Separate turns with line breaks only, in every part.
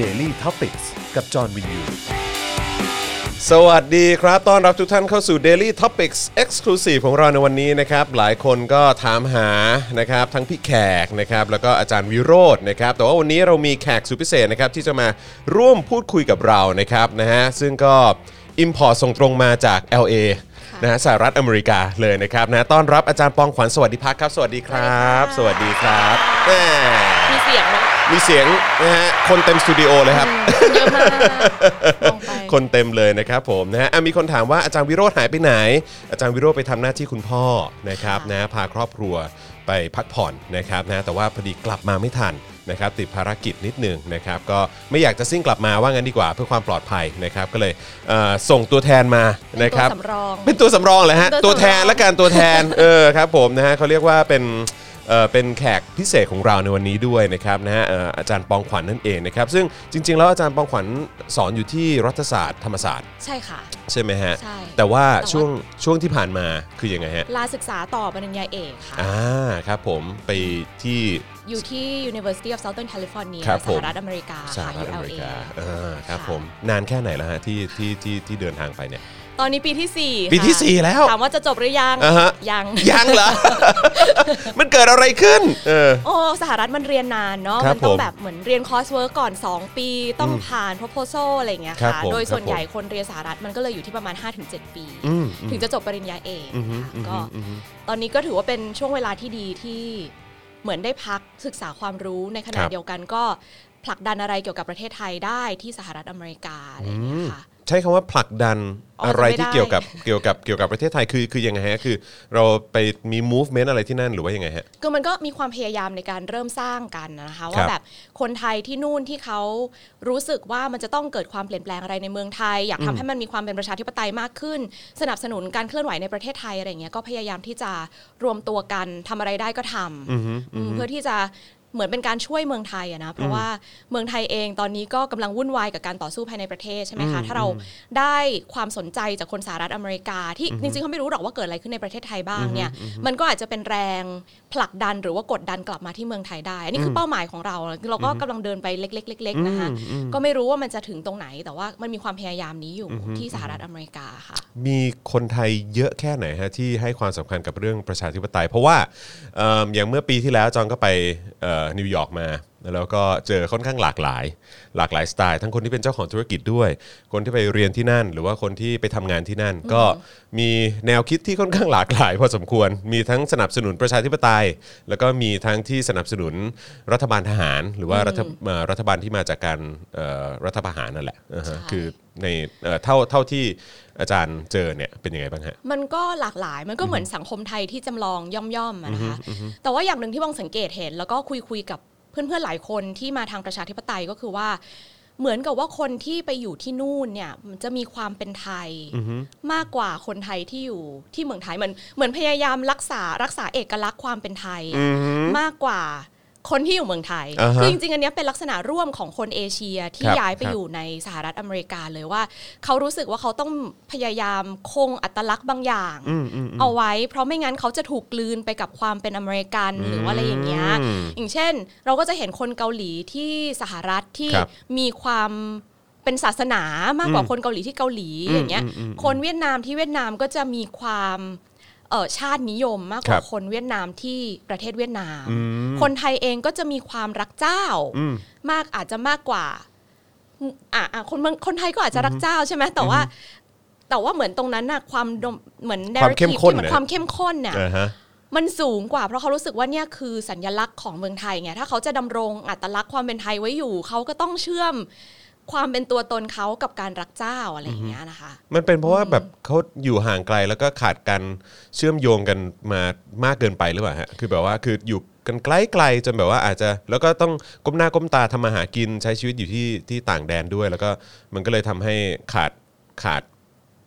Daily t o p i c กกับจอห์นวินยู
สวัสดีครับ ต้อนรับทุกท่านเข้าสู่ Daily Topics Exclusive ของเราในวันนี้นะครับ หลายคนก็ถามหานะครับ ทั้งพี่แขกนะครับ แล้วก็อาจารย์วิโรจน์นะครับ แต่ว่าวันนี้เรามีแขกสุดพิเศษนะครับ ที่จะมาร่วมพูดคุยกับเรานะครับนะฮะ ซึ่งก็ Import ส่งตรงมาจาก LA นะฮะสหรัฐอเมริกาเลยนะครับนะ ต้อนรับอาจารย์ปองขวัญสวัสดีพักครับ สวัสดีครับ สวัสดีครับแม่
มีเสียงไหม
มีเสียงนะฮะ คนเต็มสตูดิโอเลยครับ
เยอะมากลงไป
คนเต็มเลยนะครับผมนะฮะอ่ะมีคนถามว่าอาจารย์วิโรธหายไปไหน อาจารย์วิโรธไปทำหน้าที่คุณพ่อนะครับนะพาครอบครัวไปพักผ่อนนะครับนะแต่ว่าพอดีกลับมาไม่ทันนะครับติดภารกิจนิดหนึงนะครับก็ไม่อยากจะซิ่งกลับมาว่างั้นดีกว่าเพื่อความปลอดภัยนะครับก็เลยเอ่อส่งตัวแทนมา
เป็น
นะค
ตั
รั
ว
บ
สำรอง
เป็นตัวสำรองเหรอฮะ
ตั
ตัว
ว
แท
สำรอง
นและการตัวแทน เออครับผมนะฮะเขาเรียกว่าเป็นเออเป็นแขกพิเศษของเราในวันนี้ด้วยนะครับนะฮะเอ่ออาจารย์ปองขวัญนั่นเองนะครับ ซึ่งจริง ๆ แล้วอาจารย์ปองขวัญสอนอยู่ที่รัฐศาสตร์ธรรมศาสตร์
ใช่ค่ะ
ใช่ไหมฮะ
ใช่
แต่ว่า
แต่ว่า
ช่วงช่วงที่ผ่านมาคือยังไงฮะ
ลาศึกษาต่อปริญญาเอกค่ะ
อ่าครับผมไปที่
อยู่ที่ University of Southern California
ครับ
ส
ผม
หรัฐอเมริกา
สห
ค่ะ
รัฐอเมริ
ULA
กาอ่าครับ
ะ
ผมนานแค่ไหนแล้วฮะที่ที่ที่ที่เดินทางไปเนี่ย
ตอนนี้ปีที่ 4
ปีที่สี่แล้ว
ถามว่าจะจบหรือยัง
อ่าฮะ
ยัง
ยังเหรอ มันเกิดอะไรขึ้นเออ
โอ้ สหรัฐมันเรียนนานเนาะ
ครับ
มันต้อ
ผม
งแบบเหมือนเรียนคอร์สเวิร์กก่อน 2 ปี ต้องผ่าน proposal อะไรอย่างเงี้ย
ครับ
ค่ะ
ผม
โดยส่วน
ครับผม
ใหญ่คนเรียนสหรัฐมันก็เลยอยู่ที่ประมาณ 5-7 ปี
อืมอืม
ถึงจะจบปริญญาเอก
อือฮึ
ค่ะ
อือฮึ
ก็
อือฮึ
ตอนนี้ก็ถือว่าเป็นช่วงเวลาที่ดีที่เหมือนได้พักศึกษาความรู้ในขณะ
ครับ
เดียวกันก็ผลักดันอะไรเกี่ยวกับประเทศไทยได้ที่สหรัฐอเมริกาอะไรอย่างเงี้ยค่ะ
ใช้คำว่าผลักดัน
อ๋อ
อะไร
จะไม่
ที่
ได้
เกี่ยวกับเกี่ยวกับเกี่ยวกับประเทศไทยคือคือยังไงฮะคือ เราไปมี movement อะไรที่นั่นหรือว่ายังไงฮะ
ก็มันก็มีความพยายามในการเริ่มสร้างกันนะคะ
ครั
ว่า
บ
แบบคนไทยที่นู่นที่เขารู้สึกว่ามันจะต้องเกิดความเปลี่ยนแปลงอะไรในเมืองไทย อยากทำให้มันมีความเป็นประชาธิปไตยมากขึ้น สนับสนุนการเคลื่อนไหวในประเทศไทยอะไรอย่างเงี้ยก็พยายามที่จะรวมตัวกันทำอะไรได้ก็ทำอืมเพื่อที่จะเหมือนเป็นการช่วยเมืองไทยอะนะเพราะว่าเมืองไทยเองตอนนี้ก็กำลังวุ่นวายกับการต่อสู้ภายในประเทศใช่ไหมคะถ้าเราได้ความสนใจจากคนสหรัฐอเมริกา ที่จริงๆเขาไม่รู้หรอกว่าเกิดอะไรขึ้นในประเทศไทยบ้างเนี่ยมันก็อาจจะเป็นแรงผลักดันหรือว่ากดดันกลับมาที่เมืองไทยได้ อันนี้คือเป้าหมายของเราเราก็กำลังเดินไปเล็กๆๆๆนะคะก็ไม่รู้ว่ามันจะถึงตรงไหน แต่ว่ามันมีความพยายามนี้อยู่ที่สหรัฐอเมริกาค่ะ
มีคนไทยเยอะแค่ไหนฮะที่ให้ความสำคัญกับเรื่องประชาธิปไตย เพราะว่าเอิ่มอย่างเมื่อปีที่แล้วจองก็ไปเอ่อนิวยอร์กมา แล้วก็เจอค่อนข้างหลากหลาย หลากหลายสไตล์ ทั้งคนที่เป็นเจ้าของธุรกิจด้วย คนที่ไปเรียนที่นั่น หรือว่าคนที่ไปทำงานที่นั่น ก็มีแนวคิดที่ค่อนข้างหลากหลายพอสมควรมีทั้งสนับสนุนประชาธิปไตย แล้วก็มีทั้งที่สนับสนุนรัฐบาลทหาร หรือว่ารัฐเอ่อรัฐบาลที่มาจากการเอ่อรัฐประหารนั่นแหละอ่าฮะ
ใช่
คือ ในเอ่อเท่าเท่าที่อาจารย์เจอเนี่ยเป็นยังไงบ้างฮะ
มันก็หลากหลายมันก็เหมือนสังคมไทยที่จำลองย่อมๆอะนะคะแต่ว่าอย่างหนึ่งที่บองสังเกตเห็น แล้วก็คุยคุยๆกับเพื่อนๆหลายคนที่มาทางประชาธิปไตยก็คือว่า เหมือนกับว่าคนที่ไปอยู่ที่นู่นเนี่ยมันจะมีความเป็นไทยมากกว่าคนไทยที่อยู่ที่เมืองไทยเหมือนเหมือนพยายามรักษารักษาเอกลักษณ์ความเป็นไทย มากกว่าคนที่อยู่เมืองไทย
อ่าฮะ
คือจริงๆ อันเนี้ยเป็นลักษณะร่วมของคนเอเชียที่
ครับ
ย้ายไป
ครับ
อยู่ในสหรัฐอเมริกาเลยว่า เขารู้สึกว่าเขาต้องพยายามคงอัตลักษณ์บางอย่าง เอาไว้ เพราะไม่งั้นเขาจะถูกกลืนไปกับความเป็นอเมริกันหรือว่าอะไรอย่างเงี้ย
อืม
อย่างเช่น เราก็จะเห็นคนเกาหลีที่สหรัฐที่
ครับ
มีความเป็นศาสนามากกว่าคนเกาหลีที่เกาหลีอย่างเงี้ยคนเวียดนามที่เวียดนามก็จะมีความเอ่อชาตินิยมมากก
ค
ว่า
รับ
คนเวียดนามที่ประเทศเวียดนาม คนไทยเองก็จะมีความรักเจ้า มากอาจจะมากกว่าอ่ะอ่ะคนเมืองคนไทยก็อาจจะรักเจ้าใช่ไหมแต่ว่า แต่ว่าเหมือนตรงนั้นน่ะความดมเหมือน
ความเข้ม
narrative
ข้น
ที่เหมือ
เนี่ย
นความเข้มข้นเนี่ย
อ่าฮะ
มันสูงกว่าเพราะเขารู้สึกว่าเนี่ยคือสัญลักษณ์ของเมืองไทยไงถ้าเขาจะดำรงอัตลักษณ์ความเป็นไทยไว้อยู่ เขาก็ต้องเชื่อมความเป็นตัวตนเขากับการรักเจ้าอะไรอย่างเงี้ยนะคะ
มันเป็นเพราะว่าแบบเขาอยู่ห่างไกลแล้วก็ขาดการเชื่อมโยงกันมามากเกินไปหรือเปล่าฮะคือแบบว่าคืออยู่กันไกลๆจนแบบว่าอาจจะแล้วก็ต้องก้มหน้าก้มตาทำมาหากินใช้ชีวิตอยู่ที่ที่ต่างแดนด้วย แล้วก็มันก็เลยทำให้ขาดขาด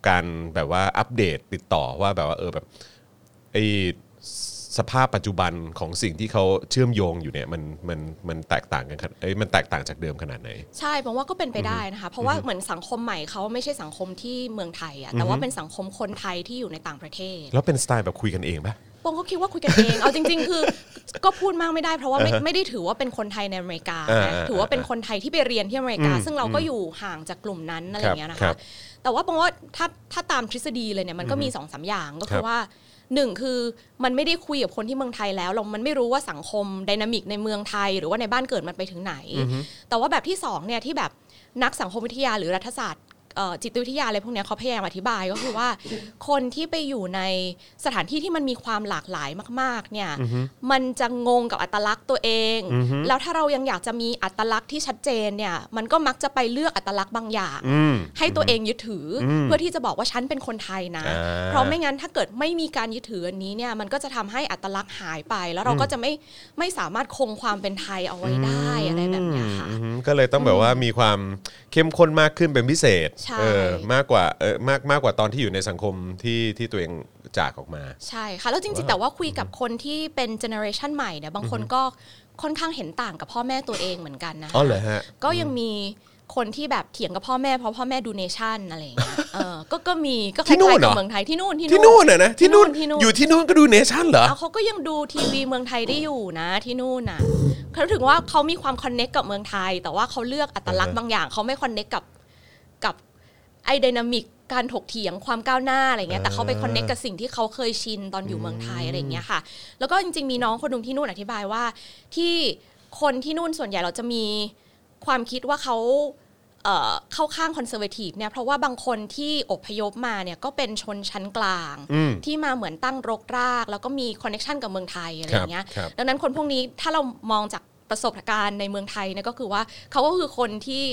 การแบบว่าอัปเดตติดต่อว่าแบบว่าเออแบบไอสภาพปัจจุบันของสิ่งที่เขาเชื่อมโยงอยู่เนี่ยมันมันมันแตกต่างกันขนาดเอ้ยมันแตกต่างจากเดิมขนาดไหน
ใช่ผมว่าก็เป็นไปได้นะคะ เพราะว่าเหมือนสังคมใหม่เขาไม่ใช่สังคมที่เมืองไทยอะแต่ว่าเป็นสังคมคนไทยที่อยู่ในต่างประเทศ
แล้วเป็นสไตล์แบบคุยกันเองปะ
ปงก็คิดว่าคุยกันเอง เอาจริง ๆ คือ ก็พูดมากไม่ได้เพราะว่าไม่ไม่ได้ถือว่าเป็นคนไทยในอเมริกา
อ่า
นะ
อ่า
ถือว่าเป็นคนไทยที่ไปเรียนที่อเมริกา
อืม
ซึ่งเราก็
อืม
อยู่ห่างจากกลุ่มนั้นอะไร
ครับ
เงี้ยนะ
ครั
คะ
บ
แต่ว่าปงว่าถ้าถ้าตามทฤษฎีเลยเนี่ยมันก็มีสองสามอย่างก็
ค
คื
รั
อบ ว่าหนึ่งคือมันไม่ได้คุยกับคนที่เมืองไทยแล้วเรามันไม่รู้ว่าสังคมดินามิกในเมืองไทย หรือว่าในบ้านเกิดมันไปถึงไหน แต่ว่าแบบที่สองเนี่ยที่แบบนักสังคมวิทยาหรือรัฐศาสตร์เอ่อจิตวิทยาอะไรพวกเนี้ยเขาพยายามอธิบายก็คือว่า คนที่ไปอยู่ในสถานที่ที่มันมีความหลากหลายมาก ๆ เนี่ย มันจะงงกับอัตลักษณ์ตัวเอง
อือฮึ
แล้วถ้าเรายังอยากจะมีอัตลักษณ์ที่ชัดเจนเนี่ย มันก็มักจะไปเลือกอัตลักษณ์บางอย่าง
อืม
ให้ตัวเองยึดถืออ
ม
เพื่อที่จะบอกว่าฉันเป็นคนไทยนะ
อ่า
เพราะไม่งั้นถ้าเกิดไม่มีการยึดถืออันนี้เนี่ยมันก็จะทำให้อัตลักษณ์หายไป แล้วเราก็จะไม่ไม่สามารถคงความเป็นไทยเอาไว้ได้อะไรแบบเนี้ยค่ะ
อืมก็เลยต้องแบบว่ามีความเข้มข้นมากขึ้นเป็นพิเศษ
ใช่
เออมากกว่าเออมากมากกว่าตอนที่อยู่ในสังคมที่ที่ตัวเองจากออกมา
ใช่ค่ะ แล้วจริงๆ แต่ว่าคุยกับคนที่เป็นเจเนอเรชันใหม่เนี่ยบางคนก็ค่อนข้างเห็นต่างกับพ่อแม่ตัวเองเหมือนกันนะ
อ๋อเหรอฮะ
ก็ยังมีคนที่แบบเถียงกับพ่อแม่เพราะพ่อแม่ดูเนชั่นอะไรอย่างเงี้ยเออก็ก็มีก็ค
ที่นู่
ล้าย
น
ๆ
เหร
กั
อ
บเมืองไทยที่นู่น
ที่นู่นน่ะนะที่นู่น
ที่นู่น
อยู่ที่นู่นก็ดูเนชั่นเหรอ
เอาเขาก็ยังดูทีวีเมืองไทยได้อยู่นะที่นู่นน่ะเขาถึงว่าเขามีความคอนเน็กกับเมืองไทย แต่ว่าเขาเลือกอัตลักษณ์
อ่าฮะ
บางอย่างเขาไม่คอนเน็กกับกับไอดินามิกการถกเถียงความก้าวหน้าอะไรเงี้ยแต่เขาไป
อ่า
คอนเน็กกับสิ่งที่เขาเคยชินตอนอยู่เมืองไทยอะไรเงี้ยค่ะ แล้วก็จริงๆมีน้องคนหนึงที่นู่นอธิบายว่า ที่คนที่นู่นส่วนใหญ่เราจะมีความคิดว่าเขาเอ่อเข้าข้างคอนเซอร์เวทีฟเนี่ยเพราะว่าบางคนที่อพยพมาเนี่ยก็เป็นชนชั้นกลาง
อืม
ที่มาเหมือนตั้งรกราก แล้วก็มีคอนเน็ชันกับเมืองไทยอะไรอย่างเงี้ย
ครับ
ดังนั้นคนพวกนี้ถ้าเรามองจากประสบการณ์ในเมืองไทยเนี่ยก็คือว่าเขาก็คือคนที่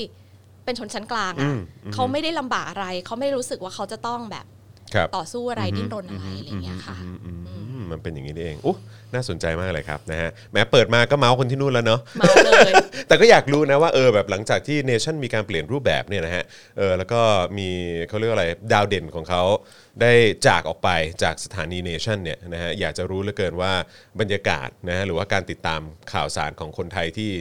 เป็นชนชั้นกลาง
อื
อะ
มอืม
เขาไม่ได้ลำบากอะไร เขาไม่ได้รู้สึกว่าเขาจะต้องแบบ
ครับ
ต่อสู้อะไรดิ้นรนอะไรอะไรอย่างเงี้ยค่ะ
อืมอืมอืมมันเป็นอย่างนี้นี่เองโอ้น่าสนใจมากเลยครับนะฮะแหม้เปิดมาก็เมาส์คนที่นู่นแล้วเนาะ
เมาเลย
แต่ก็อยากรู้นะว่าเออแบบหลังจากที่เนชั่นมีการเปลี่ยนรูปแบบเนี่ยนะฮะเออแล้วก็มีเขาเรียกว่าอะไรดาวเด่นของเขาได้จากออกไปจากสถานีเนชั่นเนี่ยนะฮะอยากจะรู้เหลือเกินว่าบรรยากาศนะฮะหรือว่าการติดตามข่าวสารของคนไทยที่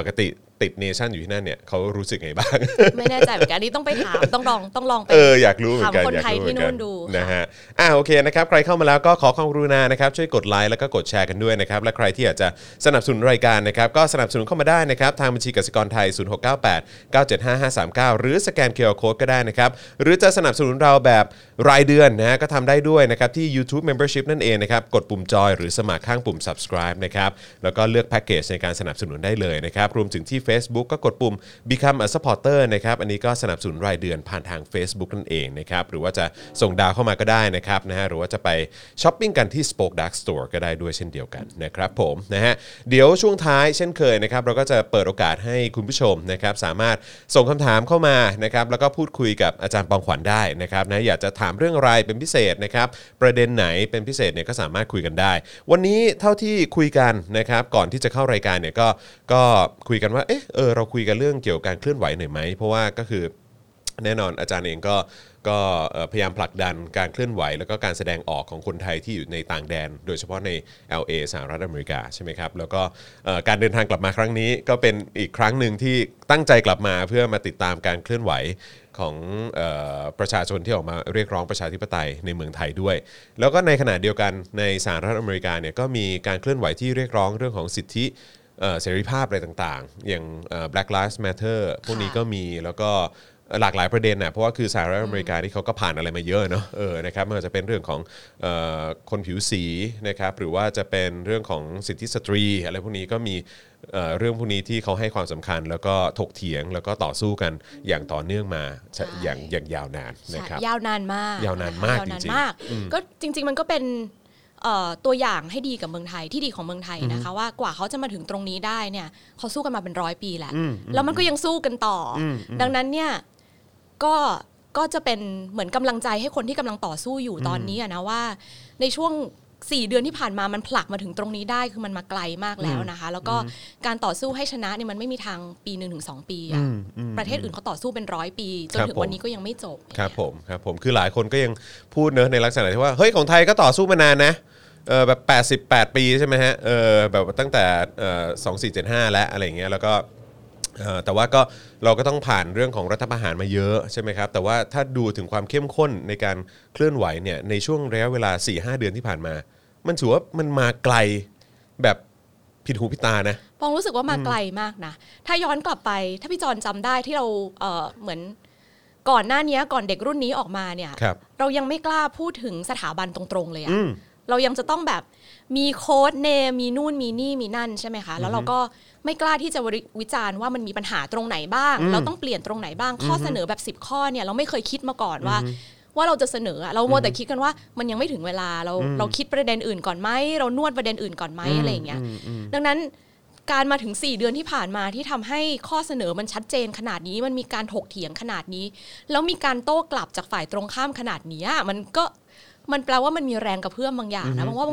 ปกติติดเนชั่นอยู่ที่นั่นเนี่ยเขารู้สึกไงบ้าง
ไม่แน่ใจเหมือนกันอันนี่ต้องไปถามต้องลองต้องลองไป
เอออยากรู้เหมือนกัน
ถามคน
อยาก
ไทย
รู้เหมือน
ที่
กั
นู่
น
นดู
นะฮะอ่าโอเคนะครับใครเข้ามาแล้วก็ขอความกรุณานะครับช่วยกดไลค์แล้วก็กดแชร์กันด้วยนะครับและใครที่อยากจะสนับสนุนรายการนะครับก็สนับสนุนเข้ามาได้นะครับทางบัญชีกสิกรไทย 0698 975539 หรือสแกนเคอร์โคดก็ได้นะครับหรือจะสนับสนุนเราแบบรายเดือนนะฮะก็ทำได้ด้วยนะครับที่ YouTube Membership นั่นเองนะครับกดปุ่มจอยหรือสมัครข้างปุ่ม subscribe นะครับแล้วก็เลือกแพ็กเกจในการสนับสนุนได้เลยนะครับรวมถึงที่ Facebook ก็กดปุ่ม Become a supporter นะครับอันนี้ก็สนับสนุนรายเดือนผ่านทาง Facebook นั่นเองนะครับหรือว่าจะส่งดาวเข้ามาก็ได้นะครับนะฮะหรือว่าจะไปช้อปปิ้งกันที่ Spoke Dark Store ก็ได้ด้วยเช่นเดียวกันนะครับผมนะฮะเดี๋ยวช่วงท้ายเช่นเคยนะครับเราก็จะเปิดโอกาสให้คุณผู้ชมนะครับสามารถส่งคำถามเข้ามานะครับแล้วก็พูดคุยกับอาจารย์ปองขวัญได้นะครับนะอยากจะถามเรื่องอะไรเป็นพิเศษนะครับประเด็นไหนเป็นพิเศษเนี่ยก็สามารถคุยกันได้ วันนี้เท่าที่คุยกันนะครับก่อนที่จะเข้ารายการเนี่ยก็ก็คุยกันว่าเอ๊ะเออเราคุยกันเรื่องเกี่ยวกับการเคลื่อนไหวหน่อยไหมเพราะว่าก็คือ แน่นอนอาจารย์เองก็ก็เอ่อพยายามผลักดันการเคลื่อนไหว แล้วก็การแสดงออกของคนไทยที่อยู่ในต่างแดน โดยเฉพาะใน LA สหรัฐอเมริกาใช่ไหมครับแล้วก็เอ่อการเดินทางกลับมาครั้งนี้ ก็เป็นอีกครั้งหนึ่งที่ตั้งใจกลับมาเพื่อมาติดตามการเคลื่อนไหวของเออประชาชนที่ออกมาเรียกร้องประชาธิปไตยในเมืองไทยด้วย แล้วก็ในขณะเดียวกันในสหรัฐอเมริกาเนี่ยก็มีการเคลื่อนไหวที่เรียกร้องเรื่องของสิทธิเอ่อเสรีภาพอะไรต่างๆ อย่างเอ่อ Black Lives Matter พวกนี้ก็ ก็มีแล้วก็หลากหลายประเด็นนะเพราะว่าคือสหรัฐอเมริกาที่เขาก็ผ่านอะไรมาเยอะเนาะเออนะครับไม่ว่าจะเป็นเรื่องของเออคนผิวสีนะครับหรือว่าจะเป็นเรื่องของสิทธิสตรี อะไรพวกนี้ก็มีเอ่อเรื่องพวกนี้ที่เขาให้ความสำคัญ แล้วก็ถกเถียงแล้วก็ต่อสู้กันอย่างต่อเนื่องมา
ใช่
อย่างอย่างยาวนานนะครับ
ใช่ยาวนานมาก
ยาวนานมาก
นะคะยวนาน
จริงๆ
มาก ก็จริง ๆ มันก็เป็นเอ่อตัวอย่างให้ดีกับเมืองไทยที่ดีของเมืองไทยนะคะ ว่ากว่าเขาจะมาถึงตรงนี้ได้เนี่ยเขาสู้กันมาเป็นร้อยปีแหละแล้วมันก็ยังสู้กันต่ออดังนั้นเนี่ยก็ก็จะเป็นเหมือนกำลังใจให้คนที่กำลังต่อสู้อยู่ตอนนี้อะนะว่า ในช่วงสี่เดือนที่ผ่านมามันผลักมาถึงตรงนี้ได้คือมันมาไกลมากแล้วนะคะ แล้วก็การต่อสู้ให้ชนะเนี่ยมันไม่มีทางปีหนึ่งถึงสองปีอะประเทศอื่นเขาต่อสู้เป็นร้อยปีจน
ครับ
ถึง
ผม
วันนี้ก็ยังไม่จบ
ครับผมครับผมคือหลายคนก็ยังพูดเนอะในลักษณะที่ว่าเฮ้ยของไทยก็ต่อสู้มานานนะเออแบบ88 ปีใช่ไหมฮะเออแบบตั้งแต่เออ2475 แล้วอะไรอย่างเงี้ยแล้วก็เอ่อแต่ว่าก็เราก็ต้องผ่านเรื่องของรัฐประหารมาเยอะใช่ไหมครับแต่ว่าถ้าดูถึงความเข้มข้นในการเคลื่อนไหวเนี่ยในช่วงระยะเวลา 4-5 เดือนที่ผ่านมา มันถือว่ามันมาไกลแบบผิดหูผิดตานะ
ปองรู้สึกว่ามาไกลมากนะ ถ้าย้อนกลับไป ถ้าพี่จอนจำได้ที่เราเอ่อเหมือนก่อนหน้านี้ก่อนเด็กรุ่นนี้ออกมาเนี่ย
ครับ
เรายังไม่กล้าพูดถึงสถาบันตรงๆเลยอะ
อืม
เรายังจะต้องแบบมีโค้ดเนมมีนู่นมีนี่มีนั่นใช่ไหมคะ แล้วเราก็ไม่กล้าที่จะวิวิจารณ์ว่ามันมีปัญหาตรงไหนบ้าง
อืม
เราต้องเปลี่ยนตรงไหนบ้าง ข้อเสนอแบบ 10 ข้อเนี่ยเราไม่เคยคิดมาก่อนว่า ว่าเราจะเสนออะเราโมวแต่คิดกันว่ามันยังไม่ถึงเวลาเราเราคิดประเด็นอื่นก่อนไหมเรานวดประเด็นอื่นก่อนไหมอะไรอย่างเงี้ย ดังนั้นการมาถึง 4 เดือนที่ผ่านมาที่ทำให้ข้อเสนอมันชัดเจนขนาดนี้ มันมีการถกเถียงขนาดนี้ แล้วมีการโต้กลับจากฝ่ายตรงข้ามขนาดเนี้ยมันก็มันแปลว่ามันมีแรงกระเพื่อมบางอย่างนะเพราะว่า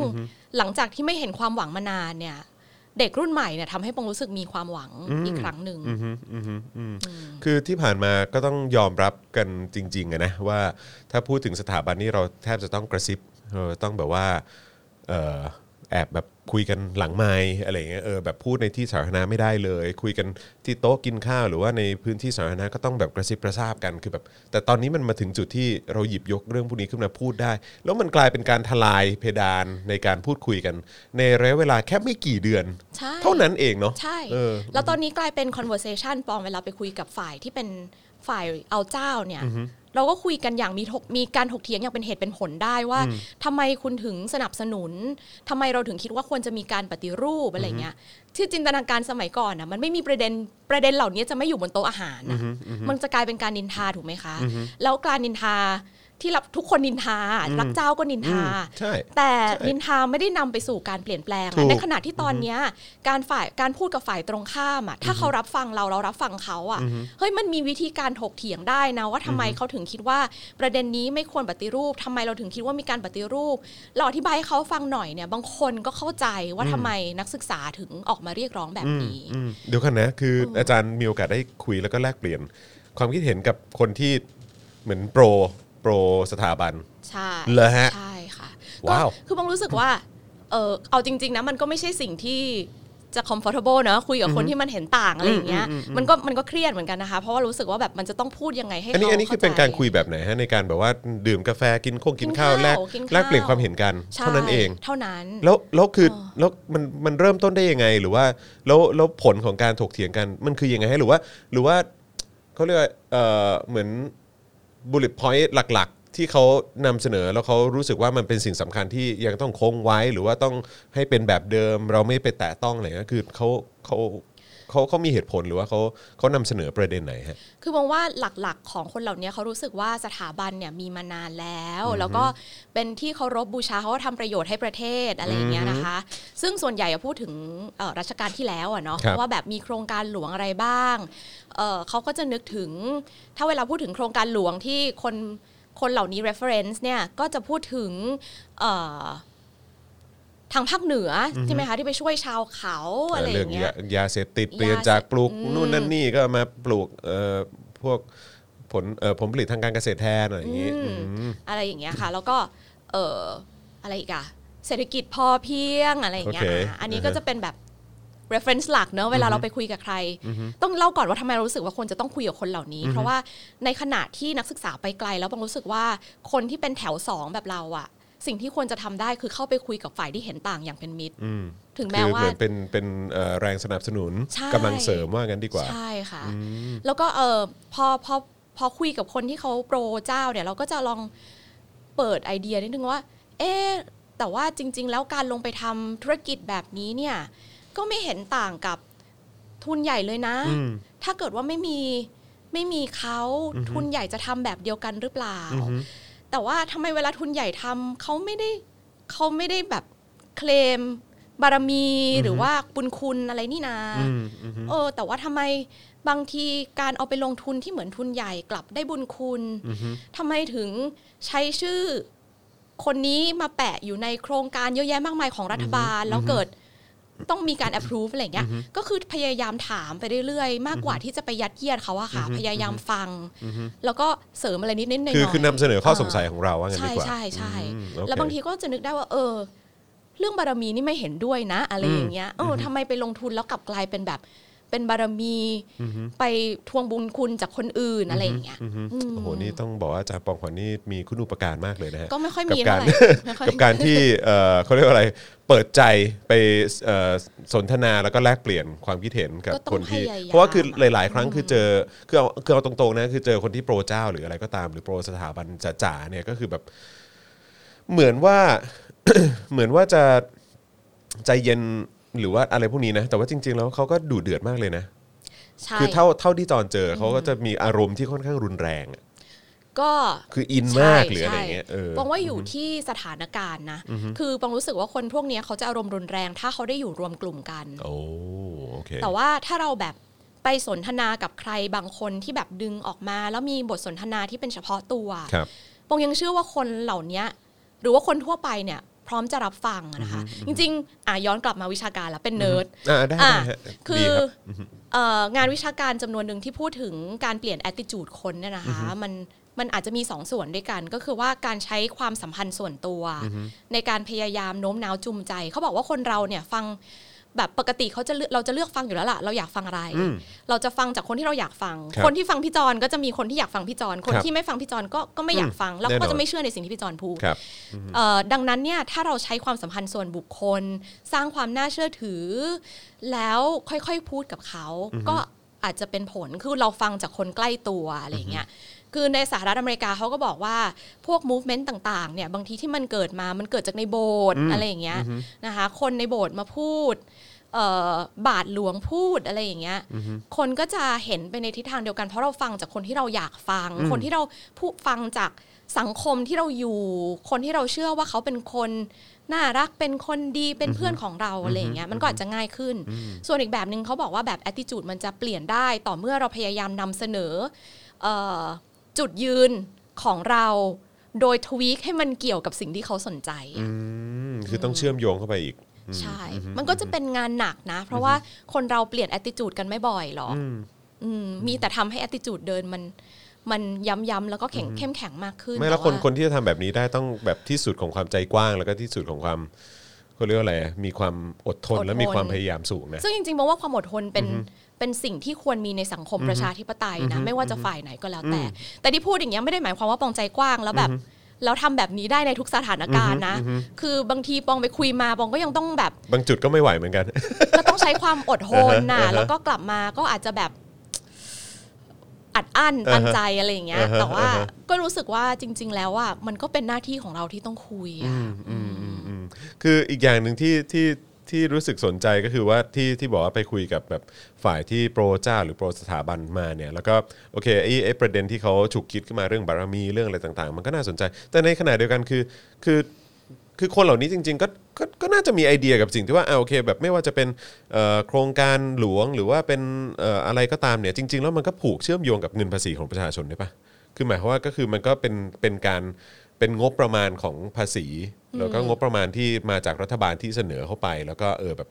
หลังจากที่ไม่เห็นความหวังมานานเนี่ย เด็กรุ่นใหม่เนี่ยทำให้ปองรู้สึกมีความหวังอีกครั้งหนึ่ง
อืมอืมอืมอืมคือที่ผ่านมาก็ต้องยอมรับกันจริงๆอะนะว่าถ้าพูดถึงสถาบันนี่เราแทบจะต้องกระซิบเราต้องแบบว่าเอ่อแอบแบบคุยกันหลังไม้อะไรอย่างเงี้ยเออแบบพูดในที่สาธารณะไม่ได้เลย คุยกันที่โต๊ะกินข้าวหรือว่าในพื้นที่สาธารณะก็ต้องแบบกระซิบกระซาบกันคือแบบแต่ตอนนี้มันมาถึงจุดที่เราหยิบยกเรื่องพวกนี้ขึ้นมาพูดได้ แล้วมันกลายเป็นการทลายเพดานในการพูดคุยกัน ในระยะเวลาแค่ไม่กี่เดือน
ใช่
เท่านั้นเองเนาะ
ใช่
เออ
แล้วตอนนี้กลายเป็น conversation ปองเวลาไปคุยกับฝ่ายที่เป็นฝ่ายเอาเจ้าเนี่ย เราก็คุยกันอย่างมีถกมีการถกเถียงอย่างเป็นเหตุเป็นผลได้ว่าทำไมคุณถึงสนับสนุนทำไมเราถึงคิดว่าควรจะมีการปฏิรูปอะไรเงี้ยที่จินตนาการสมัยก่อนนะมันไม่มีประเด็นประเด็นเหล่านี้จะไม่อยู่บนโต๊ะอาหารนะมันจะกลายเป็นการนินทาถูกไหมคะ แล้วการนินทาที่รับทุกคนนินทารักเจ้าก็นินทา
อืมใช่
แต่
ใช่
นินทาไม่ได้นำไปสู่การเปลี่ยนแปลง
ถู
อะ
ก
ในขณะที่ตอนเนี้ยการฝ่ายการพูดกับฝ่ายตรงข้ามอะถ้าเขารับฟังเราเรารับฟังเขาอะเฮ้ยมันมีวิธีการถกเถียงได้นะว่าทำไมเขาถึงคิดว่าประเด็นนี้ไม่ควรปฏิรูปทำไมเราถึงคิดว่ามีการปฏิรูปเราอธิบายให้เขาฟังหน่อยเนี่ยบางคนก็เข้าใจว่าทำไมนักศึกษาถึงออกมาเรียกร้องแบบนี้
อืมเดี๋ยวกันนะ คืออาจารย์มีโอกาสได้คุยแล้วก็แลกเปลี่ยน ความคิดเห็นกับคนที่เหมือนโปรโปรสถาบัน
ใช่
เหรอฮะ
ใช่ค่ะ
ว้าว
ก็คือบางรู้สึกว่า เออเอาจริง ๆ นะ มันก็ไม่ใช่สิ่งที่จะ comfortable เนอะคุยกับคนที่มันเห็นต่างอะไรอย่างเงี้ย มันก็มันก็เครียดเหมือนกันนะคะ เพราะว่ารู้สึกว่าแบบมันจะต้องพูดยังไงให้
อันนี้
ขา
อันนี้คือเป็น
ข้ใจ
การคุยแบบไหนฮะในการแบบว่าดื่มกาแฟกินโค้งกินข้าว
กิน
แล
ข้าก วกินข้าว
แลกเปลี่ยนความเห็นกัน
ใช่
เท่านั้นเอง
เท่านั้น
แล้วแล้วคือแล้วมันมันเริ่มต้นได้ยังไงหรือว่าแล้วแล้วผลของการถกเถียงกันมันคือยังไงฮะหรือว่า หรือว่าเขาเรียกว่าเอ่อเหมือนบุลิตพอยต์หลัก ๆ ที่เขานำเสนอแล้วเขารู้สึกว่ามันเป็นสิ่งสำคัญที่ยังต้องคงไว้ หรือว่าต้องให้เป็นแบบเดิม เราไม่ไปแตะต้องอะไรก็คือเขาเขาเขาเขามีเหตุผลหรือว่าเขาเขานำเสนอประเด็นไหนฮะ
คือมองว่าหลักๆของคนเหล่านี้เขารู้สึกว่าสถาบันเนี่ยมีมานานแล้ว แล้วก็เป็นที่เคารพบูชาเขาก็ทำประโยชน์ให้ประเทศอะไรอย่างเงี้ยนะคะ ซึ่งส่วนใหญ่อะพูดถึงเอ่อรัชกาลที่แล้วอะเนาะ
ครับ
ว่าแบบมีโครงการหลวงอะไรบ้างเอ่อเขาก็จะนึกถึง ถ้าเวลาพูดถึงโครงการหลวงที่คนคนเหล่านี้ reference เนี่ยก็จะพูดถึงเอ่อทางภาคเหนืออใช่ไหมคะที่ไปช่วยชาวเขาอะไรอ
เรื่
ย่างเงี้ย
ยายาเสพติด
ยา
เปลี่ยนจากปลูก
อืม
นู่นนั่นนี่ก็มาปลูกเอ่อพวกผลเอ่อผลผลิตทางการเกษตรแทนอะไรอย่างงี้
อืม
อืม
อะไรอย่างเงี้ยค่ะ แล้วก็เอออะไรอีกอะเศรษฐกิจพอเพียงอะไรอย่างเงี้ย
โอเค
อ่ะอันนี้
อือฮะ
ก็จะเป็นแบบ reference หลักเนอะเวลาเราไปคุยกับใคร ต้องเล่าก่อนว่าทำไมเรารู้สึกว่าคนจะต้องคุยกับคนเหล่านี้ เพราะว่าในขณะที่นักศึกษาไปไกล แล้วบางรู้สึกว่าคนที่เป็นแถวสองแบบเราอะสิ่งที่ควรจะทำได้คือเข้าไปคุยกับฝ่ายที่เห็นต่างอย่างเป็นมิตร
อืม
ถึง
คื
แม้
อ
ว่า
เหมือนเป็นเป็นเอ่อแรงสนับสนุน
ใช่
กำลังเสริมว่างั้นดีกว่า
ใช่ค่ะ แล้วก็เออพอพอพอคุยกับคนที่เขาโปรเจ้าเนี่ยเราก็จะลองเปิดไอเดียนิดนึงว่า เอ๊ะแต่ว่าจริง ๆ แล้วการลงไปทำธุรกิจแบบนี้เนี่ยก็ไม่เห็นต่างกับทุนใหญ่เลยนะ ถ้าเกิดว่าไม่มีไม่มีเขาทุนใหญ่จะทำแบบเดียวกันหรือเปล่า แต่ว่าทำไมเวลาทุนใหญ่ทำเขาไม่ได้เขาไม่ได้แบบเคลมบารมีหรือว่าบุญคุณอะไรนี่นะ เออแต่ว่าทำไมบางทีการเอาไปลงทุนที่เหมือนทุนใหญ่กลับได้บุญคุณทำไมถึงใช้ชื่อคนนี้มาแปะอยู่ในโครงการเยอะแยะมากมายของรัฐบาล แล้วเกิดต้องมีการ approve อะไรเงี้ยก็คือพยายามถามไปเรื่อยๆ มากกว่าที่จะไปยัดเยียดเขาอะค่ะ พยายามฟัง แล้วก็เสริมอะไรนิดๆหน่อยๆ
คือคือนำเสนอข้อสงสัยของเราว่างั้น
ใช่
ดีกว่า
ใช่ใช่
อืมโอเค
แล้วบางทีก็จะนึกได้ว่า เออ เรื่องบารมีนี่ไม่เห็นด้วยนะ อะไรอย่างเงี้ยเอออทำไมไปลงทุนแล้วกลับกลายเป็นแบบ เป็นบารมีไปทวงบุญคุณจากคนอื่นอะไรอย่างเงี้ย
อือฮึโอ้โหนี่ต้องบอกว่าอาจารย์ปองขวัญนี่มีคุณอุปการมากเลยนะฮะ
ก็ไม่ค่อยมี
กับการ
เท่าไหร่ไม่ค่อย
กับการที่เอ่อเขาเรียกว่าอะไรเปิดใจไปเอ่อสนทนาแล้วก็แลกเปลี่ยนความคิดเห็นกับ
ก็ต้อง
คนที่
พยายาม
เพราะว่าคือหลาย ๆ ครั้งคือเจอคือเอาคือเอาตรงๆนะคือเจอคนที่โปรเจ้าหรืออะไรก็ตามหรือโปรสถาบันจ๋าๆเนี่ยก็คือแบบเหมือนว่า เหมือนว่าจะใจเย็นหรือว่าอะไรพวกนี้นะ แต่ว่าจริง ๆ แล้วเขาก็ดุเดือดมากเลยนะ
ใช่
คือเท่าเท่าที่จอนเจอเขาก็จะมีอารมณ์ที่ค่อนข้างรุนแรงอะ
ก็
คืออินมากหรืออะไรเงี้ยเออ
ปองว่าอยู่ที่สถานการณ์นะ คือปองรู้สึกว่าคนพวกเนี้ยเขาจะอารมณ์รุนแรง ถ้าเขาได้อยู่รวมกลุ่มกัน
โอ้โอเค
แต่ว่าถ้าเราแบบไปสนทนากับใครบางคนที่แบบดึงออกมา แล้วมีบทสนทนาที่เป็นเฉพาะตัว
ครับ
ปองยังเชื่อว่าคนเหล่าเนี้ยหรือว่าคนทั่วไปเนี่ย พร้อมจะรับฟังอะนะคะ จริงๆอ่ะย้อนกลับมาวิชาการแล้วเป็นเนิร์ด
อ่าได้
อ่ะ
ได้ฮะ
คื
ดี
อ
รับ
เอ่องานวิชาการจำนวนหนึ่งที่พูดถึงการเปลี่ยน attitude คนเนี่ยนะคะมันมันอาจจะมีสองส่วนด้วยกัน ก็คือว่าการใช้ความสัมพันธ์ส่วนตัว ในการพยายามโน้มน้าวจูงใจ เขาบอกว่าคนเราเนี่ยฟังแบบปกติเขาจะเลือกเราจะเลือกฟังอยู่แล้วล่ะ เราอยากฟังอะไร
อืม
เราจะฟังจากคนที่เราอยากฟัง
ครับ
คนที่ฟังพี่จอนก็จะมีคนที่อยากฟังพี่จอนคน
ครับ
ที่ไม่ฟังพี่จอนก็ก็ไม่อยากฟัง แล้ว
แน่น
ก็
อน
จะไม่เชื่อในสิ่งที่พี่จอนพูด
ครับ
เอ่อดังนั้นเนี่ยถ้าเราใช้ความสัมพันธ์ส่วนบุคคล สร้างความน่าเชื่อถือ แล้วค่อยๆพูดกับเขา ก็อาจจะเป็นผลคือเราฟังจากคนใกล้ตัวอะไรอย่างเงี้ยคือในสหรัฐอเมริกาเขาก็บอกว่าพวก movement ต่างๆเนี่ยบางทีที่มันเกิดมามันเกิดจากในโบสถ์อะไรอย่างเงี้ยนะคะคนในโบสถ์มาพูดเอ่อบาทหลวงพูดอะไรอย่างเงี้ยคนก็จะเห็นไปในทิศทางเดียวกัน เพราะเราฟังจากคนที่เราอยากฟัง คนที่เราพูดฟังจาก สังคมที่เราอยู่ คนที่เราเชื่อว่าเขาเป็นคนน่ารักเป็นคนดีเป็นเพื่อนของเราอะไรอย่างเงี้ยมันก็อาจจะง่ายขึ้น ส่วนอีกแบบหนึ่งเขาบอกว่าแบบ attitude มันจะเปลี่ยนได้ ต่อเมื่อเราพยายามนำเสนอเอ่อจุดยืนของเราโดยทวีคให้มันเกี่ยวกับสิ่งที่เขาสนใจอะ
อืม คือต้องเชื่อมโยงเข้าไปอีก
ใช่ มันก็จะเป็นงานหนักนะ เพราะว่าคนเราเปลี่ยน attitude กันไม่บ่อยหรอกอืมมีแต่ทำให้ attitude เดินมันมันย้ำๆแล้วก็แข็งเข้มแข็งมากขึ้น
ไม่แล้ว
ต่
คน
ว่า
คนที่จะทำแบบนี้ได้ต้องแบบที่สุดของความใจกว้าง แล้วก็ที่สุดของความเขาเรียกว่าอะไร มีความอดทน
อดทน
และมีความพยายามสูงนะ
ซึ่งจริงๆมองว่าความอดทนเป็นเป็นสิ่งที่ควรมีในสังคมประชาธิปไตยนะไม่ว่าจะฝ่ายไหนก็แล้วแต่ แต่ที่พูดอย่างเงี้ยไม่ได้หมายความว่าปองใจกว้างแล้วแบบแล้วทำแบบนี้ได้ในทุกสถานการณ์นะ คือบางทีปองไปคุยมาปองก็ยังต้องแบบ
บางจุดก็ไม่ไหวเหมือนกัน
ก็ต้องใช้ความอดทนน่ะ
อ่าฮะ
แล้วก็กลับมาก็อาจจะแบบอัดอั้นตันใจอะไรอย่างเงี้ย
อ่าฮะ
แต่ว่า
อ่าฮะ
ก็รู้สึกว่าจริง ๆ แล้วอ่ะมันก็เป็นหน้าที่ของเราที่ต้องคุยอ่ะ
อืมคืออีกอย่างหนึ่งที่ที่ที่รู้สึกสนใจก็คือว่าที่ที่บอกว่าไปคุยกับแบบฝ่ายที่โปรเจ้าหรือโปรสถาบันมาเนี่ยแล้วก็โอเคไอ้ไอ้ประเด็นที่เขาฉุกคิดขึ้นมาเรื่องบารมีเรื่องอะไรต่างๆ มันก็น่าสนใจ แต่ในขณะเดียวกันคือคือคือคนเหล่านี้จริง ๆ ก็ก็ก็น่าจะมีไอเดียกับสิ่งที่ว่าอ่าโอเคแบบไม่ว่าจะเป็นเอ่อโครงการหลวงหรือว่าเป็นเอ่ออะไรก็ตามเนี่ยจริง ๆ แล้วมันก็ผูกเชื่อมโยงกับเงินภาษีของประชาชนได้ปะคือหมายความว่าก็คือมันก็เป็นเป็นการ เป็นงบประมาณของภาษี แล้วก็งบประมาณที่มาจากรัฐบาลที่เสนอเข้าไป แล้วก็เออแบบ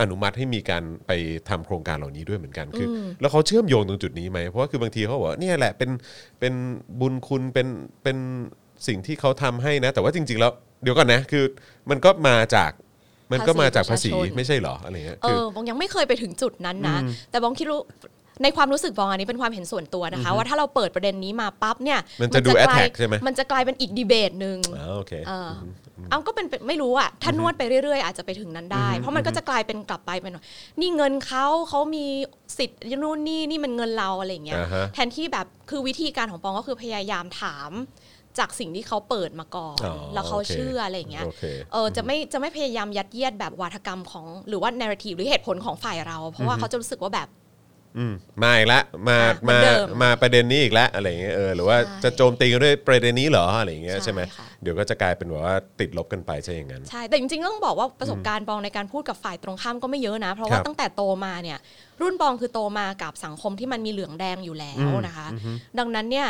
อนุมัติให้มีการไปทำโครงการเหล่านี้ด้วยเหมือนกันคืออแล้วเขาเชื่อมโยงตรงจุดนี้ไหมเพราะว่าคือบางทีเขาบอกว่าเนี่ยแหละเป็นเป็นบุญคุณเป็นเป็นสิ่งที่เขาทำให้นะ แต่ว่าจริง ๆ แล้วเดี๋ยวก่อนนะคือ มันก็มาจากมันก็มาจากภาษี
ภาษีประชาชน
ไม่ใช่เหรออะไรเงี้ย
เอ
คือ
อบองยังไม่เคยไปถึงจุดนั้นนะ แต่บองคิดรู้ในความรู้สึกบองอันนี้เป็นความเห็นส่วนตัวนะคะ ว่าถ้าเราเปิดประเด็นนี้มาปั๊บเนี่ย
มันจะดู
กลาย
attack ใช่ไหม
มันจะกลายเป็นอีกดีเบตหนึ่ง
อ่าโอเค
เอออเอาก็เป็นไปไม่รู้อะถ้านวดไปเรื่อยๆ อาจจะไปถึงนั้นได้ เพราะมันก็จะกลายเป็นกลับไปเป็นว่านี่เงินเขาเขามีสิทธิ์นู่นนี่นี่มันเงินเราอะไรอย่างเงี้ย
อ่าฮะ
แทนที่แบบคือวิธีการของปองก็คือพยายามถามจากสิ่งที่เขาเปิดมาก่อน
อ๋อ
แล้วเขา
โอเค
เชื่ออะไรอย่างเงี้ย
โอเค
เออจะไม่จะไม่พยายามยัดเยียดแบบวาทกรรมของหรือว่า narrative หรือเหตุผลของฝ่ายเรา เพราะว่าเขาจะรู้สึกว่าแบบ
อืมมาอีกแล้วมา
อ่ะเหมื
มา
อนเดิม
มาประเด็นนี้อีกแล้วอะไรเงี้ยเออหรือว่า
ใช่
จะโจมตีกันด้วยประเด็นนี้เหรออะไรเงี้ย
ใช่
ใช่ไหม
ค่ะ
เดี๋ยวก็จะกลายเป็นแบบว่าติดลบกันไปใช่อย่างนั้น
ใช่ แต่จริงๆต้องบอกว่าประสบการณ์ปองในการพูดกับฝ่ายตรงข้ามก็ไม่เยอะนะ เพราะ
ค
ว่า
รับ
ตั้งแต่โตมาเนี่ยรุ่นปองคือโตมากับสังคมที่มันมีเหลืองแดงอยู่แล้วนะคะ ดังนั้นเนี่ย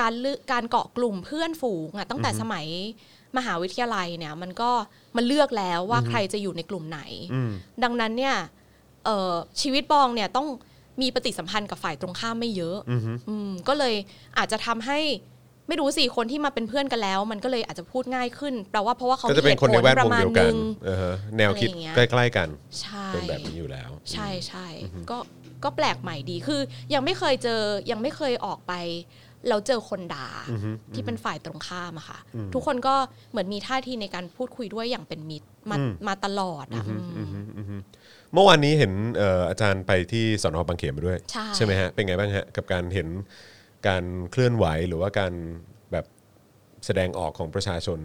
การเลือกการเกาะกลุ่มเพื่อนฝูงอะตั้งแต่สมัยมหาวิทยาลัยเนี่ยมันก็มันเลือกแล้วว่าใครจะอยู่ในกลุ่มไหน ดังนั้นเนี่ยเอ่อชีวิตปองเนี่ยต้องมีปฏิสัมพันธ์กับฝ่ายตรงข้ามไม่เยอะอืมก็เลยอาจจะทำให้ ไม่รู้สิคนที่มาเป็นเพื่อนกันแล้ว มันก็เลยอาจจะพูดง่ายขึ้นแปลว่าเพราะว่าเขา
ก็จะเป็นคนในแวดวงเดียวกัน
หตุผลประมาณนึง
เออฮะแนวคิด
อะไรอย่างเงี้ย
ใกล้ ๆ กัน
ใช่
เป็นแบบนี้อยู่แล้ว
ใช่ใช่ก็ก็แปลกใหม่ดีคือยังไม่เคยเจอยังไม่เคยออกไปเราเจอคนด่า
อือฮึ
ที่เป็นฝ่ายตรงข้ามอะค่ะ ทุกคนก็เหมือนมีท่าทีในการพูดคุยด้วยอย่างเป็นมิตรมา
อืม
มาตลอดอะอื
อื
ม
อฮึอือฮึเมื่อวานนี้เห็นเอ่ออาจารย์ไปที่สอนอบางเขนมาด้วย
ใช่
ไหมฮะเป็นไงบ้างฮะกับการเห็นการเคลื่อนไหวหรือว่าการแบบแสดงออกของประชาชน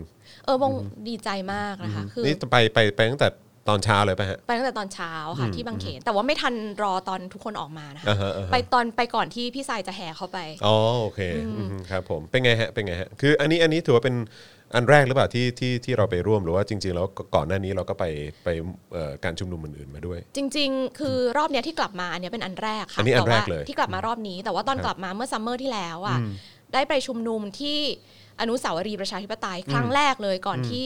เออวงดีใจมากนะคะ คือ
นี่ไปไปไปตั้งแต่ตอนเช้าเลยป่ะฮะ
ไปตั้งแต่ตอนเช้าค่ะที่บางเขนแต่ว่าไม่ทันรอตอนทุกคนออกมานะคะ
อ่าฮะอ่าฮะ
ไปตอนไปก่อนที่พี่สายจะแห่เข้าไป
อ๋อโอเคอือฮึครับผมเป็นไงฮะเป็นไงฮะคืออันนี้อันนี้ถือว่าเป็นอันแรกหรือเปล่าที่ที่ที่เราไปร่วมหรือว่าจริง ๆ แล้วก่อนหน้านี้เราก็ไปไปเอ่อการชุมนุมอื่นๆมาด้วย
จริง ๆ คือรอบเนี้ยที่กลับมาอันเนี้ยเป็นอันแรกค่ะ
อันนี้อัน
แต่ว่า
แรกเลย
ที่กลับมารอบนี้ แต่ว่าตอน
ครับ
กลับมาเมื่อซัมเมอร์ที่แล้วอ่ะได้ไปชุมนุมที่อนุสาวรีย์ประชาธิปไตยครั้งแรกเลยก่อนที่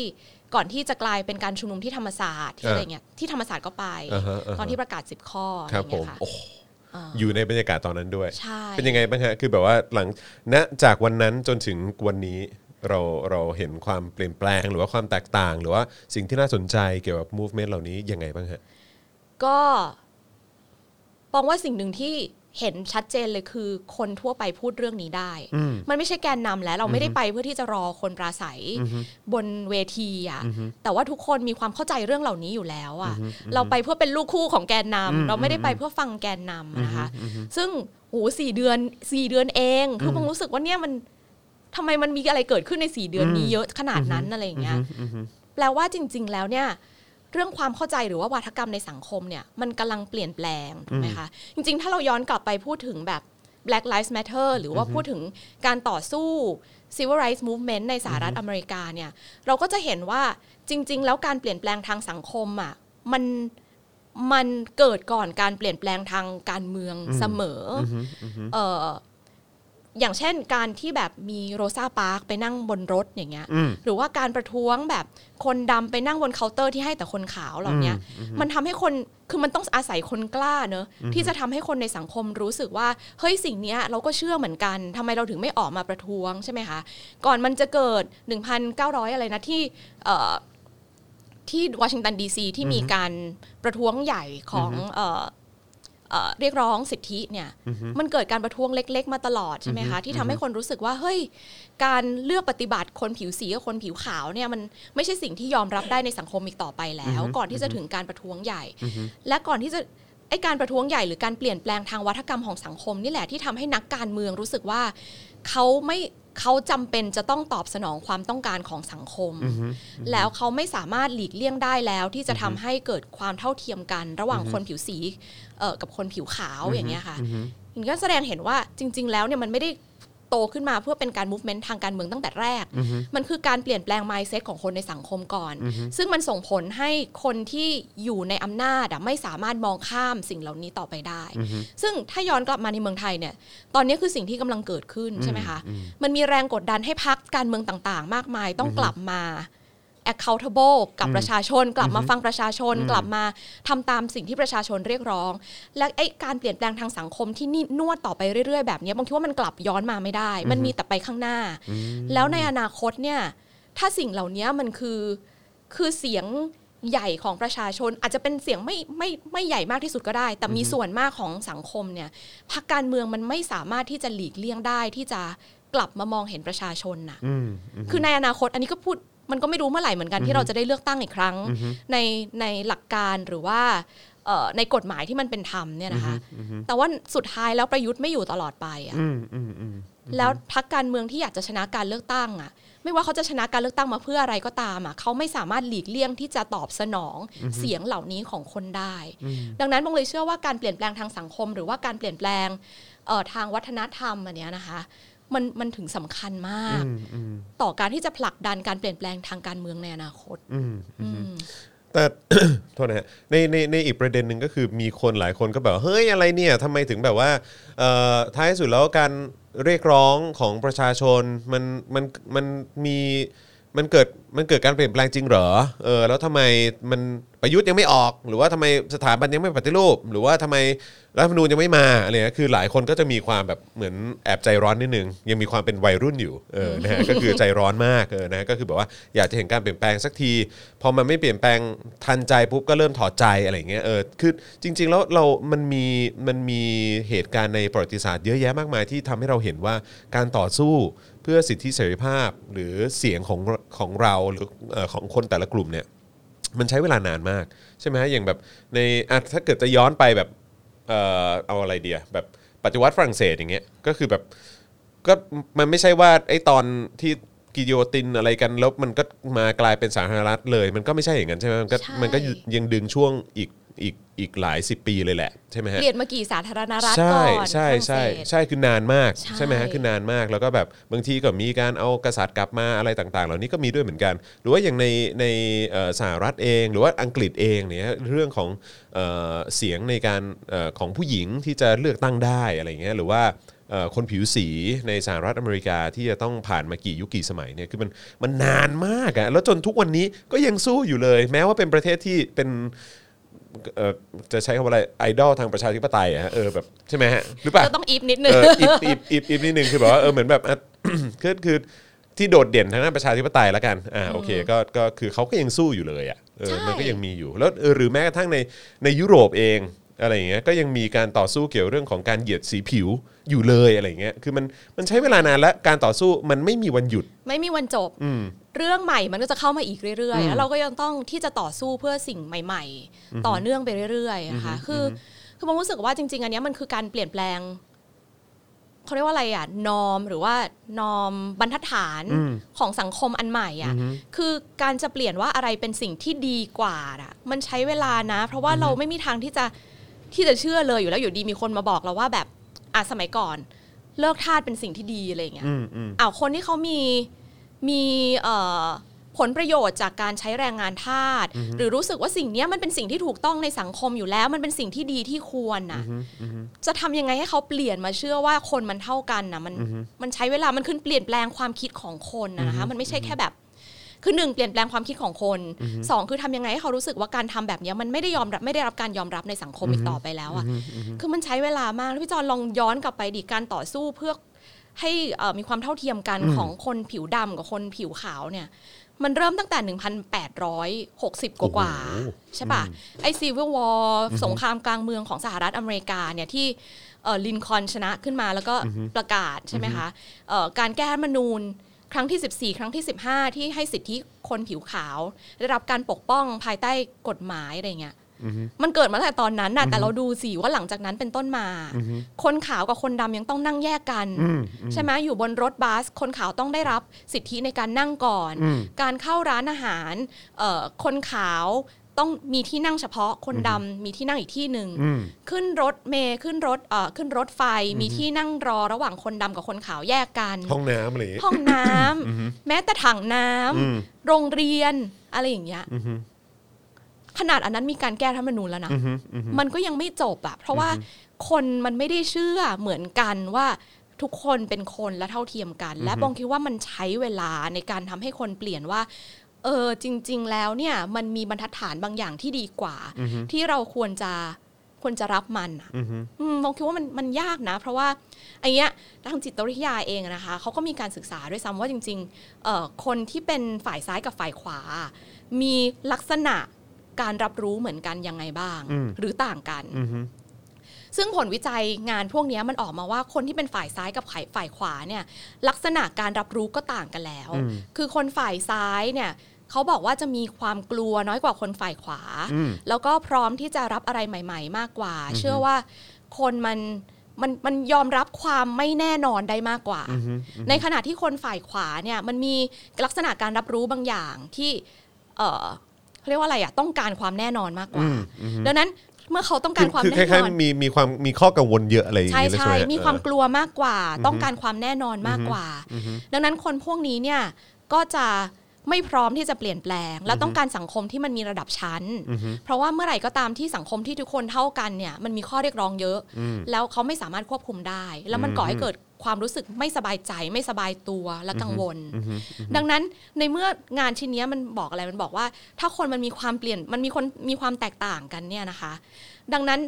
ก่อนที่จะกลายเป็นการชุมนุมที่ธรรมศาสตร์ที่
อ่า
อะไรเงี้ยที่ธรรมศาสตร์ก็ไป
อ่าฮะอ่าฮะ
ตอนที่ประกาศ 10 ข้ออะ
ค
ไร
รับผ
เงี้
ม
ยค่ะ
โอ้โหอยู่ในบรรยากาศตอนนั้นด้วย
ใช่
เป็นยังไงบ้างฮะ คือแบบว่าหลังณจากวันนั้นจนถึงวันนี้เราเราเห็นความเปลี่ยนแปลง หรือว่าความแตกต่าง หรือว่าสิ่งที่น่าสนใจเกี่ยวกับ movement เหล่านี้ยังไงบ้างฮะ
ก็ปองว่าสิ่งหนึ่งที่เห็นชัดเจนเลยคือคนทั่วไปพูดเรื่องนี้ได้ มันไม่ใช่แกนนำแล้วเราไม่ได้ไปเพื่อที่จะรอคนปราศัยบนเวทีอ่ะแต่ว่าทุกคนมีความเข้าใจเรื่องเหล่านี้อยู่แล้วอ่ะเราไปเพื่อเป็นลูกคู่ของแกนนำเราไม่ได้ไปเพื่อฟังแกนนำนะคะ ซึ่งโหสี่เดือนสี่เดือนเองคือผมรู้สึกว่าเนี่ยมันทำไมมันมีอะไรเกิดขึ้นในสี่เดือนนี้เยอะขนาดนั้นอะไรอย่างเงี้ยแปลว่าจริง ๆ แล้วเนี่ย เรื่องความเข้าใจหรือว่าวาทกรรมในสังคมเนี่ยมันกำลังเปลี่ยนแปลงถูกไหมคะ จริง ๆ ถ้าเราย้อนกลับไปพูดถึงแบบ Black Lives Matter หรือว่าพูดถึงการต่อสู้ Civil Rights Movement ในสหรัฐอเมริกาเนี่ยเราก็จะเห็นว่าจริง ๆ แล้วการเปลี่ยนแปลงทางสังคมอ่ะมันมันเกิดก่อนการเปลี่ยนแปลงทางการเมืองเสมออเอออย่างเช่นการที่แบบมีโรซาปาร์คไปนั่งบนรถอย่างเงี้ย หรือว่าการประท้วงแบบคนดำไปนั่งบนเคาน์เตอร์ที่ให้แต่คนขาวเหล่าเนี้ยมันทำให้คนคือมันต้องอาศัยคนกล้าเนอะที่จะทำให้คนในสังคมรู้สึกว่าเฮ้ยสิ่งเนี้ยเราก็เชื่อเหมือนกันทำไมเราถึงไม่ออกมาประท้วงใช่ไหมคะ ก่อนมันจะเกิด 1,900 อะไรนะที่เอ่อที่วอชิงตันดีซีที่มีการประท้วงใหญ่ของเอ่อเอ่อเรียกร้องสิทธิเนี่ยมันเกิดการประท้วงเล็ก ๆ มาตลอดใช่ไหมคะที่ทำให้คนรู้สึกว่าเฮ้ย การเลือกปฏิบัติคนผิวสีกับคนผิวขาวเนี่ยมันไม่ใช่สิ่งที่ยอมรับได้ในสังคมอีกต่อไปแล้ว ก่อนที่จะถึงการประท้วงใหญ่ และก่อนที่จะไอการประท้วงใหญ่หรือการเปลี่ยนแปลงทางวัฒกรรมของสังคมนี่แหละที่ทำให้นักการเมืองรู้สึกว่าเขาไม่เขาจำเป็นจะต้องตอบสนองความต้องการของสังคม แล้วเขาไม่สามารถหลีกเลี่ยงได้แล้ว ที่จะทำให้เกิดความเท่าเทียมกัน ระหว่างคนผิวสีเอ่อกับคนผิวขาวอย่างเงี้ยค่ะอย่างนี้ก็แสดงเห็นว่าจริง ๆ แล้วเนี่ยมันไม่ได้ โตขึ้นมาเพื่อเป็นการ movement ทางการเมืองตั้งแต่แรก มันคือการเปลี่ยนแปลง mindset ของคนในสังคมก่อน ซึ่งมันส่งผลให้คนที่อยู่ในอำนาจอะไม่สามารถมองข้ามสิ่งเหล่านี้ต่อไปได้ ซึ่งถ้าย้อนกลับมาในเมืองไทยเนี่ย ตอนนี้คือสิ่งที่กำลังเกิดขึ้นใช่ไหมคะ มันมีแรงกดดันให้พักการเมืองต่างๆ มากมายต้องกลับมา accountable กับประชาชน กลับมาฟังประชาชน กลับมาทำตามสิ่งที่ประชาชนเรียกร้อง และไอ้การเปลี่ยนแปลงทางสังคมที่นี่นวดต่อไปเรื่อยๆ แบบเนี้ยบางทีว่ามันกลับย้อนมาไม่ได้ มันมีแต่ไปข้างหน้า แล้วในอนาคตเนี่ย ถ้าสิ่งเหล่านี้มันคือคือเสียงใหญ่ของประชาชน อาจจะเป็นเสียงไม่ไม่ไม่ใหญ่มากที่สุดก็ได้ แต่มีส่วนมากของสังคมเนี่ยพรรคการเมืองมันไม่สามารถที่จะหลีกเลี่ยงได้ที่จะกลับมามองเห็นประชาชนน่ะ คือในอนาคตอันนี้ก็พูดมันก็ไม่รู้เมื่อไหร่เหมือนกันที่เราจะได้เลือกตั้งอีกครั้ง ในในหลักการหรือว่าเอ่อในกฎหมายที่มันเป็นธรรมเนี่ยนะคะ แต่ว่าสุดท้ายแล้วประยุทธ์ไม่อยู่ตลอดไปอะแล้วพักการเมืองที่อยากจะชนะการเลือกตั้งอะไม่ว่าเขาจะชนะการเลือกตั้งมาเพื่ออะไรก็ตามอะเขาไม่สามารถหลีกเลี่ยงที่จะตอบสนองเสียงเหล่านี้ของคนได้ ดังนั้นบงเลยเชื่อว่าการเปลี่ยนแปลงทางสังคม หรือว่าการเปลี่ยนแปลงเอ่อทางวัฒนธรรมอันเนี้ยนะคะ มันมันถึงสำคัญมาก ต่อการที่จะผลักดันการเปลี่ยนแปลงทางการเมืองในอนาคตอืม
แต่ โทษนะฮะในในในอีกประเด็นหนึ่งก็คือมีคนหลายคนก็แบบว่าเฮ้ยอะไรเนี่ยทำไมถึงแบบว่าเอ่อท้ายสุดแล้วการเรียกร้องของประชาชนมันมันมันมีมันเกิดมันเกิดการเปลี่ยนแปลงจริงเหรอเออแล้วทำไมมัน ประยุทธ์ยังไม่ออก หรือว่าทำไมสถาบันยังไม่ปฏิรูป หรือว่าทำไมรัฐธรรมนูญยังไม่มาอะไรเงี้ยคือหลายคนก็จะมีความแบบเหมือนแอบใจร้อนนิดนึง ยังมีความเป็นวัยรุ่นอยู่เออนะฮะ ก็คือใจร้อนมากเออนะก็คือแบบว่าอยากจะเห็นการเปลี่ยนแปลงสักทีพอมันไม่เปลี่ยนแปลงทันใจปุ๊บก็เริ่มถอดใจอะไรเงี้ยเออคือจริง ๆ แล้วเรา มันมีมันมีเหตุการณ์ในประวัติศาสตร์เยอะแยะมากมายที่ทำให้เราเห็นว่าการต่อสู้ เพื่อสิทธิเสรีภาพหรือเสียงของของเราหรือเอ่อของคนแต่ละกลุ่มเนี่ย มันใช้เวลานานมาก ใช่ไหมฮะอย่างแบบในอ่ะถ้าเกิดจะย้อนไปแบบเอ่อเอาอะไรเดียแบบปฏิวัติฝรั่งเศสอย่างเงี้ยก็คือแบบก็มันไม่ใช่ว่าไอ้ตอนที่กิโยตินอะไรกันแล้วมันก็มากลายเป็นสาธารณรัฐเลย มันก็ไม่ใช่อย่างนั้นใช่ไหมมันก็
ใช่
มันก็ยังดึงช่วงอีกอีกอีกหลายสิบปีเลยแหละใช่ไหมฮะ
เปลี่ยนมากี่สาธารณรัฐ
ใช่
ก่อน
ใช่
ฝ
ใช่
รั่งเศส
ใช่คือนานมาก
ใช่
ไหมฮะคือนานมากแล้วก็แบบบางทีก็มีการเอากษัตริย์กลับมาอะไรต่าง ๆ เหล่านี้ก็มีด้วยเหมือนกัน หรือว่าอย่างในในเอ่อสหรัฐเองหรือว่าอังกฤษเองเนี่ยเรื่องของเอ่อเสียงในการเอ่อของผู้หญิงที่จะเลือกตั้งได้อะไรอย่างเงี้ยหรือว่าเอ่อคนผิวสีในสหรัฐอเมริกาที่จะต้องผ่านมากี่ยุคกี่สมัยเนี่ยคือมันมันนานมากอะแล้วจนทุกวันนี้ก็ยังสู้อยู่เลย แม้ว่าเป็นประเทศที่เป็น เอ่อจะใช้คำว่าอะไรไอดอลทางประชาธิปไตยอะฮะเออแบบใช่ไหมฮะหรือเปล่า
ก็ต้องอีฟนิดนึ
เอง ออีบอีบอีบอีบนิดนึงคือแบบว่าเออเหมือนแบบอ่ะ คือคือที่โดดเด่นทางด้านประชาธิปไตยแล้วกันอ่าโอเคก็ก็คือเขาก็ยังสู้อยู่เลยอ่ะเออ
ใช่
มันก็ยังมีอยู่แล้วเออหรือแม้กระทั่งในในยุโรปเองอะไรอย่างเงี้ยก็ยังมีการต่อสู้เกี่ยวเรื่องของการเหยียดสีผิวอยู่เลยอะไรอย่างเงี้ยคือมันมันใช้เวลานานและการต่อสู้มันไม่มีวันหยุด
ไม่มีวันจบ เรื่องใหม่มันก็จะเข้ามาอีกเรื่อย ๆ แล้วเราก็ยังต้องที่จะต่อสู้เพื่อสิ่งใหม่ ๆ ต่อเนื่องไปเรื่อยๆนะคะคืออคือผมรู้สึกว่าจริง ๆ อันเนี้ยมันคือการเปลี่ยนแปลงเขาเรียกว่าอะไรอ่ะนอมหรือว่านอมบรรทัดฐานของสังคมอันใหม่อ่ะคือการจะเปลี่ยนว่าอะไรเป็นสิ่งที่ดีกว่าอ่ะมันใช้เวลานะ เพราะว่าเราไม่มีทางที่จะที่จะเชื่อเลยอยู่แล้วอยู่ดีมีคนมาบอกเราว่าแบบอ่ะสมัยก่อน เลิกทาสเป็นสิ่งที่ดีอะไรอย่างเงี้ย
อืมอืม
อ้าวคนที่เขามีมีเอ่อผลประโยชน์จากการใช้แรงงานทาสหรือรู้สึกว่าสิ่งเนี้ยมันเป็นสิ่งที่ถูกต้องในสังคมอยู่แล้ว มันเป็นสิ่งที่ดีที่ควรนะจะทำยังไงให้เขาเปลี่ยนมาเชื่อว่าคนมันเท่ากันนะมันมันใช้เวลามันขึ้นเปลี่ยนแปลงความคิดของคนนะนะคะมันไม่ใช่แค่แบบ คือหนึ่งเปลี่ยนแปลงความคิดของคนสองคือทำยังไงให้เขารู้สึกว่าการทำแบบเนี้ยมันไม่ได้ยอมรับไม่ได้รับการยอมรับในสังคมอีกต่อไปแล้วอะคือมันใช้เวลามากแล้วพี่จอนลองย้อนกลับไปดิการต่อสู้เพื่อ ให้เอ่อมีความเท่าเทียมกันของคนผิวดำกับคนผิวขาวเนี่ย มันเริ่มตั้งแต่ 1,860 กว่ากว่าๆใช่ปะไอซีวิลวอลสงครามกลางเมืองของสหรัฐอเมริกาเนี่ยที่ลินคอนชนะขึ้นมาแล้วก็ประกาศใช่ไหมคะเอ่อการแก้รัฐธรรมนูญครั้งที่ 14 ครั้งที่ 15 ที่ให้สิทธิคนผิวขาว ได้รับการปกป้องภายใต้กฎหมายอะไรเงี้ย มันเกิดมาตั้งแต่ตอนนั้นน่ะแต่เราดูสิว่าหลังจากนั้นเป็นต้นมา คนขาวกับคนดำยังต้องนั่งแยกกัน ใช่ไหมอยู่บนรถบัส คนขาวต้องได้รับสิทธิในการนั่งก่อน การเข้าร้านอาหารเอ่อคนขาวต้องมีที่นั่งเฉพาะคนดำมีที่นั่งอีกที่หนึ่งขึ้นรถเมย์ขึ้นรถเอ่อขึ้นรถไฟมีที่นั่งรอระหว่างคนดำกับคนขาวแยกกัน
ห้องน้ำอะไรอย่างเงี้ย
ห้องน้ำแม้แต่ถังน้ำ
อืม
โรงเรียนอะไรอย่างเงี้ยขนาดอันนั้นมีการแก้รัฐธรรมนูญแล้วนะ
อือฮึอือฮึ
มันก็ยังไม่จบอะเพราะว่าคนมันไม่ได้เชื่อเหมือนกันว่าทุกคนเป็นคนและเท่าเทียมกัน และบองคิดว่ามันใช้เวลาในการทำให้คนเปลี่ยนว่า เออจริง ๆ แล้วเนี่ย มันมีบรรทัดฐานบางอย่างที่ดีกว่า ที่เราควรจะควรจะรับมันอะอืมบองคิดว่ามันมันยากนะ เพราะว่าไอ้เนี้ยทางจิตวิทยาเองอะนะคะเขาก็มีการศึกษาด้วยซ้ำว่าจริงๆเอ่อคนที่เป็นฝ่ายซ้ายกับฝ่ายขวา มีลักษณะ การรับรู้เหมือนกันยังไงบ้าง หรือต่างกัน ซึ่งผลวิจัยงานพวกเนี้ยมันออกมาว่าคนที่เป็นฝ่ายซ้ายกับฝ่ายฝ่ายขวาเนี่ยลักษณะการรับรู้ก็ต่างกันแล้ว คือคนฝ่ายซ้ายเนี่ยเขาบอกว่าจะมีความกลัวน้อยกว่าคนฝ่ายขวา แล้วก็พร้อมที่จะรับอะไรใหม่ ๆ มากกว่า เชื่อว่าคนมันมันมันยอมรับความไม่แน่นอนได้มากกว่า ในขณะที่คนฝ่ายขวาเนี่ยมันมีลักษณะการรับรู้บางอย่างที่ เอ่อเขาเรียกว่าอะไรอ่ะต้องการความแน่นอนมากกว่า ดังนั้นเมื่อเขาต้องการความ
คือค
แน่น
ล้าย
อน
ๆมีมีความมีข้อกังวลเยอะอะไรอย่าง
ใช่
เงี้ยเลย
ใช่
ใช่ไหมฮะ
มีความ
เออ
กลัวมากกว่า ต้องการความแน่นอนมากกว่า ดังนั้นคนพวกนี้เนี่ยก็จะไม่พร้อมที่จะเปลี่ยนแปลง และต้องการสังคมที่มันมีระดับชั้น เพราะว่าเมื่อไหร่ก็ตามที่สังคมที่ทุกคนเท่ากันเนี่ยมันมีข้อเรียกร้องเยอะ แล้วเขาไม่สามารถควบคุมได้ แล้วมันก่อให้เกิด ความรู้สึกไม่สบายใจไม่สบายตัวและกังวล ดังนั้นในเมื่องานชิ้นเนี้ยมันบอกอะไรมันบอกว่า ถ้าคนมันมีความเปลี่ยนมันมีคนมีความแตกต่างกันเนี่ยนะคะ ดังนั้น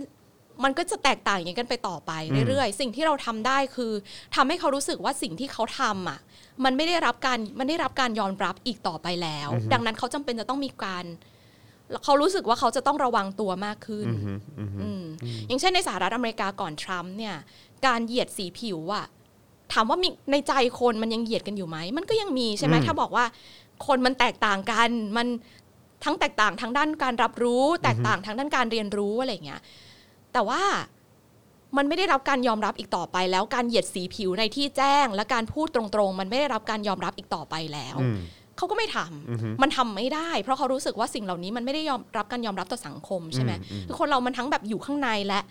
มันก็จะแตกต่างอย่างนี้กันไปต่อไปเรื่อยๆ สิ่งที่เราทำได้คือทำให้เขารู้สึกว่าสิ่งที่เขาทำอ่ะมันไม่ได้รับการมันได้รับการยอมรับอีกต่อไปแล้ว ดังนั้นเขาจำเป็นจะต้องมีการ เขารู้สึกว่าเขาจะต้องระวังตัวมากขึ้น อืมอย่างเช่นในสหรัฐอเมริกาก่อนทรัมป์เนี่ย การเหยียดสีผิวอะถามว่ามีในใจคนมันยังเหยียดกันอยู่ไหม มันก็ยังมีใช่ไหม
อืม
ถ้าบอกว่าคนมันแตกต่างกัน มันทั้งแตกต่างทางด้านการรับรู้ แตกต่างทางด้านการเรียนรู้อะไรอย่างเงี้ย แต่ว่ามันไม่ได้รับการยอมรับอีกต่อไป แล้วการเหยียดสีผิวในที่แจ้ง และการพูดตรงๆ มันไม่ได้รับการยอมรับอีกต่อไปแล้ว
อืม
เขาก็ไม่ทำ
อือฮึ
มันทำไม่ได้ เพราะเขารู้สึกว่าสิ่งเหล่านี้มันไม่ได้ยอมรับการยอมรับต่อสังคมใช่ไหม
อืม
คือคนเรามันทั้งแบบอยู่ข้างในและ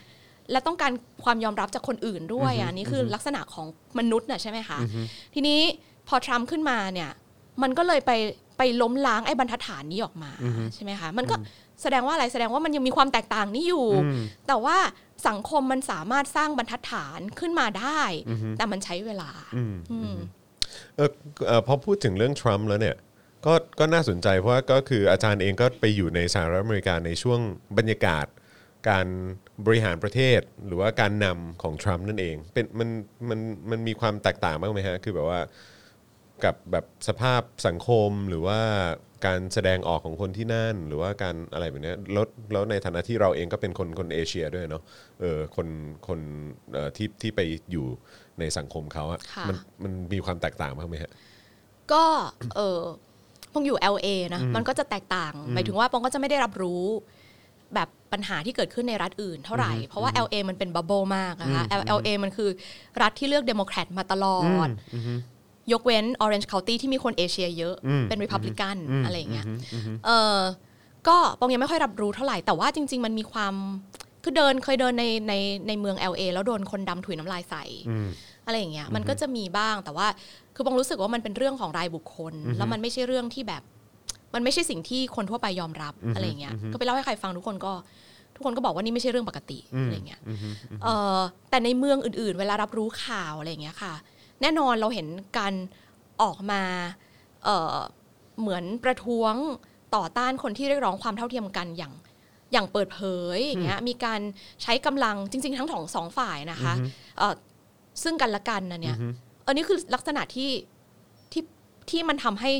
และต้องการความยอมรับจากคนอื่นด้วย
อือฮึ
อ่ะอันนี่คืออลักษณะของมนุษย์น่ะใช่ไหมคะ
อือฮึ
ทีนี้พอทรัมป์ขึ้นมาเนี่ย มันก็เลยไปไปล้มล้างไอ้บรรทัดฐานนี้ออกมาใช่ไหมคะ มันก็แสดงว่าอะไร แสดงว่ามันยังมีความแตกต่างนี้อยู่
อืม
แต่ว่าสังคมมันสามารถสร้างบรรทัดฐานขึ้นมาได้ แต่มันใช้เวลา
อืม
อืม
เออเอ่อพอพูดถึงเรื่องทรัมป์แล้วเนี่ยก็ก็น่าสนใจเพราะว่าก็คืออาจารย์เองก็ไปอยู่ในสหรัฐอเมริกาในช่วงบรรยากาศ การบริหารประเทศหรือว่าการนำของทรัมป์นั่นเองเป็นมันมันมันมีความแตกต่างบ้างไหมฮะ คือแบบว่ากับแบบสภาพสังคมหรือว่าการแสดงออกของคนที่นั่น หรือว่าการอะไรแบบเนี้ยแล้วแล้วในฐานะที่เราเองก็เป็นคนคนเอเชียด้วยเนาะเออคนคนเอ่อที่ที่ไปอยู่ในสังคมเขาอะ
ค่ะ
มันมันมีความแตกต่างบ้างไหมฮะ
ก็ เออปองอยู่ LA นะมันก็จะแตกต่างหมายถึงว่าปองก็จะไม่ได้รับรู้ แบบปัญหาที่เกิดขึ้นในรัฐอื่นเท่าไหร่ เพราะว่า LA มันเป็นบับเบิลมากนะคะ LA มันคือรัฐที่เลือกเดโมแครตมาตลอด ยกเว้น Orange County ที่มีคนเอเชียเยอะ เป็นริพับลิกันอะไรอย่างเงี้ยเออก็ปองยังไม่ค่อยรับรู้เท่าไหร่ แต่ว่าจริง ๆ มันมีความคือเดินเคยเดินในในในเมือง LA แล้วโดนคนดำถุยน้ำลายใส่ อะไรอย่างเงี้ยมันก็จะมีบ้างแต่ว่าคือปองรู้สึกว่ามันเป็นเรื่องของรายบุคคล แล้วมันไม่ใช่เรื่องที่แบบ มันไม่ใช่สิ่งที่คนทั่วไปยอมรับอะไรอย่างเงี้ยก็ไปเล่าให้ใครฟังทุกคนก็ ทุกคนก็บอกว่านี่ไม่ใช่เรื่องปกติอะไรอย่างเงี้ยเอ่อแต่ในเมืองอื่นๆ เวลารับรู้ข่าวอะไรอย่างเงี้ยค่ะ แน่นอนเราเห็นการออกมาเอ่อเหมือนประท้วงต่อต้านคนที่เรียกร้องความเท่าเทียมกันอย่างอย่างเปิดเผยอย่างเงี้ยมีการใช้กำลังจริง ๆ ทั้งสองสองฝ่ายนะคะเอ่อ ซึ่งกันและกันนะเนี่ย อันนี้คือลักษณะที่ที่ที่มันทำให้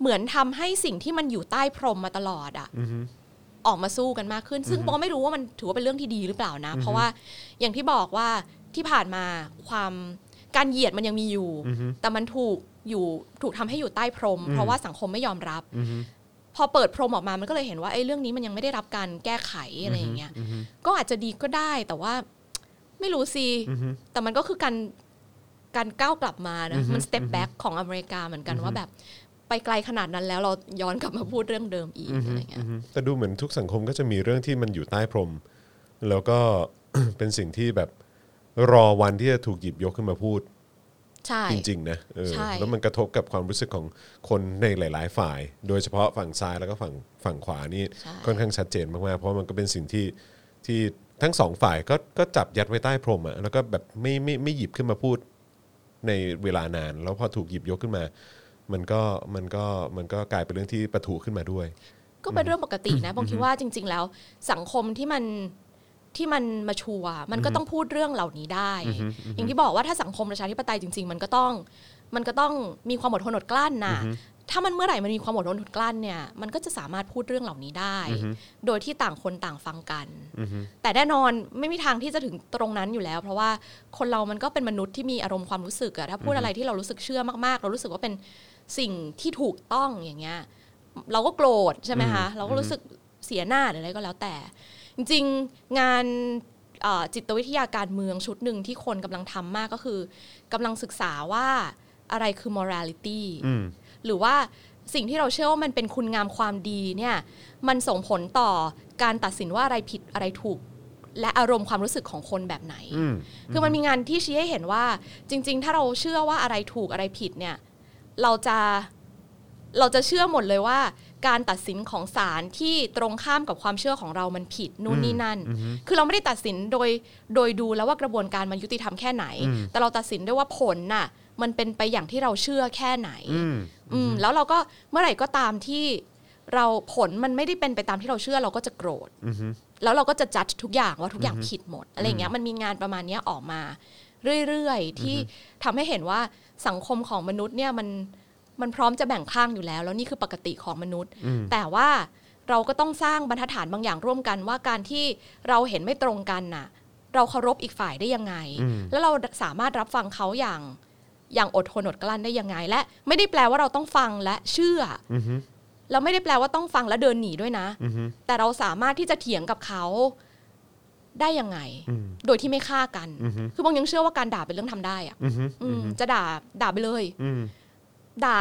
เหมือนทำให้สิ่งที่มันอยู่ใต้พรมมาตลอดอะออกมาสู้กันมากขึ้น ซึ่งปอไม่รู้ว่ามันถือว่าเป็นเรื่องที่ดีหรือเปล่านะ เพราะว่าอย่างที่บอกว่าที่ผ่านมาความการเหยียดมันยังมีอยู่ แต่มันถูกอยู่ถูกทำให้อยู่ใต้พรม เพราะว่าสังคมไม่ยอมรับ พอเปิดพรมออกมามันก็เลยเห็นว่าไอ้เรื่องนี้มันยังไม่ได้รับการแก้ไขอะไรอย่างเงี้ยก็อาจจะดีก็ได้แต่ว่าไม่รู้สิ แต่มันก็คือการการก้าวกลับมานะมันสเต็ปแบ็กของอเมริกาเหมือนกันว่าแบบ ไปไกลขนาดนั้นแล้วเราย้อนกลับมาพูดเรื่องเดิมอีกอะไรเงี้ย
แต่ดูเหมือนทุกสังคมก็จะมีเรื่องที่มันอยู่ใต้พรม แล้วก็ เป็นสิ่งที่แบบรอวันที่จะถูกหยิบยกขึ้นมาพูด
ใช่
จริงๆนะเออ
ใช่
แล้วมันกระทบกับความรู้สึกของคนในหลาย ๆ ฝ่าย โดยเฉพาะฝั่งซ้ายแล้วก็ฝั่งฝั่งขวานี่
ใช่
ค่อนข้างชัดเจนมากๆเพราะมันก็เป็นสิ่งที่ที่ทั้งสองฝ่ายก็ก็จับยัดไว้ใต้พรมอะแล้วก็แบบไม่ไม่ไม่หยิบขึ้นมาพูดในเวลานาน แล้วพอถูกหยิบยกขึ้นมา มันก็มันก็มันก็กลายเป็นเรื่องที่ประทุขึ้นมาด้วย
ก็เป็นเรื่องปกตินะบางคิดว่าจริง ๆ แล้ว สังคมที่มันที่มันมาชัวร์มันก็ต้องพูดเรื่องเหล่านี้ได้ อย่างที่บอกว่าถ้าสังคมประชาธิปไตยจริง ๆ มันก็ต้อง มันก็ต้องมีความอดทนอดกลั้นนะถ้ามันเมื่อไหร่มันมีความอดทนอดกลั้นเนี่ย มันก็จะสามารถพูดเรื่องเหล่านี้ได้ โดยที่ต่างคนต่างฟังกัน แต่แน่นอนไม่มีทางที่จะถึงตรงนั้นอยู่แล้ว เพราะว่าคนเรามันก็เป็นมนุษย์ที่มีอารมณ์ความรู้สึกอะถ้าพูดอะไรที่เรารู้สึกเชื่อมากๆ เรารู้สึกว่าเป็นสิ่งที่ถูกต้องอย่างเงี้ย เราก็โกรธใช่ไหมคะ เราก็รู้สึกเสียหน้าหรืออะไรก็แล้วแต่ จริงๆงานเอ่อจิตวิทยาการเมืองชุดหนึ่งที่คนกำลังทำมากก็คือกำลังศึกษาว่าอะไรคือ morality หรือว่าสิ่งที่เราเชื่อว่ามันเป็นคุณงามความดีเนี่ยมันส่งผลต่อการตัดสินว่าอะไรผิดอะไรถูก และอารมณ์ความรู้สึกของคนแบบไหน คือมันมีงานที่ชี้ให้เห็นว่า จริง ๆ ถ้าเราเชื่อว่าอะไรถูกอะไรผิดเนี่ย เราจะ เราจะเชื่อหมดเลยว่า การตัดสินของศาลที่ตรงข้ามกับความเชื่อของเรามันผิดนู่นนี่นั่น คือเราไม่ได้ตัดสินโดยโดยดูแล้วว่ากระบวนการมันยุติธรรมแค่ไหน แต่เราตัดสินด้วยว่าผลน่ะมันเป็นไปอย่างที่เราเชื่อแค่ไหน
อืม
อืมแล้วเราก็เมื่อไหร่ก็ตามที่เราผลมันไม่ได้เป็นไปตามที่เราเชื่อเราก็จะโกรธแล้วเราก็จะจัดทุกอย่างว่าทุกอย่างผิดหมดอะไรอย่างเงี้ยมันมีงานประมาณเนี้ยออกมาเรื่อยๆ ที่ทำให้เห็นว่าสังคมของมนุษย์เนี่ยมันมันพร้อมจะแบ่งข้างอยู่แล้ว แล้วนี่คือปกติของมนุษย์ แต่ว่าเราก็ต้องสร้างบรรทัดฐานบางอย่างร่วมกันว่าการที่เราเห็นไม่ตรงกันน่ะ เราเคารพอีกฝ่ายได้ยังไง แล้วเราสามารถรับฟังเขาอย่าง อย่างอดทนอดกลั้นได้ยังไง และไม่ได้แปลว่าเราต้องฟังและเชื่ออแล้วไม่ได้แปลว่าต้องฟังและเดินหนีด้วยนะ แต่เราสามารถที่จะเถียงกับเขาได้ยังไง โดยที่ไม่ฆ่ากัน คือบางยังเชื่อว่าการด่าเป็นเรื่องทำได้อะอืมจะด่าด่าไปเลย ด่า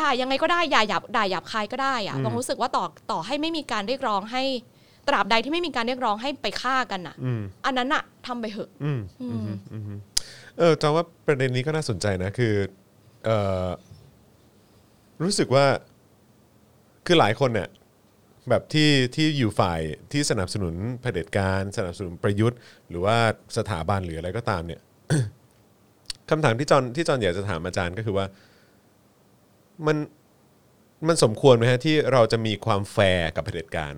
ด่ายังไงก็ได้อย่าหยาบด่าหยาบคายก็ได้อะบางรู้สึกว่าต่อต่อให้ไม่มีการเรียกร้องให้ ตราบใดที่ไม่มีการเรียกร้องให้ไปฆ่ากันอ่ะ อันนั้นอ่ะทำไปเถอะ
อืม
อืม
เออจองว่าประเด็นนี้ก็น่าสนใจนะ คือเออรู้สึกว่าคือหลายคนเนี่ยแบบที่ที่อยู่ฝ่ายที่สนับสนุนเผด็จการ สนับสนุนประยุทธ์ หรือว่าสถาบันหรืออะไรก็ตามเนี่ย คำถามที่จอนที่จอนอยากจะถามอาจารย์ก็คือว่ามันมันสมควรไหมฮะที่เราจะมีความแฟร์กับเผด็จการ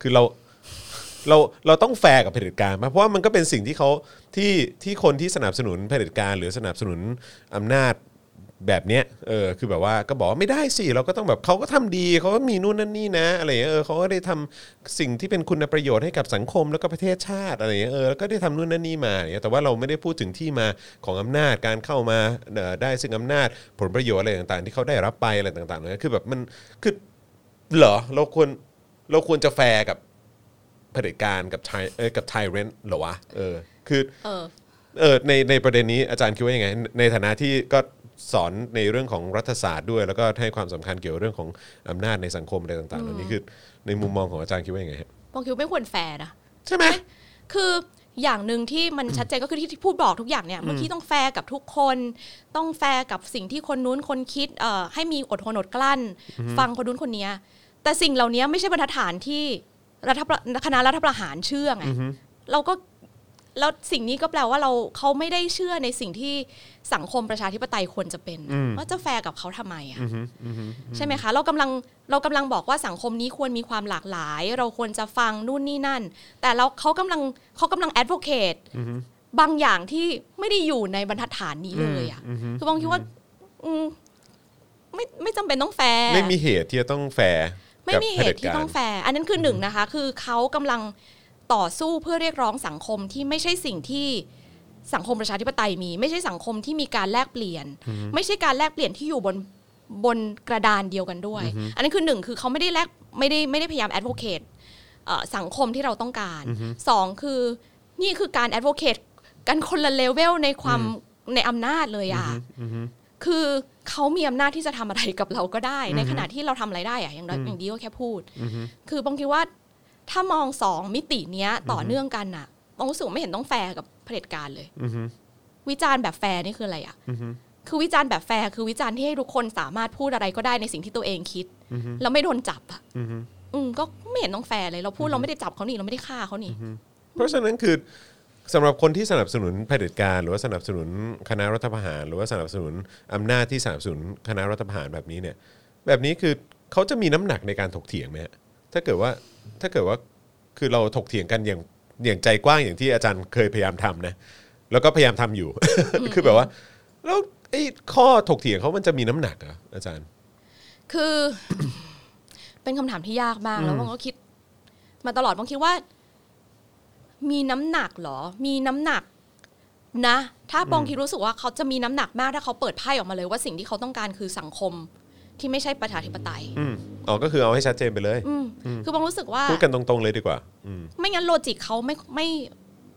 คือเรา เราเราต้องแฟร์กับเผด็จการไหมเพราะว่ามันก็เป็นสิ่งที่เขาที่ที่คนที่สนับสนุนเผด็จการ หรือสนับสนุนอำนาจแบบเนี้ยเออคือแบบว่าก็บอกว่าไม่ได้สิเราก็ต้องแบบเขาก็ทำดีเขาก็มีนู่นนั่นนี่นะอะไรอย่างเงี้ยเออเขาก็ได้ทำสิ่งที่เป็นคุณประโยชน์ให้กับสังคมแล้วก็ประเทศชาติอะไรอย่างเงี้ยเออแล้วก็ได้ทำนู่นนั่นนี่มาอะไรอย่างเงี้ยแต่ว่าเราไม่ได้พูดถึงที่มาของอำนาจการเข้ามาเอ่อได้ซึ่งอำนาจผลประโยชน์อะไรต่างๆ ที่เขาได้รับไปอะไรต่างๆเนี่ยคือแบบมันคือเหรอเราควรเราควรจะแฟร์กับ เผด็จการกับไทยเอ้ยกับไทยเรนหรอวะเออคือ
เออ
เออในในประเด็นนี้อาจารย์คิดว่ายังไงในในฐานะที่ก็สอนในเรื่องของรัฐศาสตร์ด้วย แล้วก็ให้ความสำคัญเกี่ยวเรื่องของอำนาจในสังคมอะไรต่างๆเหล่านี้คือในมุมมองของอาจารย์คิดว่ายังไงฮะ
บางคิวไม่ควรแฟร์นะ
ใช่ไหม
คืออย่างหนึ่งที่มันชัดเจนก็คือที่ที่พูดบอกทุกอย่างเนี่ยเมื่อกี้ต้องแฟร์กับทุกคน ต้องแฟร์กับสิ่งที่คนนู้นคนคิดเอ่อให้มีอดทนอดกลั้น ฟังคนนู้นคนเนี้ยแต่สิ่งเหล่านี้ไม่ใช่บรรทัดฐานที่รัฐประคณะรัฐประหารเชื่อไงเราก็แล้วสิ่งนี้ก็แปลว่าเราเขาไม่ได้เชื่อในสิ่งที่สังคมประชาธิปไตยควรจะเป็น
อืม
ว่าจะแฟร์กับเขาทำไมอ่ะ ใช่ไหมคะ เรากำลังเรากำลังบอกว่าสังคมนี้ควรมีความหลากหลาย เราควรจะฟังนู่นนี่นั่น แต่เราเขากำลังเขากำลังแอด o c เคตบางอย่างที่ไม่ได้อยู่ในบรรทัดฐานนี้เลยอะคือบางคิดว่าอืมไม่ไม่จำเป็นต้องแฟร์
ไม่มีเหตุที่จะต้องแฟร์
ไม่
กับ
มีเหตุที่
ผด็จการ
ต้องแฟร์อันนั้นคือหนึ่งนะคะ คือเขากำลังต่อสู้เพื่อเรียกร้องสังคมที่ไม่ใช่สิ่งที่สังคมประชาธิปไตยมี ไม่ใช่สังคมที่มีการแลกเปลี่ยน ไม่ใช่การแลกเปลี่ยนที่อยู่บนบนกระดานเดียวกันด้วย อันนั้นคือหนึ่งคือเขาไม่ได้แลกไม่ได้ไม่ได้พยายามแอด o c เคตสังคมที่เราต้องการสองคือนี่คือการแอด o c เคตกันคนละเลเวลในความในอำนาจเลยอ่ะ คือเขามีอำนาจที่จะทำอะไรกับเราก็ได้ ในขณะที่เราทำอะไรได้อะอย่างน้อยอย่างดีก็แค่พูด คือบางทีว่าถ้ามองสองมิติเนี้ยต่อเนื่องกันอะบางรู้สึกว่าไม่เห็นต้องแฟร์กับเผด็จการเลยวิจารณ์แบบแฟร์นี่คืออะไรอะคือวิจารณ์แบบแฟร์คือวิจารณ์ที่ให้ทุกคนสามารถพูดอะไรก็ได้ในสิ่งที่ตัวเองคิด แล้วไม่โดนจับอะอืมก็ไม่เห็นต้องแฟร์เลยเราพูดเราไม่ได้จับเขานี่เราไม่ได้ฆ่าเขานี่
เพราะฉะนั้นคือสำหรับคนที่สนับสนุนเผด็จการ หรือว่าสนับสนุนคณะรัฐประหาร หรือว่าสนับสนุนอำนาจที่สนับสนุนคณะรัฐประหารแบบนี้เนี่ย แบบนี้คือเขาจะมีน้ำหนักในการถกเถียงไหมฮะถ้าเกิดว่าถ้าเกิดว่าคือเราถกเถียงกันอย่างอย่างใจกว้างอย่างที่อาจารย์เคยพยายามทำนะแล้วก็พยายามทำอยู่ คือแบบว่าแล้วไอ้ข้อถกเถียงเขามันจะมีน้ำหนักเหรออาจารย์
คือ เป็นคำถามที่ยากมากแล้วบางก็คิด มาตลอดบางคิดว่า มีน้ำหนักเหรอ มีน้ำหนัก นะ ถ้าบองคิดรู้สึกว่าเขาจะมีน้ำหนักมากถ้าเขาเปิดไพ่ออกมาเลยว่าสิ่งที่เขาต้องการคือสังคมที่ไม่ใช่ประชาธิปไตย
อืมอ๋อก็คือเอาให้ชัดเจนไปเลย
อืมคือบองรู้สึกว่า
พูดกันตรงๆเลยดีกว่า อืม
ไม่งั้นโลจิกเขาไม่ไม่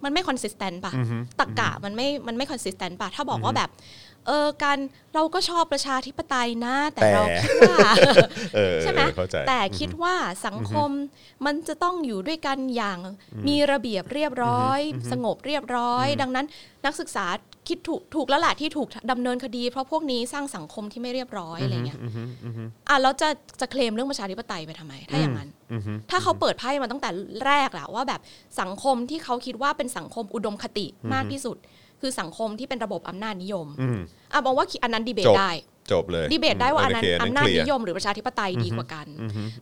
มันไม่คอนสิสแตนต์ป่ะ
อือฮึ
ตรกกะมันไม่มันไม่คอนสิสแตนต์ป่ะ ถ้าบอกว่าแบบเออการเราก็ชอบประชาธิปไตยนะ แต่เราคิดว่า
เออ
ใช่ไหม
เข้าใจ
แต่คิดว่าสังคมมันจะต้องอยู่ด้วยกันอย่างมีระเบียบเรียบร้อย สงบเรียบร้อย ดังนั้นนักศึกษา คิดถูกถูกแล้วล่ะที่ถูกดำเนินคดี เพราะพวกนี้สร้างสังคมที่ไม่เรียบร้อยอะไรเงี้ยอ่ะแล้วจะจะเคลมเรื่องประชาธิปไตยไปทำไม ถ้าอย่างนั้น
อือฮึ
ถ้าเขาเปิดไพ่มาตั้งแต่แรกแหละว่าแบบสังคมที่เขาคิดว่าเป็นสังคมอุดมคติมากที่สุด คือสังคมที่เป็นระบบอำนาจนิยม
อืม
อ่ะบอกว่าอันนั้นดีเบต
จบ
ได้
จบเลย
ดีเบตได้ว่าอันนั้น
โเค
อำนาจ
เคลีร์
นิยมหรือประชาธิปไตยดีกว่ากัน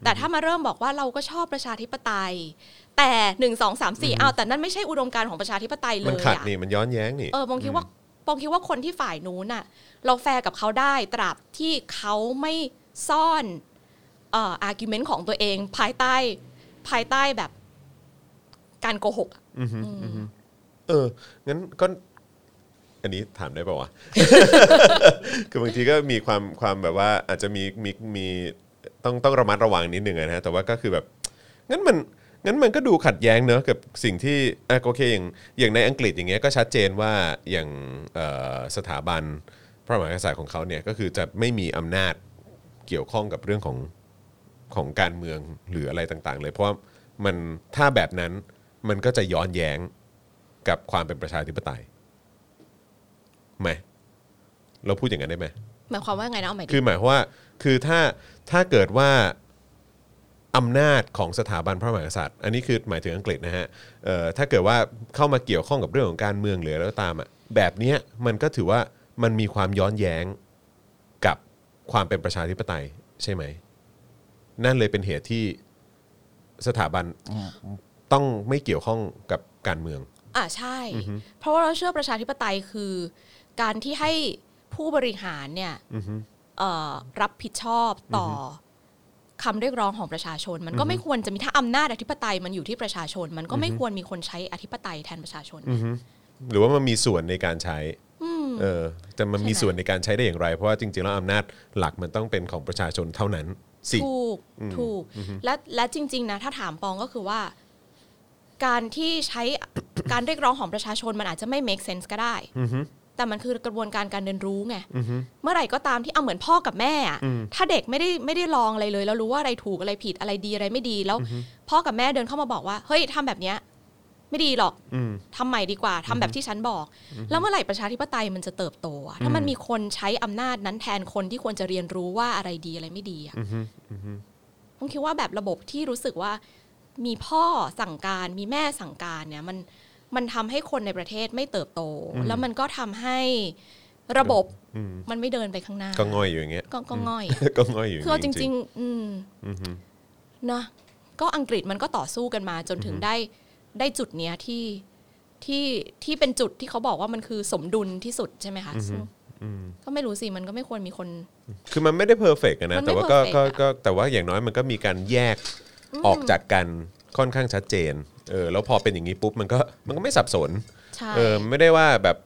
แต่ถ้ามาเริ่มบอกว่าเราก็ชอบประชาธิปไตย แต่หนึ่งสองสามสี่เอาวแต่นั่นไม่ใช่อุดมการณ์ของประชาธิปไตยเล
มัน
ย
ขัด
อะ
นี่มันย้อนแย้งนี่
เออบองคิดว่าบองคิดว่าคนที่ฝ่ายนู้นน่ะ เราแฟร์กับเขาได้ตราบที่เขาไม่ซ่อนเอ่ออาร์กิวเมนต์ของตัวเอง ภายใต้ภายใต้แบบการโกหกอะ
เออ งั้นก็ อันนี้ถามได้ป่าวะ คือบางทีก็มีความความแบบว่าอาจจะมีมีมีต้องต้องระมัดระวังนิดหนึ่งอะนะ แต่ว่าก็คือแบบ งั้นมันงั้นมันก็ดูขัดแย้งเนอะกับสิ่งที่อ่ะโอเคอย่างอย่างในอังกฤษอย่างเงี้ยก็ชัดเจนว่าอย่างเอ่อสถาบันพระมหากษัตริย์ของเขาเนี่ยก็คือจะไม่มีอำนาจเกี่ยวข้องกับเรื่องของ ของการเมืองหรืออะไรต่างๆ เลยเพราะว่ามันถ้าแบบนั้นมันก็จะย้อนแย้งกับความเป็นประชาธิปไตยไหมเราพูดอย่างนั้นได้ไหม
หมายความว่าไงนะเอาใหม่ดิ
คือหมายความว่าคือถ้าถ้าเกิดว่าอำนาจของสถาบันพระมหากษัตริย์ อันนี้คือหมายถึงอังกฤษนะฮะเอ่อถ้าเกิดว่าเข้ามาเกี่ยวข้องกับเรื่องของการเมืองหรืออะไรก็ตามอ่ะแบบเนี้ยมันก็ถือว่ามันมีความย้อนแย้งกับความเป็นประชาธิปไตยใช่ไหม นั่นเลยเป็นเหตุที่สถาบันต้องไม่เกี่ยวข้องกับการเมือง
อ่าใช่ เพราะว่าเราเชื่อประชาธิปไตยคือ การที่ให้ผู้บริหารเนี่ย เอ่อรับผิดชอบต่ออคำเรียกร้องของประชาชน มันก็ไม่ควรจะมีถ้าอำนาจอธิปไตยมันอยู่ที่ประชาชน มันก็ไม่ควรมีคนใช้อธิปไตยแทนประชาชน
หรือว่ามันมีส่วนในการใช้เออแต่มันมีส่วนในการใช้ได้อย่างไร เพราะว่าจริงๆแล้วอำนาจหลักมันต้องเป็นของประชาชนเท่านั้นสิ
ถูกถูกและและจริง ๆ นะ ถ้าถามปองก็คือว่า การที่ใช้ การเรียกร้องของประชาชนมันอาจจะไม่ make sense ก็ได้ แต่มันคือกระบวนการการเรียนรู้ไงเมื่อไหร่ก็ตามที่เอาเหมือนพ่อกับแม่อะถ้าเด็กไม่ได้ไม่ได้ลองอะไรเลย แล้วรู้ว่าอะไรถูกอะไรผิดอะไรดีอะไรไม่ดีแล้ว พ่อกับแม่เดินเข้ามาบอกว่า เฮ้ยทำแบบเนี้ย ไม่ดีหรอกทำใหม่ดีกว่าทำแบบที่ฉันบอก แล้วเมื่อไหร่ประชาธิปไตยมันจะเติบโตอะถ้ามันมีคนใช้อำนาจนั้นแทนคนที่ควรจะเรียนรู้ว่าอะไรดีอะไรไม่ดีอะ ผมคิดว่าแบบระบบที่รู้สึกว่ามีพ่อสั่งการมีแม่สั่งการเนี่ยมันมันทำให้คนในประเทศไม่เติบโต แล้วมันก็ทำให้ระบบ
อืม
มันไม่เดินไปข้างหน้า
ก็ง่อยอยู่อย่างเงี้ย
ก็ก็ง่อย
ก็ง่อยอยู่ย่
คือเอาจ
จริ
ริ
ง
ง ๆ อืมนะก็อังกฤษมันก็ต่อสู้กันมาจนถึงได้ได้จุดเนี้ยที่ที่ที่เป็นจุดที่เขาบอกว่ามันคือสมดุลที่สุดใช่ไหมคะซึ่งก็ไม่รู้สิมันก็ไม่ควรมีคน
ๆคือมันไม่ได้เพอร์เฟกต์
มั
นะ
นไม่
แต่ว่าก็
perfect
ก็
อะ
ก็แต่ว่าอย่างน้อยมันก็มีการแยกออกจากกันค่อนข้างชัดเจนเออแล้วพอเป็นอย่างนี้ปุ๊บมันก็มันก็ไม่สับสน
ใช่
เออไม่ได้ว่าแบบ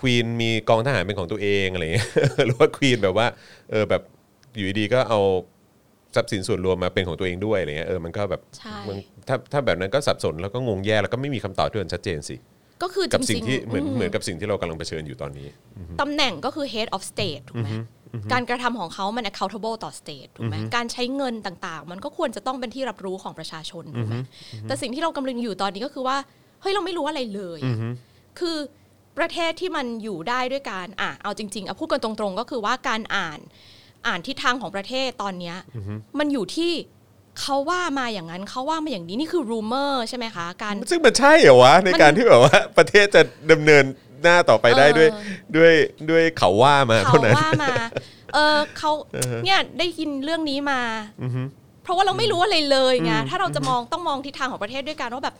ควีนมีกองทหารเป็นของตัวเองอะไรเงี้ย หรือว่าควีนแบบว่าเออแบบอยู่ดีๆก็เอาทรัพย์สินส่วนรวมมาเป็นของตัวเองด้วยอะไรเงี้ยเออมันก็แบบ
ใช่
มันถ้าถ้าแบบนั้นก็สับสนแล้วก็งงแย่แล้วก็ไม่มีคำตอบที่มันชัดเจนสิ
ก็คือจ
กับสิ่
ริ
ง
ง
ที่
ๆ
เหมือน
อืม
เหมือนกับสิ่งที่เรากำลังเผชิญอยู่ตอนนี้
ตำแหน่งก็คือ head of state ถูกไหมการกระทำของเขามัน accountable ต่อ state ถูกไหมการใช้เงินต่างๆ มันก็ควรจะต้องเป็นที่รับรู้ของประชาชนถูกไหมแต่สิ่งที่เรากำลังอยู่ตอนนี้ก็คือว่า เฮ้ย เราไม่รู้อะไรเลยอะคือประเทศที่มันอยู่ได้ด้วยการอ่ะเอาจริงๆเอาพูดกันตรงๆ ก็คือว่าการอ่านอ่านทิศทางของประเทศตอนเนี้ยมันอยู่ที่เขาว่ามาอย่างนั้นเขาว่ามาอย่างนี้นี่คือ rumor ใช่ไหมคะการ
ซึ่งมันใช่เหรอวะในการที่แบบว่า ประเทศจะดำเนินหน้าต่อไปได้ด้วย
เออ
ด้วยด้วยเขาว่ามา
เขา
เท่านั้น
ว่า มา เออเขาเนี่ยได้ยินเรื่องนี้มา เพราะว่าเราไม่รู้อะไรเลยไง ถ้าเราจะมองต้องมองทิศทางของประเทศด้วยกันว่าแบบ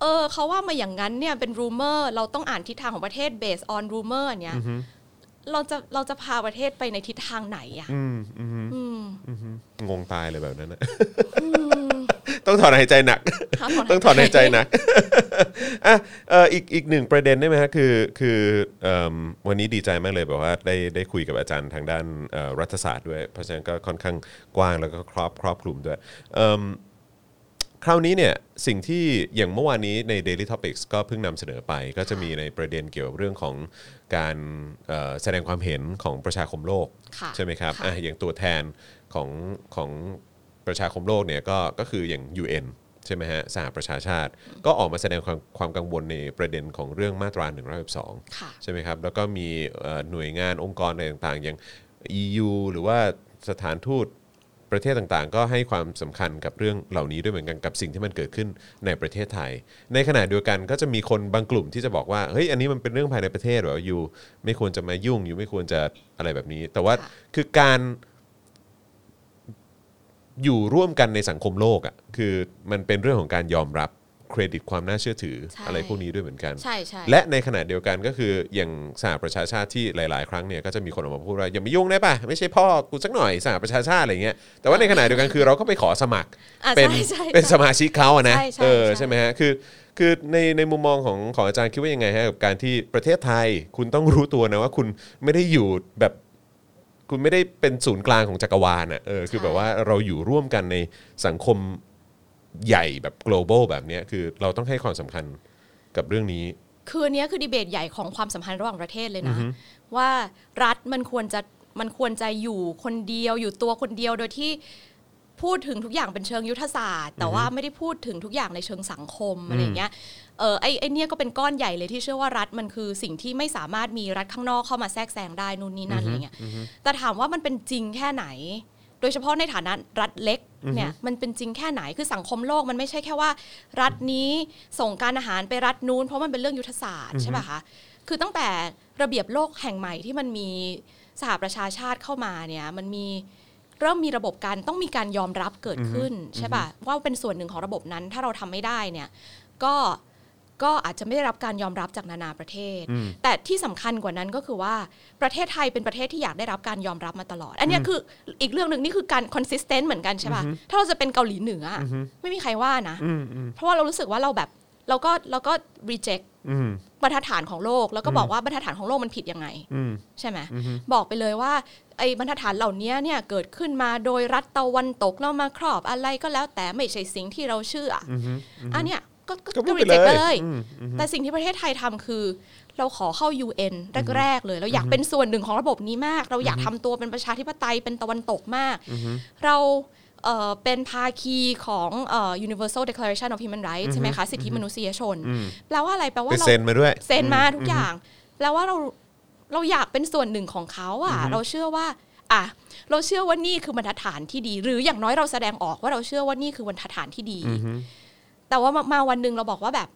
เออเขาว่ามาอย่างนั้นเนี่ยเป็นรูเมอร์ เราต้องอ่านทิศทางของประเทศ based on rumor เนี่ย เราจะเราจะพาประเทศไปในทิศทางไหนอ่ะ อืม
งงตายเลยแบบนั้นนะต้องถอนหายใจหนัก
ค่ะ
ต้องถอนหายใจนะ อ่ะเอ่ออีกอีกหนึ่งประเด็นได้ไหมฮะคือคือเอิ่มวันนี้ดีใจมากเลยแบบว่าได้ได้คุยกับอาจารย์ทางด้านเอ่อรัฐศาสตร์ด้วย เพราะฉะนั้นก็ค่อนข้างกว้างแล้วก็ครอบครอบคลุมด้วยเอิ่มคราวนี้เนี่ยสิ่งที่อย่างเมื่อวานนี้ใน Daily Topics ก็เพิ่งนำเสนอไป ก็จะมีในประเด็นเกี่ยวกับเรื่องของการเอ่อแสดงความเห็นของประชาคมโลก
ค่ะ
ใช่ไหมครับ
ะ
อ่ะอย่างตัวแทนของของประชาคมโลกเนี่ยก็ก็คืออย่าง UN ใช่ไหมฮะสหประชาชาติ ก็ออกมาแสดงความความกังวลในประเด็นของเรื่องมาตรา1นึ
ค่ะ
ใช่ไหมครับ แล้วก็มีเอ่อหน่วยงานองค์กรอะไรต่างๆ อย่าง EU หรือว่าสถานทูตประเทศต่างๆ ก็ให้ความสำคัญกับเรื่องเหล่านี้ด้วยเหมือนกันกับสิ่งที่มันเกิดขึ้นในประเทศไทย ในขณะเดียวกันก็จะมีคนบางกลุ่มที่จะบอกว่าเฮ้ยอันนี้มันเป็นเรื่องภายในประเทศเหรออยู่ไม่ควรจะมายุ่งอยู่ไม่ควรจะอะไรแบบนี้ แต่ว่า
ค่ะ
คือการ อยู่ร่วมกันในสังคมโลกอะ่ะคือมันเป็นเรื่องของการยอมรับเครดิตความน่าเชื่อถือ
ใช่
อะไรพวกนี้ด้วยเหมือนกัน
ใช่ใช่
และในขณะเดียวกันก็คืออย่างสหประชาชาติที่หลาย ๆ ครั้งเนี่ยก็จะมีคนออกมาพูดว่าอย่ามายุ่งได้ป่ะไม่ใช่พ่อกูสักหน่อยสหประชาชาติอะไรเงี้ยแต่ว่าในขณะเดียวกันคือเราก็ไปขอสมัคร
อ่ะ
เป็น
ใช่ใช่
เป็นส
ใช่
มาชิกเขาอะนะ
ใช่ใช่
เออ
ใช่
ใช่ไหมฮะคือคือในในมุมมองของของอาจารย์คิดว่ายังไงฮะกับการที่ประเทศไทย คุณต้องรู้ตัวนะว่าคุณไม่ได้อยู่แบบ คุณไม่ได้เป็นศูนย์กลางของจักรวาลอะเออคือแบบว่าเราอยู่ร่วมกันในสังคมใหญ่แบบ global แบบเนี้ยคือเราต้องให้ความสำคัญกับเรื่องนี้
คืนนี้คือดีเบตใหญ่ของความสัมพันธ์ระหว่างประเทศเลยนะ ว่ารัฐมันควรจะมันควรจะอยู่คนเดียวอยู่ตัวคนเดียวโดยที่พูดถึงทุกอย่างเป็นเชิงยุทธศาสตร์ แต่ว่าไม่ได้พูดถึงทุกอย่างในเชิงสังคมอะไรอย่างเงี้ยเออไอไอเนี่ยก็เป็นก้อนใหญ่เลยที่เชื่อว่ารัฐมันคือสิ่งที่ไม่สามารถมีรัฐข้างนอกเข้ามาแทรกแซงได้นู่นนี่นั่นอะไรเงี้ยแต่ถามว่ามันเป็นจริงแค่ไหน โดยเฉพาะในฐานะรัฐเล็กเนี่ยมันเป็นจริงแค่ไหนคือสังคมโลกมันไม่ใช่แค่ว่า รัฐนี้ส่งการอาหารไปรัฐนู้นเพราะมันเป็นเรื่องยุทธศาสตร์ใช่ป่ะคะคือตั้งแต่ระเบียบโลกแห่งใหม่ที่มันมีสหประชาชาติเข้ามาเนี่ยมันมีเริ่มมีระบบการต้องมีการยอมรับเกิดขึ้นใช่ป่ะว่าเป็นส่วนหนึ่งของระบบนั้นถ้าเราทำไม่ได้เนี่ยก็ก็อาจจะไม่ได้รับการยอมรับจากนานาประเทศ แต่ที่สำคัญกว่านั้นก็คือว่าประเทศไทยเป็นประเทศที่อยากได้รับการยอมรับมาตลอด อันเนี้ยคืออีกเรื่องหนึ่งนี่คือการ consistent เหมือนกันใช่ป่ะถ้าเราจะเป็นเกาหลีเหนืออะไม่มีใครว่านะ เพราะว่าเรารู้สึกว่าเราแบบเราก็เราก็ reject บรรทัดฐานของโลก แล้วก็บอกว่าบรรทัดฐานของโลกมันผิดยังไงใช่ไหมบอกไปเลยว่าไอ้บรรทัดฐานเหล่านี้เนี่ยเกิดขึ้นมาโดยรัฐตะวันตกแล้วมาครอบอะไรก็แล้วแต่ไม่ใช่สิ่งที่เราเชื่อออันเนี้ยก็ก็
ก็พูด
ก็
ไป
reject ไป
เลย
เลย แต่สิ่งที่ประเทศไทยทำคือ เราขอเข้า UN แรกๆเลย เราอยากเป็นส่วนหนึ่งของระบบนี้มาก เราอยากทำตัวเป็นประชาธิปไตยเป็นตะวันตกมาก เราเอ่อเป็นภาคีของเอ่อ Universal Declaration of Human Rights ใช่ไหมคะสิทธิมนุษยชน แปลว่าอะไรแปลว่า
ไป
เรา
เซ็นมาด้วย
เซ็นมาทุกอย่าง แปลว่าเราเราอยากเป็นส่วนหนึ่งของเขาอ่ะ เราเชื่อว่า อ่ะ เราเชื่อว่านี่คือบรรทัดฐานที่ดี หรืออย่างน้อยเราแสดงออกว่าเราเชื่อว่านี่คือบรรทัดฐานที่ดี แต่ว่ามามาวันหนึ่งเราบอกว่าแบบ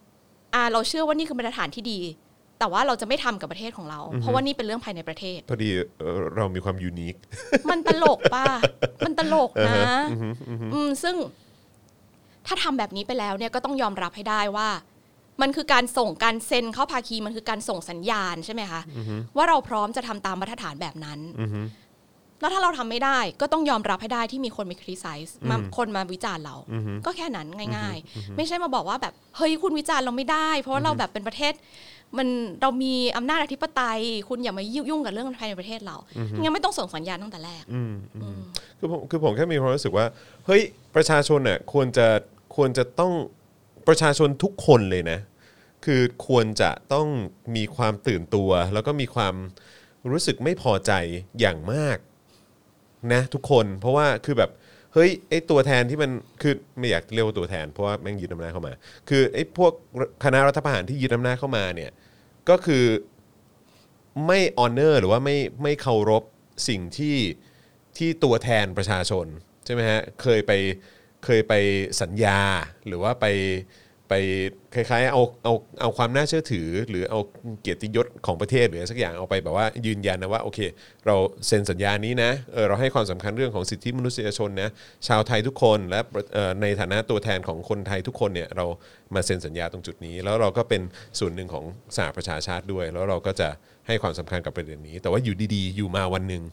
อ่ะเราเชื่อว่านี่คือบรรทัดฐานที่ดี แต่ว่าเราจะไม่ทำกับประเทศของเรา เพราะว่านี่เป็นเรื่องภายในประเทศ
พอดีเอ่อเรามีความยูนิค
มันตลกป่ะ มันตลกนะ อืมซึ่งถ้าทำแบบนี้ไปแล้วเนี่ยก็ต้องยอมรับให้ได้ว่า มันคือการส่งการเซ็นเข้าภาคีมันคือการส่งสัญญาณใช่ไหมคะว่าเราพร้อมจะทำตามมาตรฐานแบบนั้น แล้วถ้าเราทำไม่ได้ก็ต้องยอมรับให้ได้ที่มีคนมาคริติไซส์มาคนมาวิจารณ์เรา ก็แค่นั้นง่าย ๆ ไม่ใช่มาบอกว่าแบบเฮ้ยคุณวิจารณ์เราไม่ได้ เพราะว่าเราแบบเป็นประเทศ มันเรามีอำนาจอธิปไตย คุณอย่ามายุ่งกับเรื่องภายในประเทศเรางั้นไม่ต้องส่งสัญญาณตั้งแต่แรก
คือผมคือผมแค่มีความรู้สึกว่า เฮ้ย ประชาชนน่ะควรจะควรจะต้องประชาชนทุกคนเลยนะ คือควรจะต้องมีความตื่นตัว แล้วก็มีความรู้สึกไม่พอใจอย่างมาก นะทุกคนเพราะว่าคือแบบเฮ้ยไอตัวแทนที่มันคือไม่อยากเรียกว่าตัวแทน เพราะว่าแม่งยึดอำนาจเข้ามา คือไอพวกคณะรัฐประหารที่ยึดอำนาจเข้ามาเนี่ยก็คือไม่ออนเนอร์หรือว่าไม่ไม่เคารพสิ่งที่ที่ตัวแทนประชาชนใช่ไหมฮะเคยไปเคยไปสัญญาหรือว่าไปไปคล้ายๆเอาเอาเอาความน่าเชื่อถือ หรือเอาเกียรติยศของประเทศหรืออะไรสักอย่างเอาไปแบบว่ายืนยันนะว่าโอเค เราเซ็นสัญญานี้นะเออเราให้ความสำคัญเรื่องของสิทธิมนุษยชนนะชาวไทยทุกคนและเอ่อในฐานะตัวแทนของคนไทยทุกคนเนี่ยเรามาเซ็นสัญญาตรงจุดนี้ แล้วเราก็เป็นส่วนหนึ่งของสหประชาชาติด้วย แล้วเราก็จะให้ความสำคัญกับประเด็นนี้ แต่ว่าอยู่ดีๆ อยู่มาวันหนึ่ง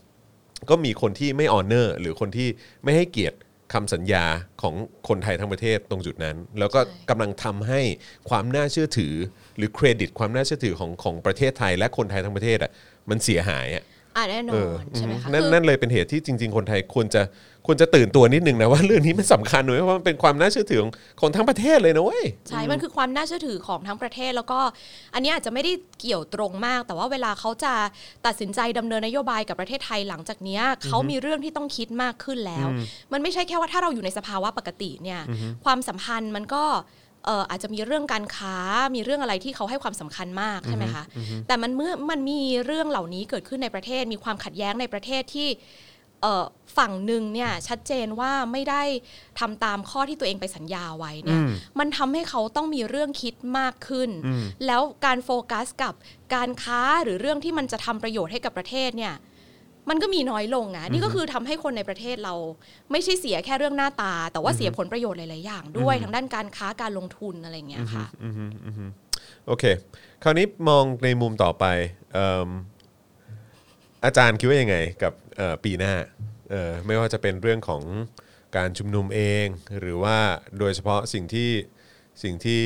ก็มีคนที่ไม่ออนเนอร์หรือคนที่ไม่ให้เกียรติคำสัญญาของคนไทยทั้งประเทศตรงจุดนั้น แล้วก็
ใช่
กำลังทำให้ความน่าเชื่อถือ หรือเครดิตความน่าเชื่อถือของของประเทศไทย และคนไทยทั้งประเทศอ่ะมันเสียหายอ่ะ
อ่ะแน่น
เอ
อ
อน
ใช่ไหมคะ
นั่น
คือ
นั่นเลยเป็นเหตุที่จริง ๆ คนไทยควรจะควรจะตื่นตัวนิดนึงนะว่าเรื่องนี้มันสำคัญหน่อยเพราะมันเป็นความน่าเชื่อถือของของทั้งประเทศเลยนะเว้ย
ใช่ มันคือความน่าเชื่อถือของทั้งประเทศ แล้วก็อันนี้อาจจะไม่ได้เกี่ยวตรงมาก แต่ว่าเวลาเขาจะตัดสินใจดำเนินนโยบายกับประเทศไทยหลังจากเนี้ยเขามีเรื่องที่ต้องคิดมากขึ้นแล้ว มันไม่ใช่แค่ว่าถ้าเราอยู่ในสภาวะปกติเนี่ยความสัมพันธ์มันก็เอ่ออาจจะมีเรื่องการค้ามีเรื่องอะไรที่เขาให้ความสำคัญมากใช่ไหมคะแต่มันเมื่อมันมีเรื่องเหล่านี้เกิดขึ้นในประเทศ มีความขัดแย้งในประเทศที่ เอ่อฝั่งหนึ่งเนี่ยชัดเจนว่าไม่ได้ทำตามข้อที่ตัวเองไปสัญญาไว้เนี่ยมันทำให้เขาต้องมีเรื่องคิดมากขึ้น แล้วการโฟกัสกับการค้าหรือเรื่องที่มันจะทำประโยชน์ให้กับประเทศเนี่ยมันก็มีน้อยลงนะนี่ก็คือทำให้คนในประเทศเรา ไม่ใช่เสียแค่เรื่องหน้าตา แต่ว่าเสียผลประโยชน์หลายๆอย่าง ด้วยทางด้านการค้าการลงทุนอะไรอย่างเงี้ยค่ะ
โอเค คราวนี้มองในมุมต่อไปเอิ่มอาจารย์คิดว่ายังไงกับเอ่อปีหน้าเอ่อไม่ว่าจะเป็นเรื่องของการชุมนุมเอง หรือว่าโดยเฉพาะสิ่งที่สิ่งที่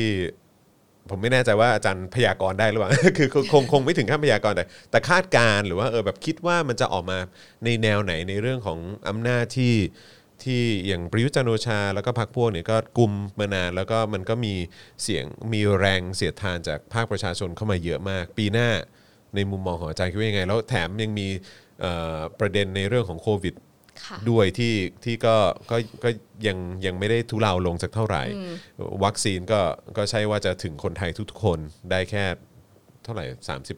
ผมไม่แน่ใจว่าอาจารย์พยากรณ์ได้หรือเปล่า คือคงคงคงไม่ถึงขั้นพยากรณ์แต่แต่คาดการณ์หรือว่าเออแบบคิดว่ามันจะออกมาในแนวไหนในเรื่องของอำนาจที่ ที่อย่างประยุทธ์จันทร์โอชา แล้วก็พรรคพวกเนี่ยก็กลุ่มมานานแล้วก็มันก็มีเสียงมีแรงเสียดทานจากภาคประชาชนเข้ามาเยอะมาก ปีหน้าในมุมมองของอาจารย์คิดว่ายังไง แล้วแถมยังมีเอ่อประเด็นในเรื่องของโควิด
ค่ะ
ด้วยที่ที่ก็ก็ก็ยังยังไม่ได้ทุเลาลงสักเท่าไหร่ วัคซีนก็ก็ใช่ว่าจะถึงคนไทยทุกๆคนได้แค่เท่าไหร่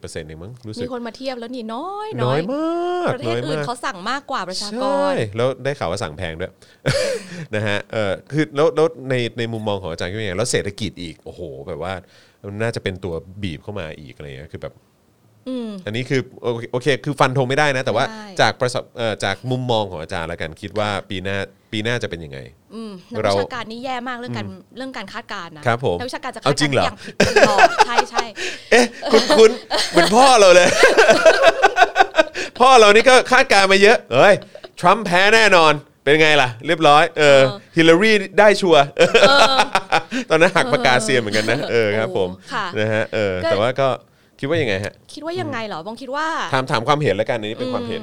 30%เองมั้งรู้สึ
มี
ก
คนมาเทียบแล้วนี่น้อย
น้อยมาก
ประเทศ
ย
อื่น
มาก
เขาสั่งมากกว่าประชากร
ใช่ แล้วได้ข่าวว่าสั่งแพงด้วย นะฮะเออคือแล้วแล้วในในมุมมองของอาจารย์ก็อย่างแล้วเศรษฐกิจอีก โอ้โห แบบว่ามันน่าจะเป็นตัวบีบเข้ามาอีกอะไรเงี้ยคือแบบอันนี้คือโอเคโอเค คือฟันธงไม่ได้นะ แต่ว่า
ใช่
จากประสบเอ่อจากมุมมองของอาจารย์แล้วกันคิดว่าปีหน้าปีหน้าจะเป็นยังไง
อืมนัก
เรา
วิชาการนี่แย่มากเรื่องการเรื่องการคาดการณ์นะครับ
ผม
นักวิชาการจะคาด
เอา
การณ์
จริงเหรอ
ย่างผิดตลอดใช่ใช่
เอ๊ะ คุ้นคุ้นๆเหมือนพ่อเราเลย พ่อเรานี่ก็คาดการณ์มาเยอะเอ้ยทรัมป์แพ้แน่นอน เป็นไงล่ะ เรียบร้อยเออฮิลลารีได้ชัวร์
เออ
ตอนนั้นหักปากกาเซียนเหมือนกันนะ เออครับผม
โอ้ค่ะ
นะฮะเออ
ก็
แต่ว่าก็คิดว่ายังไงฮะ
คิดว่ายังไงเหรอบองคิดว่า
ถามถามความเห็นแล้วกันอันนี้เป็นความเห็น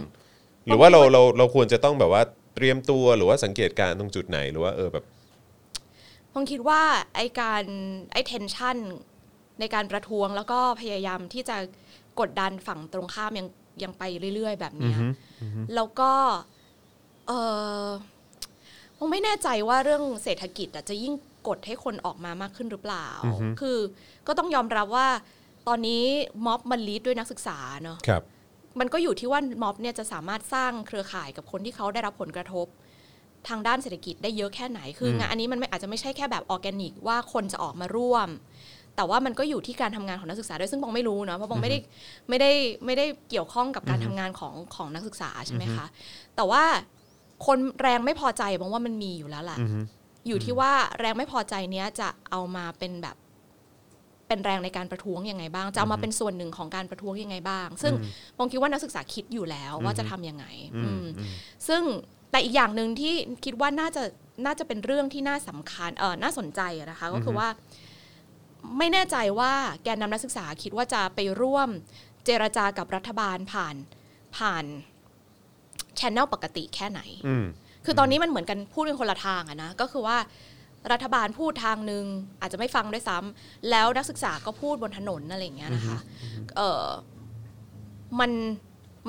หรือว่าเราเราเราควรจะต้องแบบว่าเตรียมตัวหรือว่าสังเกตการณ์ตรงจุดไหนหรือว่าเออแบบ
พงคิดว่าไอการไอเทนชันในการประท้วงแล้วก็พยายามที่จะกดดันฝั่งตรงข้ามยังยังไปเรื่อย ๆ แบบเนี้ยแล้วก็เออพงไม่แน่ใจว่าเรื่องเศรษฐกิจอะจะยิ่งกดให้คนออกมามากขึ้นหรือเปล่า คือก็ต้องยอมรับว่าตอนนี้ม็อบมันลีดด้วยนักศึกษาเนาะ
ครับ
มันก็อยู่ที่ว่าม็อบเนี่ยจะสามารถสร้างเครือข่ายกับคนที่เขาได้รับผลกระทบ ทางด้านเศรษฐกิจได้เยอะแค่ไหน คืองานอันนี้มันไม่อาจจะไม่ใช่แค่แบบออร์แกนิกว่าคนจะออกมาร่วม แต่ว่ามันก็อยู่ที่การทำงานของนักศึกษาด้วยซึ่งบองไม่รู้เนาะเพราะบองไม่ได้ไม่ได้ไม่ได้เกี่ยวข้องกับการทำงานของของนักศึกษาใช่ไหมคะ แต่ว่าคนแรงไม่พอใจบองว่ามันมีอยู่แล้วแหละอยู่ที่ว่าแรงไม่พอใจเนี้ยจะเอามาเป็นแบบ เป็นแรงในการประท้วงยังไงบ้าง จะเอามาเป็นส่วนหนึ่งของการประท้วงยังไงบ้าง ซึ่งมองคิดว่านักศึกษาคิดอยู่แล้วว่าจะทำยังไงอืมซึ่งแต่อีกอย่างหนึ่งที่คิดว่าน่าจะน่าจะเป็นเรื่องที่น่าสำคัญเออน่าสนใจอะนะคะ ก็คือว่า ไม่แน่ใจว่าแกนนำนักศึกษาคิดว่าจะไปร่วมเจรจากับรัฐบาลผ่านผ่านชแนลปกติแค่ไหน
อืม
คือตอนนี้มันเหมือนกันพูดเป็นคนละทางอะนะก็คือว่ารัฐบาลพูดทางหนึ่งอาจจะไม่ฟังด้วยซ้ำแล้วนักศึกษาก็พูดบนถนนอะไรอย่างเงี้ยนะคะเออมัน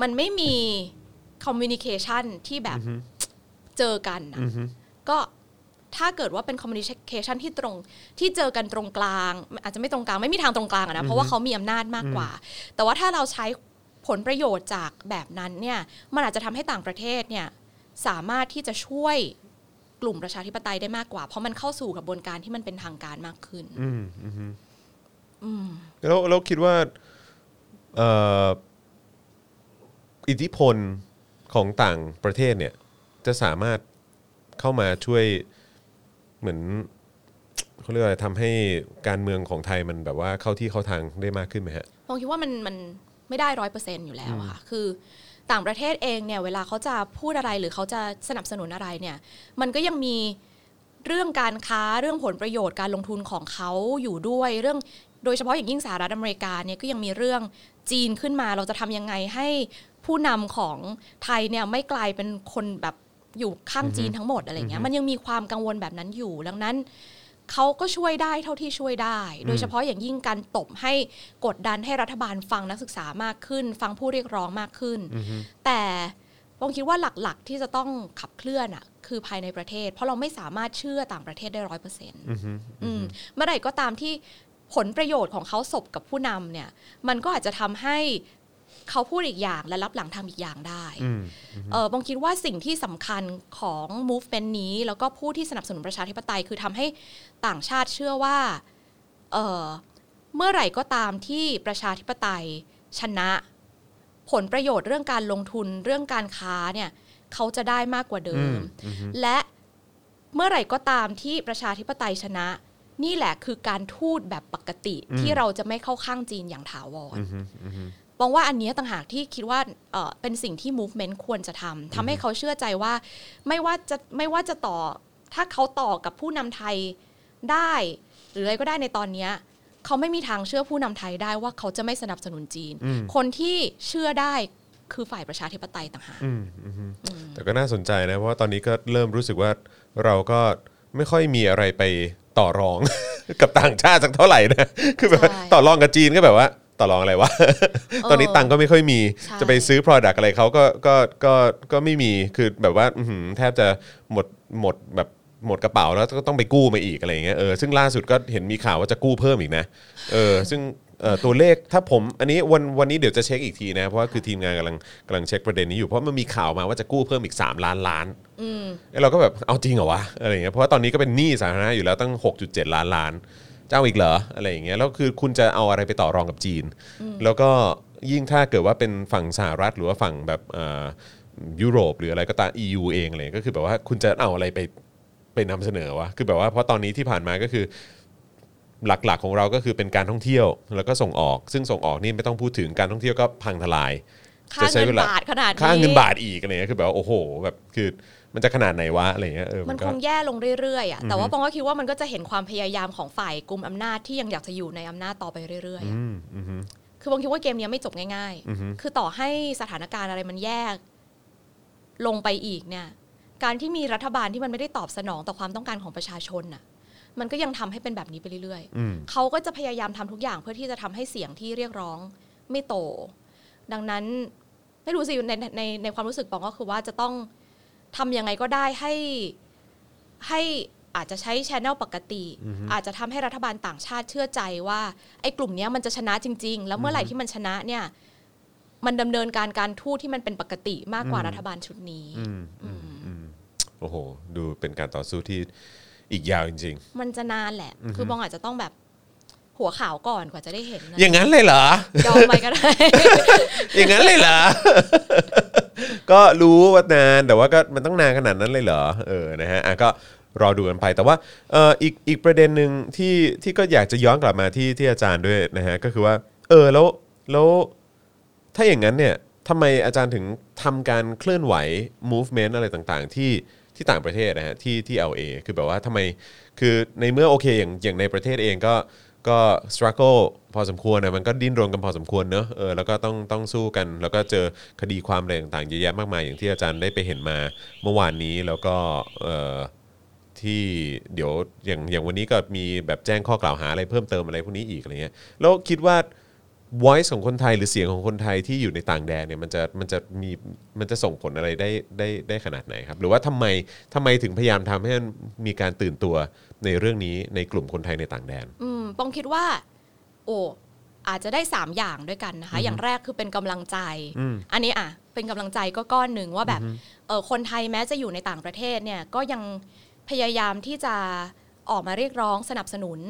มันไม่มีคอมมิวนิเคชันที่แบบเจอกันอะก็ถ้าเกิดว่าเป็นคอมมิวนิเคชันที่ตรงที่เจอกันตรงกลาง อาจจะไม่ตรงกลางไม่มีทางตรงกลางอะนะเพราะว่าเขามีอำนาจมากกว่า แต่ว่าถ้าเราใช้ผลประโยชน์จากแบบนั้นเนี่ยมันอาจจะทำให้ต่างประเทศเนี่ย สามารถที่จะช่วยกลุ่มประชาธิปไตยได้มากกว่า เพราะมันเข้าสู่กระบวนการที่มันเป็นทางการมากขึ้น
แล้วเราคิดว่าเอ่ออิทธิพลของต่างประเทศเนี่ย จะสามารถเข้ามาช่วยเหมือนเขาเรียกอะไรทำให้การเมืองของไทยมันแบบว่าเข้าที่เข้าทางได้มากขึ้นไหมฮะ
ผมคิดว่ามันมันไม่ได้ร้อยเปอร์เซ็นต์อยู่แล้วอะค่ะ คือต่างประเทศเองเนี่ยเวลาเขาจะพูดอะไรหรือเขาจะสนับสนุนอะไรเนี่ย มันก็ยังมี เรื่องการค้าเรื่องผลประโยชน์การลงทุนของเขาอยู่ด้วย เรื่องโดยเฉพาะอย่างยิ่งสหรัฐอเมริกาเนี่ยก็ยังมีเรื่องจีนขึ้นมา เราจะทำยังไงให้ผู้นำของไทยเนี่ยไม่กลายเป็นคนแบบอยู่ข้างจีนทั้งหมดอะไรเงี้ยมันยังมีความกังวลแบบนั้นอยู่ดังนั้น เขาก็ช่วยได้เท่าที่ช่วยได้ โดยเฉพาะอย่างยิ่งการตบให้กดดันให้รัฐบาลฟังนักศึกษามากขึ้น ฟังผู้เรียกร้องมากขึ้น แต่ผมคิดว่าหลักๆที่จะต้องขับเคลื่อนอ่ะคือภายในประเทศ เพราะเราไม่สามารถเชื่อต่างประเทศได้ร้อยเปอร์เซ็นต์เมื่อไหร่ก็ตามที่ผลประโยชน์ของเขาสบกับผู้นำเนี่ย มันก็อาจจะทำให้เขาพูดอีกอย่างและรับหลังทำอีกอย่างได้ เออบองคิดว่าสิ่งที่สำคัญของ movement นี้แล้วก็ผู้ที่สนับสนุนประชาธิปไตย คือทำให้ต่างชาติเชื่อว่าเออเมื่อไหร่ก็ตามที่ประชาธิปไตยชนะ ผลประโยชน์เรื่องการลงทุนเรื่องการค้าเนี่ยเขาจะได้มากกว่าเดิม และเมื่อไหร่ก็ตามที่ประชาธิปไตยชนะ นี่แหละคือการทูตแบบปกติที่เราจะไม่เข้าข้างจีนอย่างถาวร มองว่าอันเนี้ยต่างหากที่คิดว่าเอ่อเป็นสิ่งที่ movement ควรจะทำทำให้เขาเชื่อใจว่าไม่ว่าจะไม่ว่าจะต่อถ้าเขาต่อกับผู้นำไทยได้ หรืออะไรก็ได้ในตอนเนี้ยเขาไม่มีทางเชื่อผู้นำไทยได้ว่าเขาจะไม่สนับสนุนจีน คนที่เชื่อได้คือฝ่ายประชาธิปไตยต่างหาก
แต่ก็น่าสนใจนะ เพราะว่าตอนนี้ก็เริ่มรู้สึกว่าเราก็ไม่ค่อยมีอะไรไปต่อรอง กับต่างชาติสักเท่าไหร่นะ คือแบบว่า
ใช่
ต่อรองกับจีนก็แบบว่า ต่อรองอะไรวะ ตอนนี้ตังค์ก็ไม่ค่อยมี
ใช่
จะไปซื้อ Product อะไรเขาก็ก็ก็ก็ไม่มี คือแบบว่าอื้อหือแทบจะหมดหมดแบบหมดกระเป๋าแล้วก็ต้องไปกู้มาอีกอะไรอย่างเงี้ย เออ ซึ่งล่าสุดก็เห็นมีข่าวว่าจะกู้เพิ่มอีกนะ เออ ซึ่งเอ่อตัวเลขถ้าผม อันนี้วันวันนี้เดี๋ยวจะเช็คอีกทีนะ เพราะว่าคือทีมงานกำลังกำลังเช็คประเด็นนี้อยู่ เพราะมันมีข่าวมาว่าจะกู้เพิ่มอีก 3 ล้านล้าน เอ้ยเราก็แบบเอาจริงเหรอวะอะไรอย่างเงี้ยเพราะว่าตอนนี้ก็เป็นหนี้สาธารณะอยู่แล้วตั้ง 6.7 ล้านล้าน เจ้าอีกเหรออะไรอย่างเงี้ยแล้วคือคุณจะเอาอะไรไปต่อรองกับจีน แล้วก็ยิ่งถ้าเกิดว่าเป็นฝั่งสหรัฐหรือว่าฝั่งแบบเอ่อยุโรปหรืออะไรก็ตาม EU เองอะไรเลยก็คือแบบว่าคุณจะเอาอะไรไปไปนำเสนอวะคือแบบว่าเพราะตอนนี้ที่ผ่านมาก็คือ หลักๆของเราก็คือเป็นการท่องเที่ยวแล้วก็ส่งออก ซึ่งส่งออกนี่ไม่ต้องพูดถึงการท่องเที่ยวก็พังทลาย
ค่าเงินบาทขนาดนี้
ค่าเงินบาทอีกอะไรเงี้ยคือแบบว่าโอ้โหแบบคือมันจะขนาดไหนวะอะไรเงี้ยเออ
มัน
ก็
คงแย่ลงเรื่อยๆอะแต่ว่าปองก็คิดว่ามันก็จะเห็นความพยายามของฝ่ายกลุ่มอำนาจที่ยังอยากจะอยู่ในอำนาจต่อไปเรื่อยๆอะ
อืมอืมฮึ
คือบางทีว่าเกมเนี้ยไม่จบง่าย
อือฮึ
ๆ คือต่อให้สถานการณ์อะไรมันแยก ลงไปอีกเนี่ย การที่มีรัฐบาลที่มันไม่ได้ตอบสนองต่อความต้องการของประชาชนน่ะ มันก็ยังทำให้เป็นแบบนี้ไปเรื่อย
อืม
ๆ เขาก็จะพยายามทำทุกอย่างเพื่อที่จะทำให้เสียงที่เรียกร้องไม่โต ดังนั้นไม่รู้สิในในในในความรู้สึกปองก็คือว่าจะต้องทำยังไงก็ได้ให้ให้อาจจะใช้ชแนลปกติ อาจจะทำให้รัฐบาลต่างชาติเชื่อใจว่า ไอ้กลุ่มเนี้ยมันจะชนะจริง ๆ แล้วเมื่อไหร่ที่มันชนะเนี่ย มันดำเนินการการทูตที่มันเป็นปกติมากกว่ารัฐบาลชุดนี้
โอ้โห ดูเป็นการต่อสู้ที่อีกยาวจริง
มันจะนานแหละ คือบองอาจจะต้องแบบหัวขาวก่อนกว่าจะได้เห็นนะ
ๆ อย่างนั้นเลย เหรอ
ยอมไปก็ได้
อย่างนั้นเลยเหรอ ก็รู้ว่านานแต่ว่าก็มันต้องนานขนาดนั้นเลยเหรอเออนะฮะอ่ะก็รอดูกันไปแต่ว่าเอ่ออีกอีกประเด็นหนึ่งที่ที่ก็อยากจะย้อนกลับมาที่ที่อาจารย์ด้วยนะฮะก็คือว่า เออแล้วแล้วถ้าอย่างนั้นเนี่ยทำไมอาจารย์ถึงทำการเคลื่อนไหว movement อะไรต่างๆ ที่ที่ต่างประเทศนะฮะที่ที่ LA คือแบบว่าทำไมคือในเมื่อโอเคอย่างอย่างในประเทศเองก็ก็ struggle พอสมควรนะมันก็ดิ้นรนกันพอสมควรเนอะเออแล้วก็ต้องต้องสู้กัน แล้วก็เจอคดีความอะไรต่างๆเยอะแยะมากมายอย่างที่อาจารย์ได้ไปเห็นมาเมื่อวานนี้แล้วก็เออ ที่เดี๋ยวอย่างอย่างวันนี้ก็มีแบบแจ้งข้อกล่าวหาอะไรเพิ่มเติมอะไรพวกนี้อีกอะไรเงี้ยแล้วคิดว่า voice ของคนไทยหรือเสียงของคนไทยที่อยู่ในต่างแดนเนี่ยมันจะมันจะมีมันจะส่งผลอะไรได้ได้ได้ขนาดไหนครับ หรือว่าทำไมทำไมถึงพยายามทำให้มันมีการตื่นตัวในเรื่องนี้ในกลุ่มคนไทยในต่างแดน
อืมปองคิดว่า โอ้อาจจะได้ 3 อย่างด้วยกันนะคะ อย่างแรกคือเป็นกำลังใจ อันนี้อ่ะ เป็นกำลังใจก็ก้อนหนึ่งว่าแบบเออคนไทยแม้จะอยู่ในต่างประเทศเนี่ย ก็ยังพยายามที่จะออกมาเรียกร้องสนับสนุน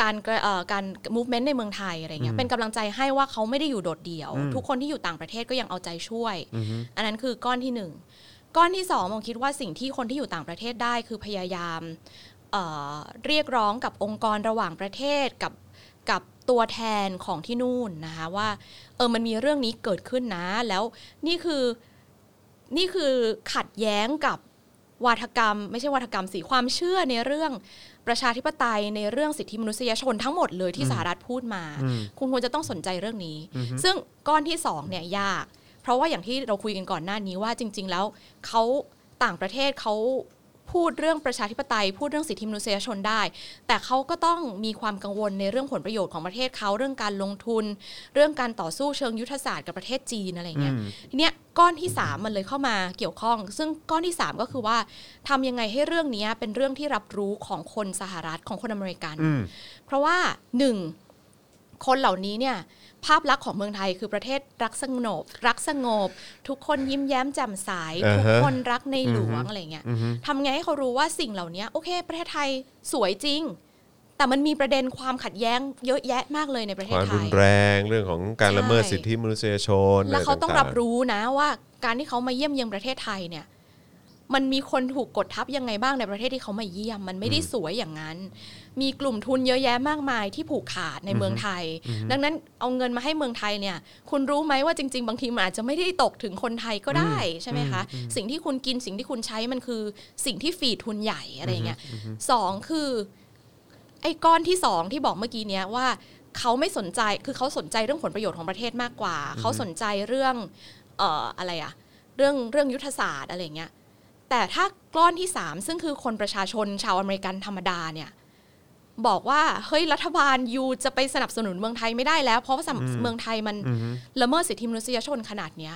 การกระเอ่อการ movement ในเมืองไทยอะไรเงี้ยเป็นกำลังใจให้ว่าเขาไม่ได้อยู่โดดเดี่ยว ทุกคนที่อยู่ต่างประเทศก็ยังเอาใจช่วย อันนั้นคือก้อนที่หนึ่งก้อนที่สองมองคิดว่าสิ่งที่คนที่อยู่ต่างประเทศได้คือพยายาม เอ่อเรียกร้องกับองค์กรระหว่างประเทศกับกับตัวแทนของที่นู่นนะคะว่าเออมันมีเรื่องนี้เกิดขึ้นนะ แล้วนี่คือนี่คือขัดแย้งกับ วาทกรรม ไม่ใช่วาทกรรมสิความเชื่อในเรื่องประชาธิปไตยในเรื่องสิทธิมนุษยชนทั้งหมดเลยที่สหรัฐพูดมา คุณควรจะต้องสนใจเรื่องนี้ ซึ่งก้อนที่สองเนี่ยยาก เพราะว่าอย่างที่เราคุยกันก่อนหน้านี้ว่าจริง ๆ แล้วเขาต่างประเทศเขาพูดเรื่องประชาธิปไตย พูดเรื่องสิทธิมนุษยชนได้ แต่เขาก็ต้องมีความกังวลในเรื่องผลประโยชน์ของประเทศเขาเรื่องการลงทุน เรื่องการต่อสู้เชิงยุทธศาสตร์กับประเทศจีนอะไรเงี้ยทีเนี้ยก้อนที่สามมันเลยเข้ามาเกี่ยวข้อง ซึ่งก้อนที่สามก็คือว่าทำยังไงให้เรื่องเนี้ยเป็นเรื่องที่รับรู้ของคนสหรัฐของคนอเมริกัน
อืม
เพราะว่าหนึ่งคนเหล่านี้เนี่ยภาพลักษณ์ของเมืองไทยคือประเทศรักสงบ รักสงบ ทุกคนยิ้มแย้มแจ่มใส
อ่าฮะ
ทุกคนรักในหลวงอะไรเงี้ยทำไงให้เขารู้ว่าสิ่งเหล่านี้โอเค ประเทศไทยสวยจริง แต่มันมีประเด็นความขัดแย้งเยอะแยะมากเลยในประเท
ค
ศ
วาม
ไท
รุ
ย
นแรงเรื่องของการ
ใช่
ละเมิดสิทธิมนุษยชน
แล้วเขาต้องรับ
ะไ
รู้นะว่าการที่เขามาเยี่ยมเยียนประเทศไทยเนี่ย มันมีคนถูกกดทับยังไงบ้างในประเทศที่เขามาเยี่ยม มันไม่ได้สวยอย่างนั้น มีกลุ่มทุนเยอะแยะมากมายที่ผูกขาดในเมืองไทย ดังนั้นเอาเงินมาให้เมืองไทยเนี่ย คุณรู้ไหมว่าจริง ๆ บางทีมันอาจจะไม่ได้ตกถึงคนไทยก็ได้ใช่ไหมคะสิ่งที่คุณกินสิ่งที่คุณใช้มันคือสิ่งที่ฟีดทุนใหญ่อะไรเงี้ยสองคือ ไอ้ก้อนที่สองที่บอกเมื่อกี้เนี้ยว่าเขาไม่สนใจคือเขาสนใจเรื่องผลประโยชน์ของประเทศมากกว่า เขาสนใจเรื่องเอ่ออะไรอะเรื่องเรื่องยุทธศาสตร์อะไรเงี้ยแต่ถ้าก้อนที่สามซึ่งคือคนประชาชนชาวอเมริกันธรรมดาเนี่ยบอกว่าเฮ้ยรัฐบาลยูจะไปสนับสนุนเมืองไทยไม่ได้แล้ว เพราะว่าสำเมืองไทยมันละเมิดสิทธิมนุษยชนขนาดเนี้ย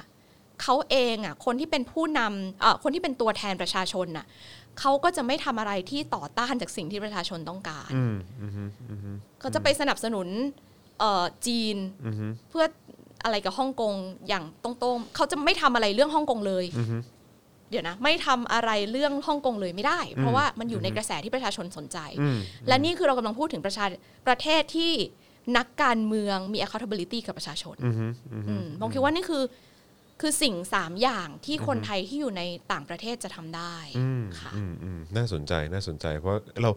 เขาเองอ่ะคนที่เป็นผู้นำเอ่อคนที่เป็นตัวแทนประชาชนน่ะเขาก็จะไม่ทำอะไรที่ต่อต้านจากสิ่งที่ประชาชนต้องการ
อืมอืมอืม
ก็จะไปสนับสนุนเอ่อจีน
อืม
เพื่ออะไรกับฮ่องกงอย่างตรงๆเขาจะไม่ทำอะไรเรื่องฮ่องกงเลย
อือฮึ
เดี๋ยวนะ ไม่ทำอะไรเรื่องฮ่องกงเลยไม่ได้ เพราะว่ามันอยู่ในกระแสที่ประชาชนสนใจ
อืม
และนี่คือเรากำลังพูดถึงประชาประเทศที่นักการเมืองมี accountability กับประชาชน
อือฮึอือฮึ
อืมผมคิดว่านี่คือคือสิ่งสามอย่างที่คนไทยที่อยู่ในต่างประเทศจะทำได้
อืม
ค่ะ
อืมอืมน่าสนใจน่าสนใจ เพราะเรา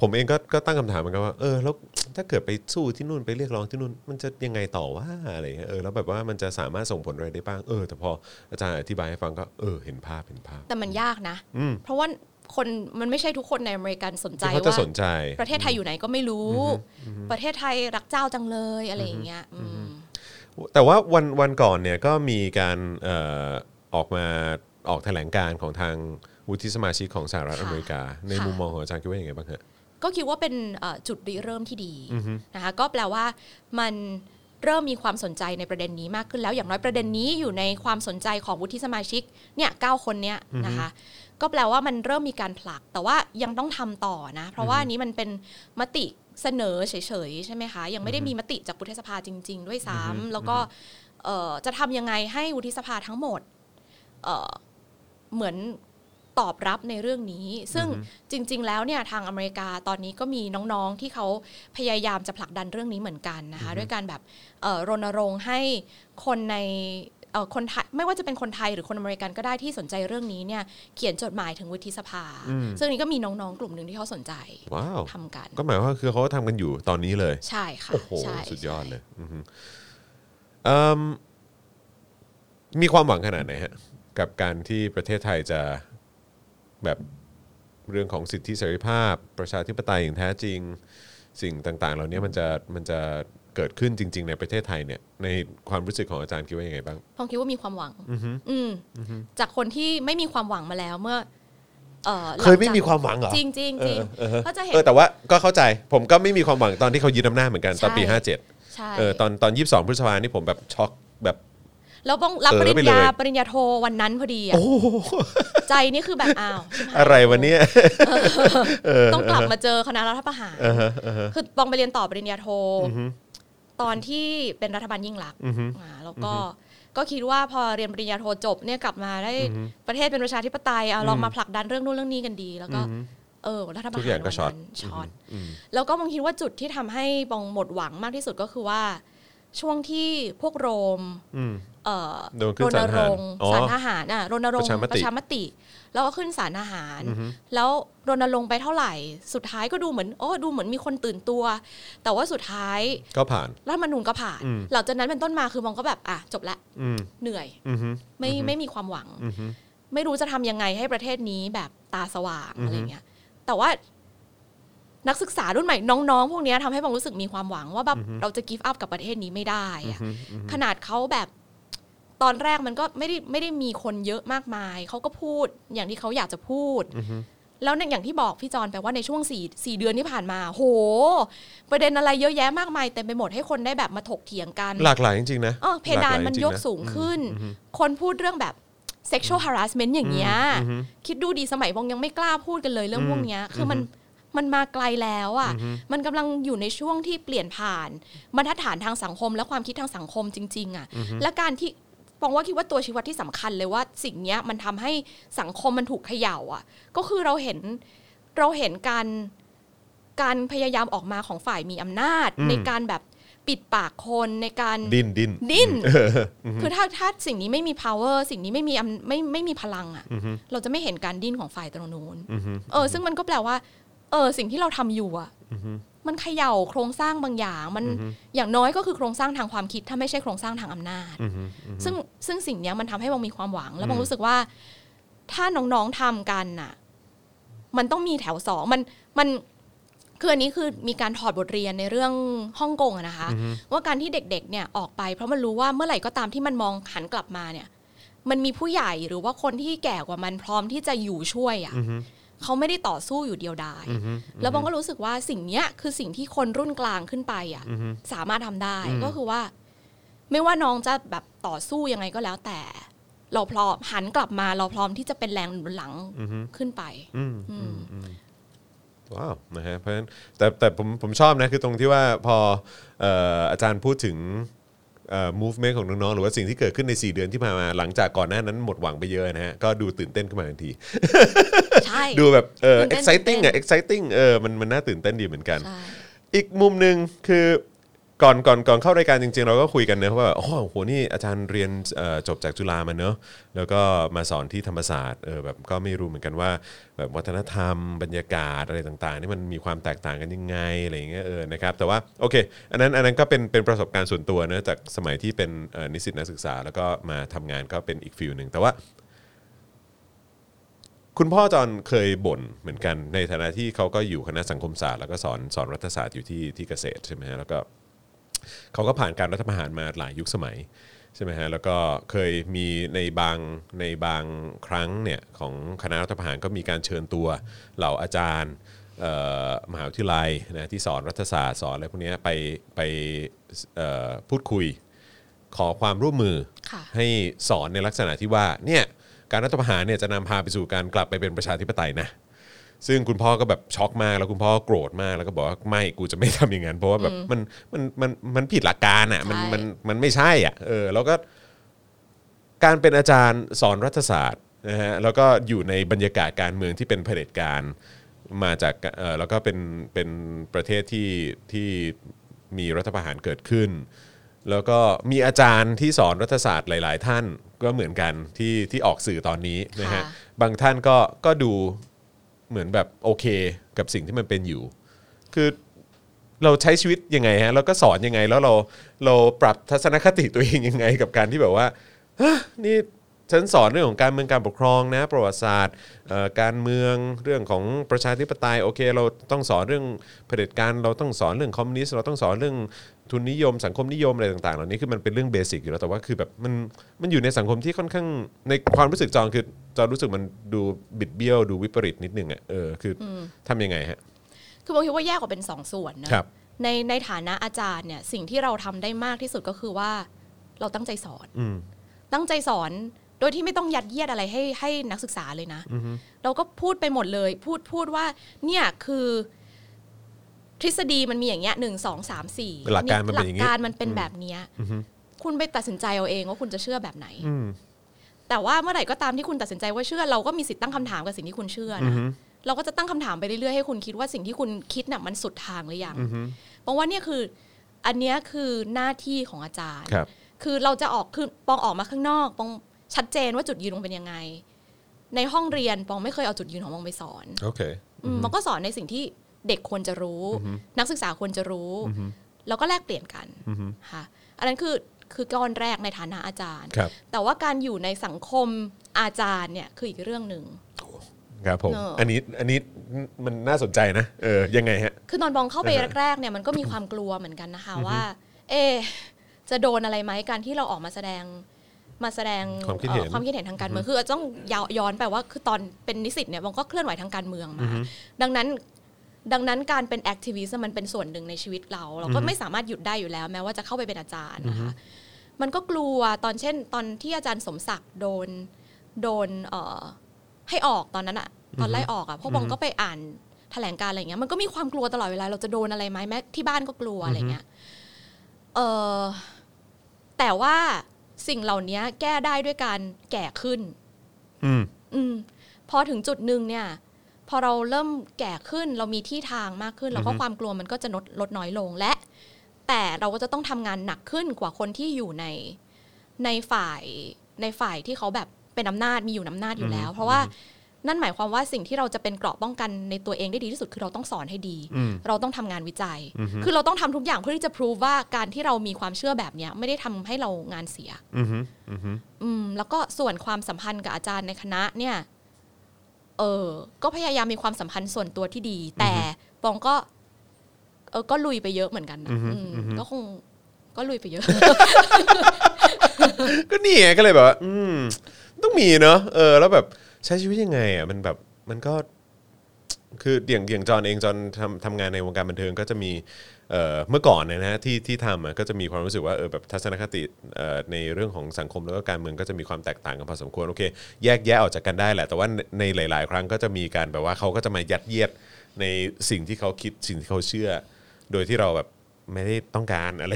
ผมเองก็ก็ตั้งคำถามเหมือนกันว่าเออแล้วถ้าเกิดไปสู้ที่นู่นไปเรียกร้องที่นู่น มันจะยังไงต่อว่าอะไรเงี้ยเออแล้วแบบว่ามันจะสามารถส่งผลอะไรได้บ้างเออ แต่พออาจารย์อธิบายให้ฟังก็เออเห็นภาพเห็นภาพ
แต่มันยากนะ
อืม
เพราะว่าคนมันไม่ใช่ทุกคนในอเมริกันสนใจ
ที่เขาจะ
ว่า
สนใจ
ประเทศไทยอยู่ไหนก็ไม่รู้ ประเทศไทยรักเจ้าจังเลยอะไรอย่างเงี้ยอืม
แต่ว่าวันวันก่อนเนี่ยก็มีการเอ่อออกมาออกแถลงการณ์ของทางวุฒิสมาชิกของสหรัฐอเมริกา ในมุมมองของอาจารย์คิดว่าอย่างไงบ้างฮะ
ก็คิดว่าเป็นเอ่อจุดริเริ่มที่ดีนะคะก็แปลว่ามันเริ่มมีความสนใจในประเด็นนี้มากขึ้นแล้ว อย่างน้อยประเด็นนี้อยู่ในความสนใจของวุฒิสมาชิกเนี่ยเก้าคนเนี้ยนะคะก็แปลว่ามันเริ่มมีการผลัก แต่ว่ายังต้องทำต่อนะ เพราะว่าอันนี้มันเป็นมติเสนอเฉยๆใช่ไหมคะยังไม่ได้มีมติจากวุฒิสภาจริง ๆ ด้วยซ้ำแล้วก็เอ่อจะทำยังไงให้วุฒิสภาทั้งหมด เอ่อเหมือนตอบรับในเรื่องนี้ ซึ่งจริง ๆ แล้วเนี่ยทางอเมริกาตอนนี้ก็มีน้องๆที่เขาพยายามจะผลักดันเรื่องนี้เหมือนกันนะคะด้วยการแบบเอ่อรณรงค์ให้คนในเอ่อคนไทยไม่ว่าจะเป็นคนไทยหรือคนอเมริกันก็ได้ที่สนใจเรื่องนี้เนี่ยเขียนจดหมายถึงวุฒิสภา ซึ่งนี่ก็มีน้องๆ กลุ่มหนึ่งที่เขาสนใจ
ว้าว
ทำกัน
ก็หมายความว่าคือเขาก็ทำกันอยู่ตอนนี้เลย
ใช่ค่ะ
โอ้โห
ใช่
สุดยอดเลยอือฮึเอิ่มมีความหวังขนาดไหนฮะ กับการที่ประเทศไทยจะแบบเรื่องของสิทธิเสรีภาพ ประชาธิปไตยอย่างแท้จริง สิ่งต่าง ๆ เหล่านี้มันจะมันจะเกิดขึ้นจริง ๆ ในประเทศไทยเนี่ย ในความรู้สึกของอาจารย์คิดว่ายังไงบ้าง
พองคิดว่ามีความหวัง อืมจากคนที่ไม่มีความหวังมาแล้วเมื่ออ่อหลัง
เคยไม่
จก
มีความหวังเหรอ
จริงจริงจริงเขาจะเห็น
เออแต่ว่าก็เข้าใจ ผมก็ไม่มีความหวังตอนที่เขายึดอำนาจเหมือนกันตอนปี
ใช่
57
ใช่
เออตอนตอน 22 พฤษภานี่ผมแบบช็อกแบบ
แล้วบ้องรับ
เออ
ปริ
ไป
ญ
เล
ญาย ปริญญาโทวันนั้นพอดีอะใจนี่คือแบบอ้าวชิบหาย
อะไรวันนี้
ต้องกลับมาเจอคณะรัฐประหารคือบ้องไปเรียนต่อปริญญาโทตอนที่เป็นรัฐบาลยิ่งรักษณ์อ่าแล้วก็ก็คิดว่าพอเรียนปริญญาโทจบเนี่ยกลับมาได้ประเทศเป็นประชาธิปไตยเอาลองมาผลักดันเรื่องนู้นเรื่องนี้กันดี แล้วก็เออรัฐประหาร
ทุกอย่างก็ช็อต
วันนั้นช็อต แล้วก็บางคิดว่าจุดที่ทำให้บองหมดหวังมากที่สุดก็คือว่า ช่วงที่พวกโรม เอ่อ
โดนขึ้
ร
นศา
ณ
ลท
ร
หารง
ค์
อ๋อ
สารทหารอ่ะรณรงค์
ประชามติ
ประชามติ แล้วก็ขึ้นสารอาหาร แล้วรณรงค์ไปเท่าไหร่ สุดท้ายก็ดูเหมือนโอ้ดูเหมือนมีคนตื่นตัว แต่ว่าสุดท้าย
ก็ผ่าน
รัฐธรรมนูญก็ผ่าน หลังจากนั้นเป็นต้นมาคือมองก็แบบอ่ะจบละ
อืม
เหนื่อย
อืม
ไม่ไม่มีความหวัง ไม่รู้จะทำยังไงให้ประเทศนี้แบบตาสว่างอะไรเงี้ย แต่ว่านักศึกษารุ่นใหม่น้องๆ พวกเนี้ยทำให้บางรู้สึกมีความหวังว่าแบบเราจะกิฟต์อัพกับประเทศนี้ไม่ได้อะขนาดเขาแบบตอนแรกมันก็ไม่ได้ไม่ได้มีคนเยอะมากมาย เขาก็พูดอย่างที่เขาอยากจะพูด แล้วเนี่ยอย่างที่บอกพี่จอนไปว่าในช่วงสี่สี่เดือนที่ผ่านมา โห ประเด็นอะไรเยอะแยะมากมายเต็มไปหมดให้คนได้แบบมาถกเถียงกัน
หลากหลายจริงๆนะ
เออเพดานมันยกสูง
หลาหลาจริๆะ
ขึ้น
อืม
คนพูดเรื่องแบบ sexual harassment อย่างเงี้ย
อืมอืม
คิดดูดีสมัยพงยังไม่กล้าพูดกันเลยเรื่องพวกเนี้ย คือมันมันมาไกลแล้วอ่ะ มันกำลังอยู่ในช่วงที่เปลี่ยนผ่านบรรทัดฐานทางสังคมและความคิดทางสังคมจริง ๆ อ่ะ และการที่ปองว่าคิดว่าตัวชีวัดที่สำคัญเลยว่าสิ่งเนี้ยมันทำให้สังคมมันถูกเขย่าอ่ะ ก็คือเราเห็นเราเห็นการการพยายามออกมาของฝ่ายมีอำนาจ
อืม
ในการแบบปิดปากคนในการ
ดิ้นดิ้น
ดิ้น
เอออืม
คือถ้าถ้าสิ่งนี้ไม่มี power สิ่งนี้ไม่มีอำไม่ไม่มีพลังอะ่ะ
อืม
เราจะไม่เห็นการดิ้นของฝ่ายตรงนู้น
อืม
เออ ซึ่งมันก็แปลว่า เออ สิ่งที่เราทำอยู่อะ่ะ
อืม
มันเขย่าโครงสร้างบางอย่าง มัน
อือฮึ
อย่างน้อยก็คือโครงสร้างทางความคิด ถ้าไม่ใช่โครงสร้างทางอำนาจ
อืมอืม
ซึ่งซึ่งสิ่งเนี้ยมันทำให้บองมีความหวัง และบอ
อื
ง
ม
รู้สึกว่า ถ้าน้องๆทำกันน่ะ มันต้องมีแถวสองมันมันคืออันนี้คือมีการถอดบทเรียนในเรื่องฮ่องกงอะนะคะ ว่าการที่เด็กๆ เนี่ยออกไป เพราะมันรู้ว่าเมื่อไหร่ก็ตามที่มันมองหันกลับมาเนี่ย มันมีผู้ใหญ่หรือว่าคนที่แก่กว่ามันพร้อมที่จะอยู่ช่วยอะ่ะเขาไม่ได้ต่อสู้อยู่เดียวดาย
อืม
แล้วบองก็รู้สึกว่าสิ่งเนี้ยคือสิ่งที่คนรุ่นกลางขึ้นไปอ่ะ
อือฮึ
สามารถทำได้
อืม
ก็คือว่า ไม่ว่าน้องจะแบบต่อสู้ยังไงก็แล้วแต่ เราพร้อมหันกลับมาเราพร้อมที่จะเป็นแรงหนุนหลัง
อืม
ขึ้นไป
อืม
อื
อื
ม
มอืมว้าวนะฮะเพราะฉะนั้นแต่แต่ผมผมชอบนะคือตรงที่ว่าพอเอ่ออาจารย์พูดถึงเอ่อ movement ของน้องๆหรือว่าสิ่งที่เกิดขึ้นใน 4 เดือนที่ผ่านมาหลังจากก่อนหน้านั้นหมดหวังไปเยอะนะฮะก็ดูตื่นเต้นขึ้นมาทันที
ใช่
ดูแบบเออ
ตื่นเต้น
exciting
ตื่น
อ่ะ
เต้น
exciting เออมันมันน่าตื่นเต้นดีเหมือนกัน
ใช่
อีกมุมหนึ่งคือก่อนก่อนก่อนเข้ารายการจริง ๆ เราก็คุยกันเนอะว่าโอ้โหนี่อาจารย์เรียนเอ่อจบจากจุฬามาเนอะแล้วก็มาสอนที่ธรรมศาสตร์เออแบบก็ไม่รู้เหมือนกันว่าแบบวัฒนธรรมบรรยากาศอะไรต่างๆนี่มันมีความแตกต่างกันยังไงอะไรอย่างเงี้ยเออนะครับแต่ว่าโอเคอันนั้นอันนั้นก็เป็นเป็นประสบการณ์ส่วนตัวเนอะจากสมัยที่เป็นเอ่อนิสิตนักศึกษา แล้วก็มาทำงานก็เป็นอีกฟิลหนึ่งแต่ว่า คุณพ่อจอนเคยบ่นเหมือนกันในฐานะที่เขาก็อยู่คณะสังคมศาสตร์แล้วก็สอนสอนรัฐศาสตร์อยู่ที่ที่เกษตรใช่ไหมฮะแล้วก็เขาก็ผ่านการรัฐประหารมาหลายยุคสมัยใช่ไหมฮะแล้วก็เคยมีในบางในบางครั้งเนี่ยของคณะรัฐประหารก็มีการเชิญตัวเหล่าอาจารย์เอ่อมหาวิทยาลัยนะที่สอนรัฐศาสตร์สอนอะไรพวกเนี้ยไปไปเอ่อพูดคุย ขอความร่วมมือ
ค่ะ
ให้สอนในลักษณะที่ว่าเนี่ยการรัฐประหารเนี่ยจะนำพาไปสู่การกลับไปเป็นประชาธิปไตยนะ ซึ่งคุณพ่อก็แบบช็อกมากแล้วคุณพ่อโกรธมากแล้วก็บอกว่าไม่กูจะไม่ทำอย่างนั้นเพราะว่าแบบมันมันมันมันผิดหลักการอ่ะมัน
ใช่
มันมันไม่ใช่อ่ะเออแล้วก็ การเป็นอาจารย์สอนรัฐศาสตร์นะฮะแล้วก็อยู่ในบรรยากาศการเมืองที่เป็นเผด็จการมาจากเอ่อแล้วก็เป็นเป็นประเทศที่ที่มีรัฐประหารเกิดขึ้น แล้วก็มีอาจารย์ที่สอนรัฐศาสตร์หลาย ๆ ท่านก็เหมือนกันที่ที่ออกสื่อตอนนี้นะฮะ
ค่ะ
บางท่านก็ก็ดูเหมือนแบบโอเคกับสิ่งที่มันเป็นอยู่ คือเราใช้ชีวิตยังไงฮะแล้วก็สอนยังไงแล้วเราเราปรับทัศนคติตัวเองยังไง กับการที่แบบว่า นี่ฉันสอนเรื่องของการเมืองการปกครองนะ ประวัติศาสตร์เอ่อการเมืองเรื่องของประชาธิปไตยโอเค เราต้องสอนเรื่องเผด็จการเราต้องสอนเรื่องคอมมิวนิสต์เราต้องสอนเรื่องทุนนิยม สังคมนิยมอะไรต่างๆเหล่านี้คือมันเป็นเรื่องเบสิกอยู่แล้วแต่ว่าคือแบบมันมันอยู่ในสังคมที่ค่อนข้างในความรู้สึกจองคือจองรู้สึกมันดูบิดเบี้ยวดูวิปริตนิดนึงอ่ะเออคืออทำยังไงฮะ
คือบางคิดว่าแยกออกเป็นสองส่วนนะครับ ในในฐานะอาจารย์เนี่ย สิ่งที่เราทำได้มากที่สุดก็คือว่า เราตั้งใจสอน
อืม
ตั้งใจสอนโดยที่ไม่ต้องยัดเยียดอะไรให้ให้นักศึกษาเลยนะ เราก็พูดไปหมดเลย พูดพูดว่า เนี่ยคือ ทฤษฎีมันมีอย่างเงี้ยหนึ่งสองสามสี่
หลักการมันเป็นอย่างงี้
หลักการมันเป็นแบบเนี้ยคุณไปตัดสินใจเอาเองว่าคุณจะเชื่อแบบไหน
อืม
แต่ว่าเมื่อไหร่ก็ตามที่คุณตัดสินใจว่าเชื่อ เราก็มีสิทธิ์ตั้งคำถามกับสิ่งที่คุณเชื่อนะเราก็จะตั้งคำถามไปเรื่อยๆให้คุณคิดว่าสิ่งที่คุณคิดน่ะมันสุดทางหรือยังเพราะว่าเนี่ยคือ อันเนี้ยคือหน้าที่ของอาจารย์
ครับ
คือเราจะออกคือปองออกมาข้างนอกปองชัดเจนว่าจุดยืนปองเป็นยังไง ในห้องเรียนปองไม่เคยเอาจุดยืนของปองไปสอน
โอเค
อืมมันก็สอนในสิ่งที่เด็กควรจะรู้ นักศึกษาควรจะรู้ แล้วก็แลกเปลี่ยนกันค่ะอันนั้นคือ คือก้อนแรกในฐานะอาจารย์
ครับ
แต่ว่าการอยู่ในสังคมอาจารย์เนี่ยคืออีกเรื่องหนึ่ง
ครับผม
เนอะ
อันนี้อันนี้มันน่าสนใจนะเออยังไงฮะ
คือนอนมองเข้าไป
อ่าฮะ
แรกๆเนี่ยมันก็มี ความกลัวเหมือนกันนะคะว่า เอะจะโดนอะไรไหมการที่เราออกมาแสดงมาแสดง
ความคิดเห็น
อ่อความคิดเห็นทางการเมืองคืออาจจะต้องย้อนย้อนไปว่าคือตอนเป็นนิสิตเนี่ยบองก็เคลื่อนไหวทางการเมืองมา ดังนั้นดังนั้นการเป็นแอคทิวิสต์มันเป็นส่วนหนึ่งในชีวิตเรา เราก็ไม่สามารถหยุดได้อยู่แล้ว แม้ว่าจะเข้าไปเป็นอาจารย์นะคะมันก็กลัวตอนเช่น ตอนที่อาจารย์สมศักดิ์โดนโดนเอ่อให้ออกตอนนั้นอะตอนไล่ออกอะพวกบองก็ไปอ่านแถลงการณ์อะไรเงี้ยมันก็มีความกลัวตลอดเวลาเราจะโดนอะไรไหมแม้ที่บ้านก็กลัวอะไรเงี้ยเออแต่ว่าสิ่งเหล่านี้แก้ได้ด้วยการแก่ขึ้น
อืม
อืมพอถึงจุดหนึ่งเนี่ย พอเราเริ่มแก่ขึ้นเรามีที่ทางมากขึ้น แล้วก็
อือฮึ
ความกลัวมันก็จะลดลดน้อยลงและ แต่เราก็จะต้องทำงานหนักขึ้นกว่าคนที่อยู่ในในฝ่ายในฝ่ายที่เขาแบบเป็นอำนาจมีอยู่อำนาจอยู่แล้ว เพราะว่านั่นหมายความว่าสิ่งที่เราจะเป็นเกราะป้องกันในตัวเองได้ดีที่สุดคือเราต้องสอนให้ดี
อืม
เราต้องทำงานวิจัย
อือฮึ
คือเราต้องทำทุกอย่างเพื่อที่จะพิสูจว่าการที่เรามีความเชื่อแบบเนี้ยไม่ได้ทำให้เรางานเสีย
อืมอืม
อืมแล้วก็ส่วนความสัมพันธ์กับอาจารย์ในคณะเนี่ย เออ ก็พยายามมีความสัมพันธ์ส่วนตัวที่ดี แต่ปองก็ เออก็ลุยไปเยอะเหมือนกันนะอืมก็คง ก็ลุยไปเยอะ
ก็นี่ไงก็เลยแบบว่าอืมต้องมีเนอะเออ แล้วแบบใช้ชีวิตยังไงอ่ะมันแบบมันก็ คืออย่างอย่างจอนเองจอนทำทำงานในวงการบันเทิงก็จะมีเอ่อเมื่อก่อนเนี่ยนะฮะที่ที่ทำอ่ะก็จะมีความรู้สึกว่าเออแบบทัศนคติเอ่อในเรื่องของสังคมแล้วก็การเมืองก็จะมีความแตกต่างกันพอสมควรโอเค แยกแยะออกจากกันได้แหละ แต่ว่าในในหลาย ๆ ครั้งก็จะมีการแบบว่าเขาก็จะมายัดเยียดในสิ่งที่เขาคิดสิ่งที่เขาเชื่อ โดยที่เราแบบไม่ได้ต้องการอะไร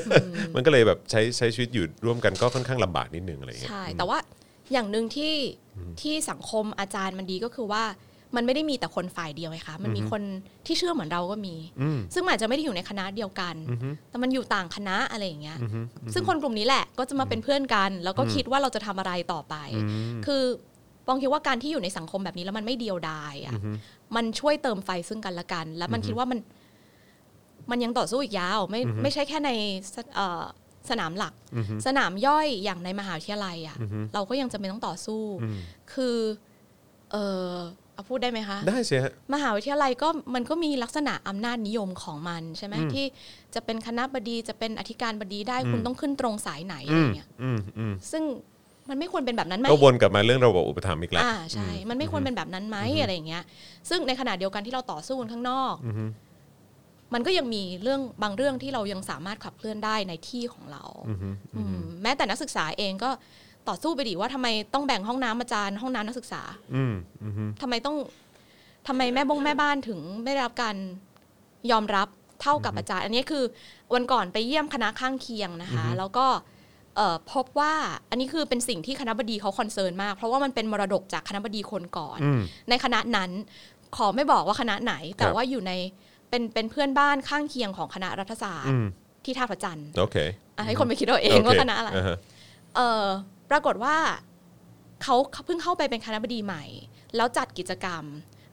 มันก็เลยแบบใช้ใช้ชีวิตอยู่ร่วมกันก็ค่อนข้างลำบากนิดนึงอะไรอย่างเงี้ย
ใช่ แต่ว่าอย่างหนึ่งที่ที่สังคมอาจารย์มันดีก็คือว่า มันไม่ได้มีแต่คนฝ่ายเดียวไงคะ มันมีคนที่เชื่อเหมือนเราก็มี
อืม
ซึ่งมันอาจจะไม่ได้อยู่ในคณะเดียวกัน
อือฮึ
แต่มันอยู่ต่างคณะอะไรอย่างเงี้ย ซึ่งคนกลุ่มนี้แหละก็จะมาเป็นเพื่อนกัน แล้วก็คิดว่าเราจะทำอะไรต่อไป คือปองคิดว่าการที่อยู่ในสังคมแบบนี้แล้วมันไม่เดียวดายอ่ะ มันช่วยเติมไฟซึ่งกันและกัน แล้วมันคิดว่ามัน มันยังต่อสู้อีกยาว ไม่ไม่ใช่แค่ในสเอ่อสนามหลัก สนามย่อยอย่างในมหาวิทยาลัยอ่ะ เราก็ยังจำเป็นต้องต่อสู้ คือ เออเอาพูดได้ไหมคะ
ได้สิฮะ
มหาวิทยาลัยก็มันก็มีลักษณะอำนาจนิยมของมันใช่ไหม
อืม
ที่จะเป็นคณะบดีจะเป็นอธิการบดีได้คุณ
อืม
ต้องขึ้นตรงสายไหนอะ
อื
ไร
ม
เงี้ย
อืมอืม
ซึ่งมันไม่ควรเป็นแบบนั้นไหม
ก็วนกลับมาเรื่องระบบอุปถัมภ์อีกแล้ว
อ่าใช่มันไม่ควรเป็นแบบนั้นไหมอะไรเงี้ย ซึ่งในขณะเดียวกันที่เราต่อสู้กันข้างนอก
อือฮึ
มันก็ยังมีเรื่องบางเรื่องที่เรายังสามารถขับเคลื่อนได้ในที่ของเรา
อืมอืม
อืมแม้แต่นักศึกษาเองก็ต่อสู้ไปดิว่าทำไมต้องแบ่งห้องน้ำอาจารย์ห้องน้ำนักศึกษา
อืมอืมอืม
ทำไมต้องทำไมแม่บงแม่บ้านถึงไม่ได้รับการยอมรับเท่ากับอาจารย์ อันนี้คือวันก่อนไปเยี่ยมคณะข้างเคียงนะคะ แล้วก็เอ่อพบว่าอันนี้คือเป็นสิ่งที่คณะบดีเขาคอนเซิร์นมาก เพราะว่ามันเป็นมรดกจากคณะบดีคนก่อน
อืม
ในคณะนั้นขอไม่บอกว่าคณะไหน แต่ว่าอยู่ในเป็นเป็นเพื่อนบ้านข้างเคียงของคณะรัฐศาสต
อื
ร์
ม
ที่ท่าพระจันทร์
โอเค
อ่ะให้คนไปคิดเอาเอง
โ
ว่าคณะอะไร
าฮ
เออปรากฏว่าเขาเขาเพิ่งเข้าไปเป็นคณะบดีใหม่ แล้วจัดกิจกรรม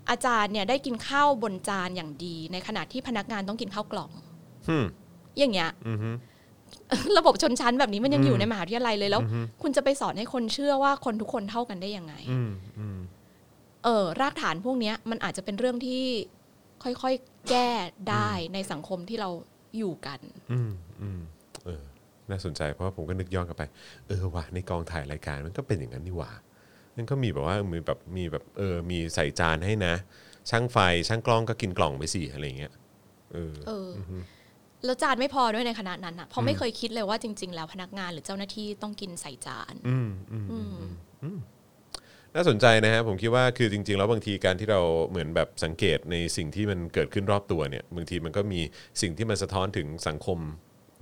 อาจารย์เนี่ยได้กินข้าวบนจานอย่างดี ในขณะที่พนักงานต้องกินข้าวกล่อง
อืม
อย่างเงี้ย
อืม
ระบบชนชั้นแบบนี้มันยังอยู่ในมหาวิทยาลัยเลยแล้ว
อือฮึ
คุณจะไปสอนให้คนเชื่อว่าคนทุกคนเท่ากันได้ยังไง
อืมอืม
เออรากฐานพวกเนี้ยมันอาจจะเป็นเรื่องที่ค่อยๆแก้ได้ในสังคมที่เราอยู่กัน
อืมอืมเออ น่าสนใจเพราะว่าผมก็นึกย้อนกลับไป เออว่ะในกองถ่ายรายการมันก็เป็นอย่างนั้นนี่หว่านั่นก็มีแบบว่ามีแบบมีแบบเออ มีใส่จานให้นะ ช่างไฟช่างกล้องก็กินกล่องไปสิอะไรอย่างเงี้ยเออ
เอออแล้วจานไม่พอด้วยในคณะนั้นอ่ะเพราะไม่เคยคิดเลยว่าจริง ๆ แล้วพนักงานหรือเจ้าหน้าที่ต้องกินใส่จาน
อืมอืม
อืม
น่าสนใจนะฮะผมคิดว่าคือจริง ๆ แล้วบางทีการที่เราเหมือนแบบสังเกตในสิ่งที่มันเกิดขึ้นรอบตัวเนี่ยบางทีมันก็มีสิ่งที่มันสะท้อนถึงสังคม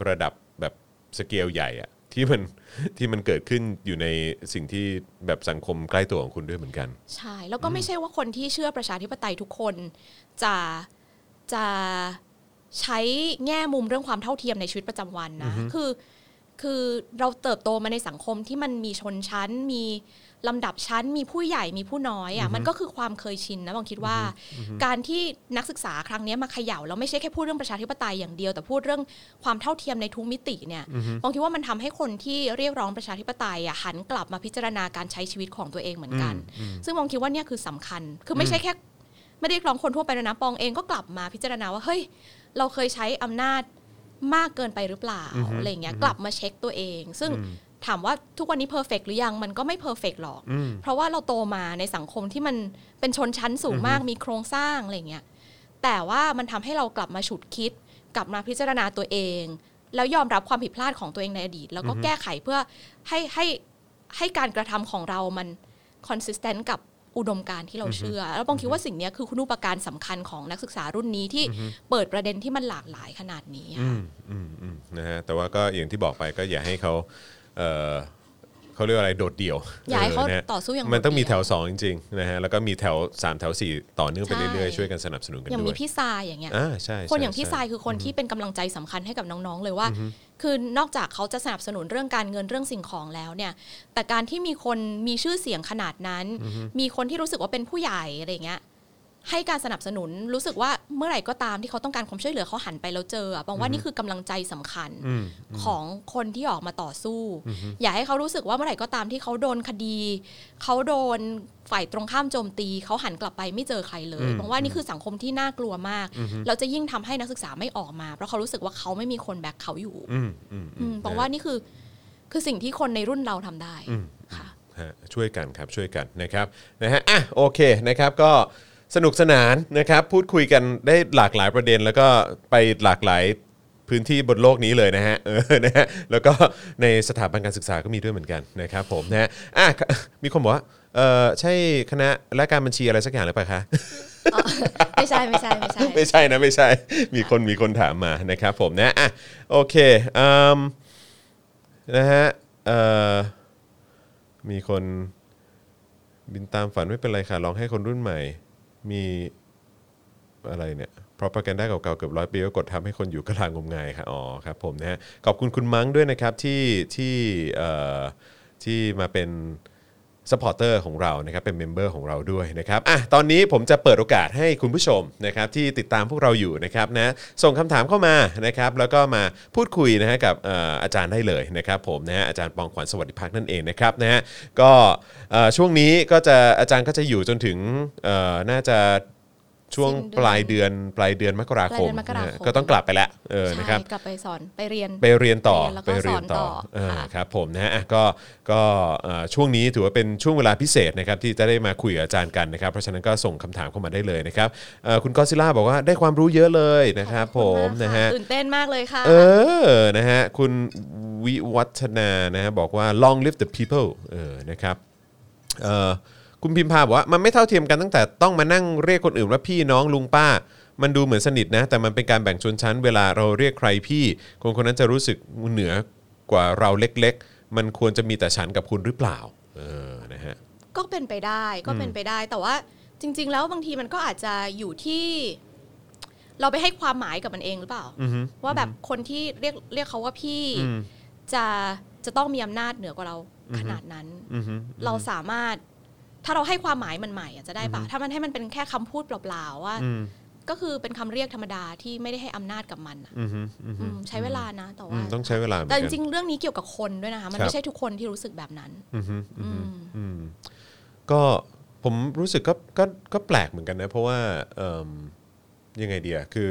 ระดับแบบสเกลใหญ่อะที่มัน ที่มันเกิดขึ้นอยู่ในสิ่งที่แบบสังคมใกล้ตัวของคุณด้วยเหมือนกัน
ใช่ แล้วก็ไม่ใช่ว่าคนที่เชื่อประชาธิปไตยทุกคนจะจะใช้แง่มุมเรื่องความเท่าเทียมในชีวิตประจำวันนะ คือ คือเราเติบโตมาในสังคมที่มันมีชนชั้น มีลำดับชั้น มีผู้ใหญ่มีผู้น้อยอ่ะมันก็คือความเคยชินนะบางคิดว่า การที่นักศึกษาครั้งเนี้ยมาเขย่าแล้วไม่ใช่แค่พูดเรื่องประชาธิปไตยอย่างเดียว แต่พูดเรื่องความเท่าเทียมในทุกมิติเนี่ยบางคิดว่ามันทำให้คนที่เรียกร้องประชาธิปไตยอ่ะหันกลับมาพิจารณาการใช้ชีวิตของตัวเองเหมือนกัน ซึ่งบางคิดว่าเนี่ยคือสำคัญ คือไม่ใช่แค่ ไม่ได้เรียกร้องคนทั่วไปแล้วนะปองเองก็กลับมาพิจารณาว่าเฮ้ย เราเคยใช้อำนาจมากเกินไปหรือเปล่า
อือฮึ
อะไรอย่างเงี้ย
อือฮึ
กลับมาเช็คตัวเอง ซึ่งถามว่าทุกวันนี้เพอร์เฟกหรือยังมันก็ไม่เพอร์เฟกหรอก
อืม
เพราะว่าเราโตมาในสังคมที่มันเป็นชนชั้นสูงมากมีโครงสร้างอะไรอย่างเงี้ยแต่ว่ามันทำให้เรากลับมาฉุดคิด กลับมาพิจารณาตัวเอง แล้วยอมรับความผิดพลาดของตัวเองในอดีต แล้วก็
อือฮึ
แก้ไขเพื่อให้ให้ให้การกระทำของเรามัน consistent กับอุดมการณ์ที่เราเชื่อ แล้วบองคิดว่าสิ่งเนี้ยคือคุณูปการสำคัญของนักศึกษารุ่นนี้ที่เปิดประเด็นที่มันหลากหลายขนาดนี้อะ
อืมอืมอืมนะฮะแต่ว่าก็อย่างที่บอกไปก็อย่าให้เขาเออเขาเรียกว่าอะไรโดดเดี่ยว
อยากให้เขา
นะฮะ
ต่อสู้อย่าง
มันต้องมีแถ
โดด
ว
เดี่ย
2 จริงๆนะฮะแล้วก็มีแถว 3 แถว 4 ต่อเนื่องไป
ใช่
เรื่อยๆ ช่วยกันสนับสนุนกัน
อย่าง
ด้ว
มี
ย
พี่ทรายอย่างเงี้ย
อ่าใช่
คน
ใช่
อย่างพี่
ใช่
ทรายคือคนที่เป็นกำลังใจสำคัญให้กับน้องๆเลยว่า คือนอกจากเขาจะสนับสนุนเรื่องการเงินเรื่องสิ่งของแล้วเนี่ย แต่การที่มีคนมีชื่อเสียงขนาดนั้น มีคนที่รู้สึกว่าเป็นผู้ใหญ่อะไรอย่างเงี้ยให้การสนับสนุนรู้สึกว่าเมื่อไหร่ก็ตามที่เขาต้องการความช่วยเหลือเขาหันไปแล้วเจออะบอกว่านี่คือกำลังใจสำคัญของคนที่ออกมาต่อสู้ อย่าให้เขารู้สึกว่าเมื่อไหร่ก็ตามที่เขาโดนคดี เขาโดนฝ่ายตรงข้ามโจมตี เขาหันกลับไปไม่เจอใครเลย
อืม
บอกว่านี่คือสังคมที่น่ากลัวมาก เราจะยิ่งทำให้นักศึกษาไม่ออกมา เพราะเขารู้สึกว่าเขาไม่มีคนแบกเขาอยู่
อืมอืม
อืมบอกว่านี่คือคือสิ่งที่คนในรุ่นเราทำได้
อืม
ค่ะ
ฮะช่วยกันครับช่วยกันนะครับนะฮะอ่ะโอเคนะครับก็สนุกสนานนะครับพูดคุยกันได้หลากหลายประเด็นแล้วก็ไปหลากหลายพื้นที่บนโลกนี้เลยนะฮะเออ นะฮะแล้วก็ในสถาบันการศึกษาก็มีด้วยเหมือนกันนะครับผมนะฮะอ่ะ มีคนบอกว่าเออใช่คณะและการบัญชีอะไรสักอย่างหรือเปล่าคะ
ไม่ใช่ไม่ใช่ไม่ใช่
ไม่ใช่นะไม่ใช่ มีคนมีคนถามมานะครับผมนะอ่ะโอเคอืมนะฮะเอ่อมีคนบินตามฝันไม่เป็นไรค่ะลองให้คนรุ่นใหม่ มีอะไรเนี่ยเพราะประกันได้เก่าๆเกือบร้อยปีก็กดทำให้คนอยู่กระลางงมงายค่ะอ๋อครับผมนะฮะขอบคุณคุณมั้งด้วยนะครับที่ที่เอ่อที่มาเป็น สปอร์เตอร์ของเรานะครับเป็นเมมเบอร์ของเราด้วยนะครับอ่ะตอนนี้ผมจะเปิดโอกาสให้คุณผู้ชมนะครับที่ติดตามพวกเราอยู่นะครับนะส่งคำถามเข้ามานะครับแล้วก็มาพูดคุยนะฮะกับเอ่ออาจารย์ได้เลยนะครับผมนะฮะอาจารย์ปองขวัญสวัสดิพักนั่นเองนะครับนะฮะก็เอ่อช่วงนี้ก็จะอาจารย์ก็จะอยู่จนถึงเอ่อน่าจะช่วง
ส
ป
ิ้นเดือน
ลายเดือนปลายเดือนมกราคม
ปลายเดือนมกราคม
นะฮะก็ต้องกลับไปแล้วเออ
ใช่
นะครับ
กลับไปสอนไปเรียน
ไปเรียนต่อ
ไปเรียนแล้วก็สอนต่อ
เออ
ค่ะ
ครับผมนะฮะอ่ะก็ก็เอ่อช่วงนี้ถือว่าเป็นช่วงเวลาพิเศษนะครับที่จะได้มาคุยกับอาจารย์กันนะครับเพราะฉะนั้นก็ส่งคำถามเข้ามาได้เลยนะครับเอ่อคุณก็อตซิลล่าบอกว่าได้ความรู้เยอะเลยนะครับ
ข
ผ
อณาก
มนะฮะ
ค่ตื่นเต้นมากเลยค่ะ
เออ นะฮะ คุณวิวัฒนานะฮะบอกว่า long live the people เออ นะครับ เออคุณพิมพาบอกว่า มันไม่เท่าเทียมกันตั้งแต่ต้องมานั่งเรียกคนอื่นว่าพี่น้องลุงป้า มันดูเหมือนสนิทนะ แต่มันเป็นการแบ่งชนชั้น เวลาเราเรียกใครพี่ คนคนนั้นจะรู้สึกเหนือกว่าเราเล็กๆ มันควรจะมีแต่ฉันกับคุณหรือเปล่า เออ นะฮะ
ก็เป็นไปได้ก็เป็นไปได้แต่ว่าจริง ๆ แล้วบางทีมันก็อาจจะอยู่ที่ เราไปให้ความหมายกับมันเองหรือเปล่า ว่าแบบคนที่เรียกเรียกเขาว่าพี่จะจะต้องมีอำนาจเหนือกว่าเราขนาดนั้น เราสามารถ ถ้าเราให้ความหมายมันใหม่อ่ะจะได้ปะถ้ามันให้มันเป็นแค่คำพูดเปล่าๆว่าก็คือเป็นคำเรียกธรรมดาที่ไม่ได้ให้อำนาจกับมันอะอืมใช้เวลานะแต่
อื
ว่า
มต้องใช้เวลาเหมือน
แต่จ
กัน
ริง ๆ เรื่องนี้เกี่ยวกับคนด้วยนะคะ มัน
ครับ
ไม่ใช่ทุกคนที่รู้สึกแบบนั้น
อือฮึอือฮึ
อืม
อืมก็ผมรู้สึกก็ก็ก็แปลกเหมือนกันนะ เพราะว่าเอิ่มยังไงเดียคือ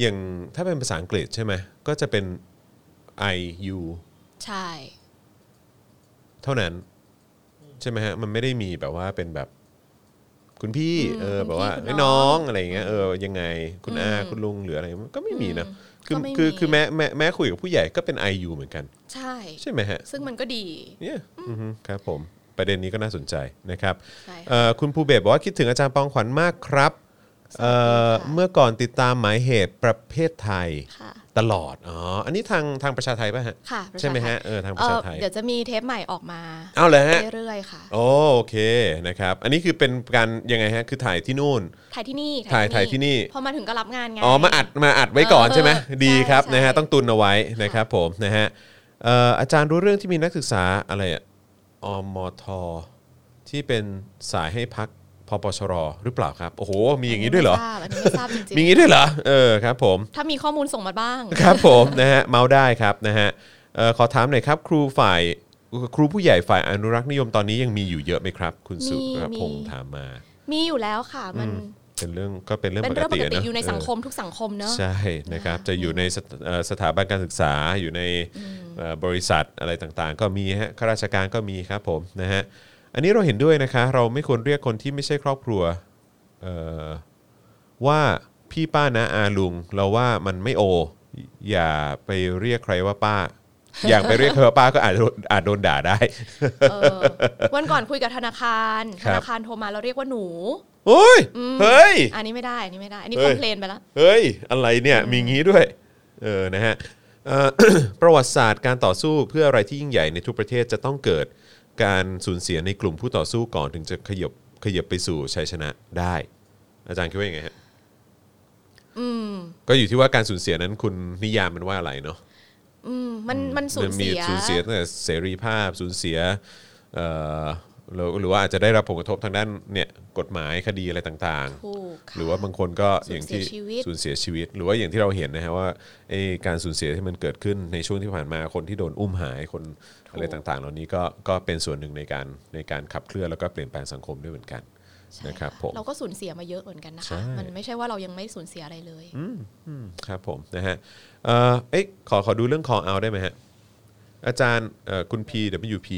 อย่างถ้าเป็นภาษาอังกฤษใช่ไหมก็จะเป็น I U
ใช่
เท่านั้น ใช่ไหมฮะ มันไม่ได้มีแบบว่าเป็นแบบคุณพี่
อืม
เออ
คุณพี่
แบบว่า
คุณน้อ
เอ้ยน้อง
ง
อะไรอย่างเงี้ยเออยังไงคุณอา
อืม
คุณลุงหรืออะไรมันก็ไม่มีนะคือ
ก็ไม่มี
คือคือแม้แม้แม้คุยกับผู้ใหญ่ก็เป็น IU เหมือนกัน
ใช่
ใช่ไหมฮะ
ซึ่งมันก็ดี
เนี่ยอือฮึครับผมประเด็นนี้ก็น่าสนใจนะครับ
ใช่ค่ะ
เอ่อคุณภูเบศบอกว่าคิดถึงอาจารย์ปองขวัญมากครับเอ่อ
สวัสดีค่ะ
เมื่อก่อนติดตามหมายเหตุประเภทไทย
ค่ะ
ตลอด อ๋อ อันนี้ทางทางประชาไทยป่ะฮะ
ค่ะ
ใช่ไหมฮะ เออ ทางประชาไทย
เอ่อเดี๋ยวจะมีเทปใหม่ออกมา
เอาเลยฮะ
เรื่อยๆ ค่ะ
โอโอเคนะครับ อันนี้คือเป็นการยังไงฮะ คือถ่ายที่นู่น
ถ่ายที่นี่
ถ่ายถ่ายที่นี่
พอมาถึงก็รับงานไง
อ๋อ มาอัด มาอัดไว้ก่อน
เออ
ใช่ไหม
เออ
ดีครับ
ใช่
นะฮะ
ใช่
ต้องตุนเอาไว้นะครับผมนะฮะ เอ่ออาจารย์รู้เรื่องที่มีนักศึกษาอะไรอะอมทที่เป็นสายให้พักพปชรหรือเปล่าครับ โอ้โห มีอย่างนี้ด้วยเหรอ
อันนี้ไม่ทราบอันนี้ไม่ทราบจริง
มีอย่างนี้ด้วยเหรอ เออครับผม
ๆ ถ้ามีข้อมูลส่งมาบ้าง
ครับผม นะฮะเมาได้ครับนะฮะเอ่อขอถามหน่อยครับ ครูฝ่ายครูผู้ใหญ่ฝ่ายอนุรักษ์นิยมตอนนี้ยังมีอยู่เยอะไหมครับ คุณสุ
มี
รพง
มี
ษ์ถามมา
มีอยู่แล้วค่ะ มัน
เป็นเรื่องก็เป็นเรื่อง
เป็
ปก
นเรื่องป
ติ
กติ
ะะ
อยู่ในสังค
เอ
มทุกสังคม
อ
เนอะ
ใช่นะครับจะอยู่ในสถเอ่อสถาบันการศึกษาอยู่ในเอ่อบริษัทอะไรต่างๆ ก็มีฮะข้าราชการก็มีครับผมนะฮะอันนี้เราเห็นด้วยนะคะ เราไม่ควรเรียกคนที่ไม่ใช่ครอบครัวเอ่อว่าพี่ป้านะอาลุง เราว่ามันไม่โอ อย่าไปเรียกใครว่า ป้า อย่างไปเรียกใครว่าป้าก็อาจโดนอาจโดนด่าได้
เออวันก่อนคุยกับธนาคาร
ค
ธ
รับ
นาคารโทรมาแล้วเรียกว่าหนู
โอ้ย
อืม
เฮ้ย
อันนี้ไม่ได้ อันนี้ไม่ได้ อันนี้
เฮ้
ค
ย
อมเพลนไปแล้ว
เฮ้ย อะไรเนี่ย มีงี้ด้วย เออ นะฮะเอ่อ ประวัติศาสตร์การต่อสู้เพื่ออะไรที่ยิ่งใหญ่ในทุกประเทศจะต้องเกิดการสูญเสียในกลุ่มผู้ต่อสู้ก่อนถึงจะขยบขยบไปสู่ชัยชนะได้ อาจารย์คิดว่ายังไงฮะ
อืม
ก็อยู่ที่ว่าการสูญเสียนั้นคุณนิยามมันว่าอะไรเนาะ
อืม มัน มันสูญ
มัมี
เสีย
สูญเสียตั้งแต่เสรีภาพสูญเสียเอ่อหรือหรือว่าอาจจะได้รับผลกระทบทางด้านเนี่ยกฎหมายคดีอะไรต่างๆ
ถูกค่ะ
หรือว่าบางคนก็
สูญ
อย่างที่
เสียชีวิต
สูญเสียชีวิต หรือว่าอย่างที่เราเห็นนะฮะว่าไอ้การสูญเสียที่มันเกิดขึ้นในช่วงที่ผ่านมาคนที่โดนอุ้มหายคนอะไรต่างๆ เหล่านี้ก็ก็เป็นส่วนหนึ่งในการในการขับเคลื่อนแล้วก็เปลี่ยนแปลงสังคมด้วยเหมือนกัน
ใช่
นะครับผม
เราก็สูญเสียมาเยอะเหมือนกันนะ
ใช่
คะ มันไม่ใช่ว่าเรายังไม่สูญเสียอะไรเลย
อืมครับผมนะฮะเอ่อเอ๊ะขอขอดูเรื่องคองเอาได้ไหมฮะอาจารย์เอ่อคุณ PWP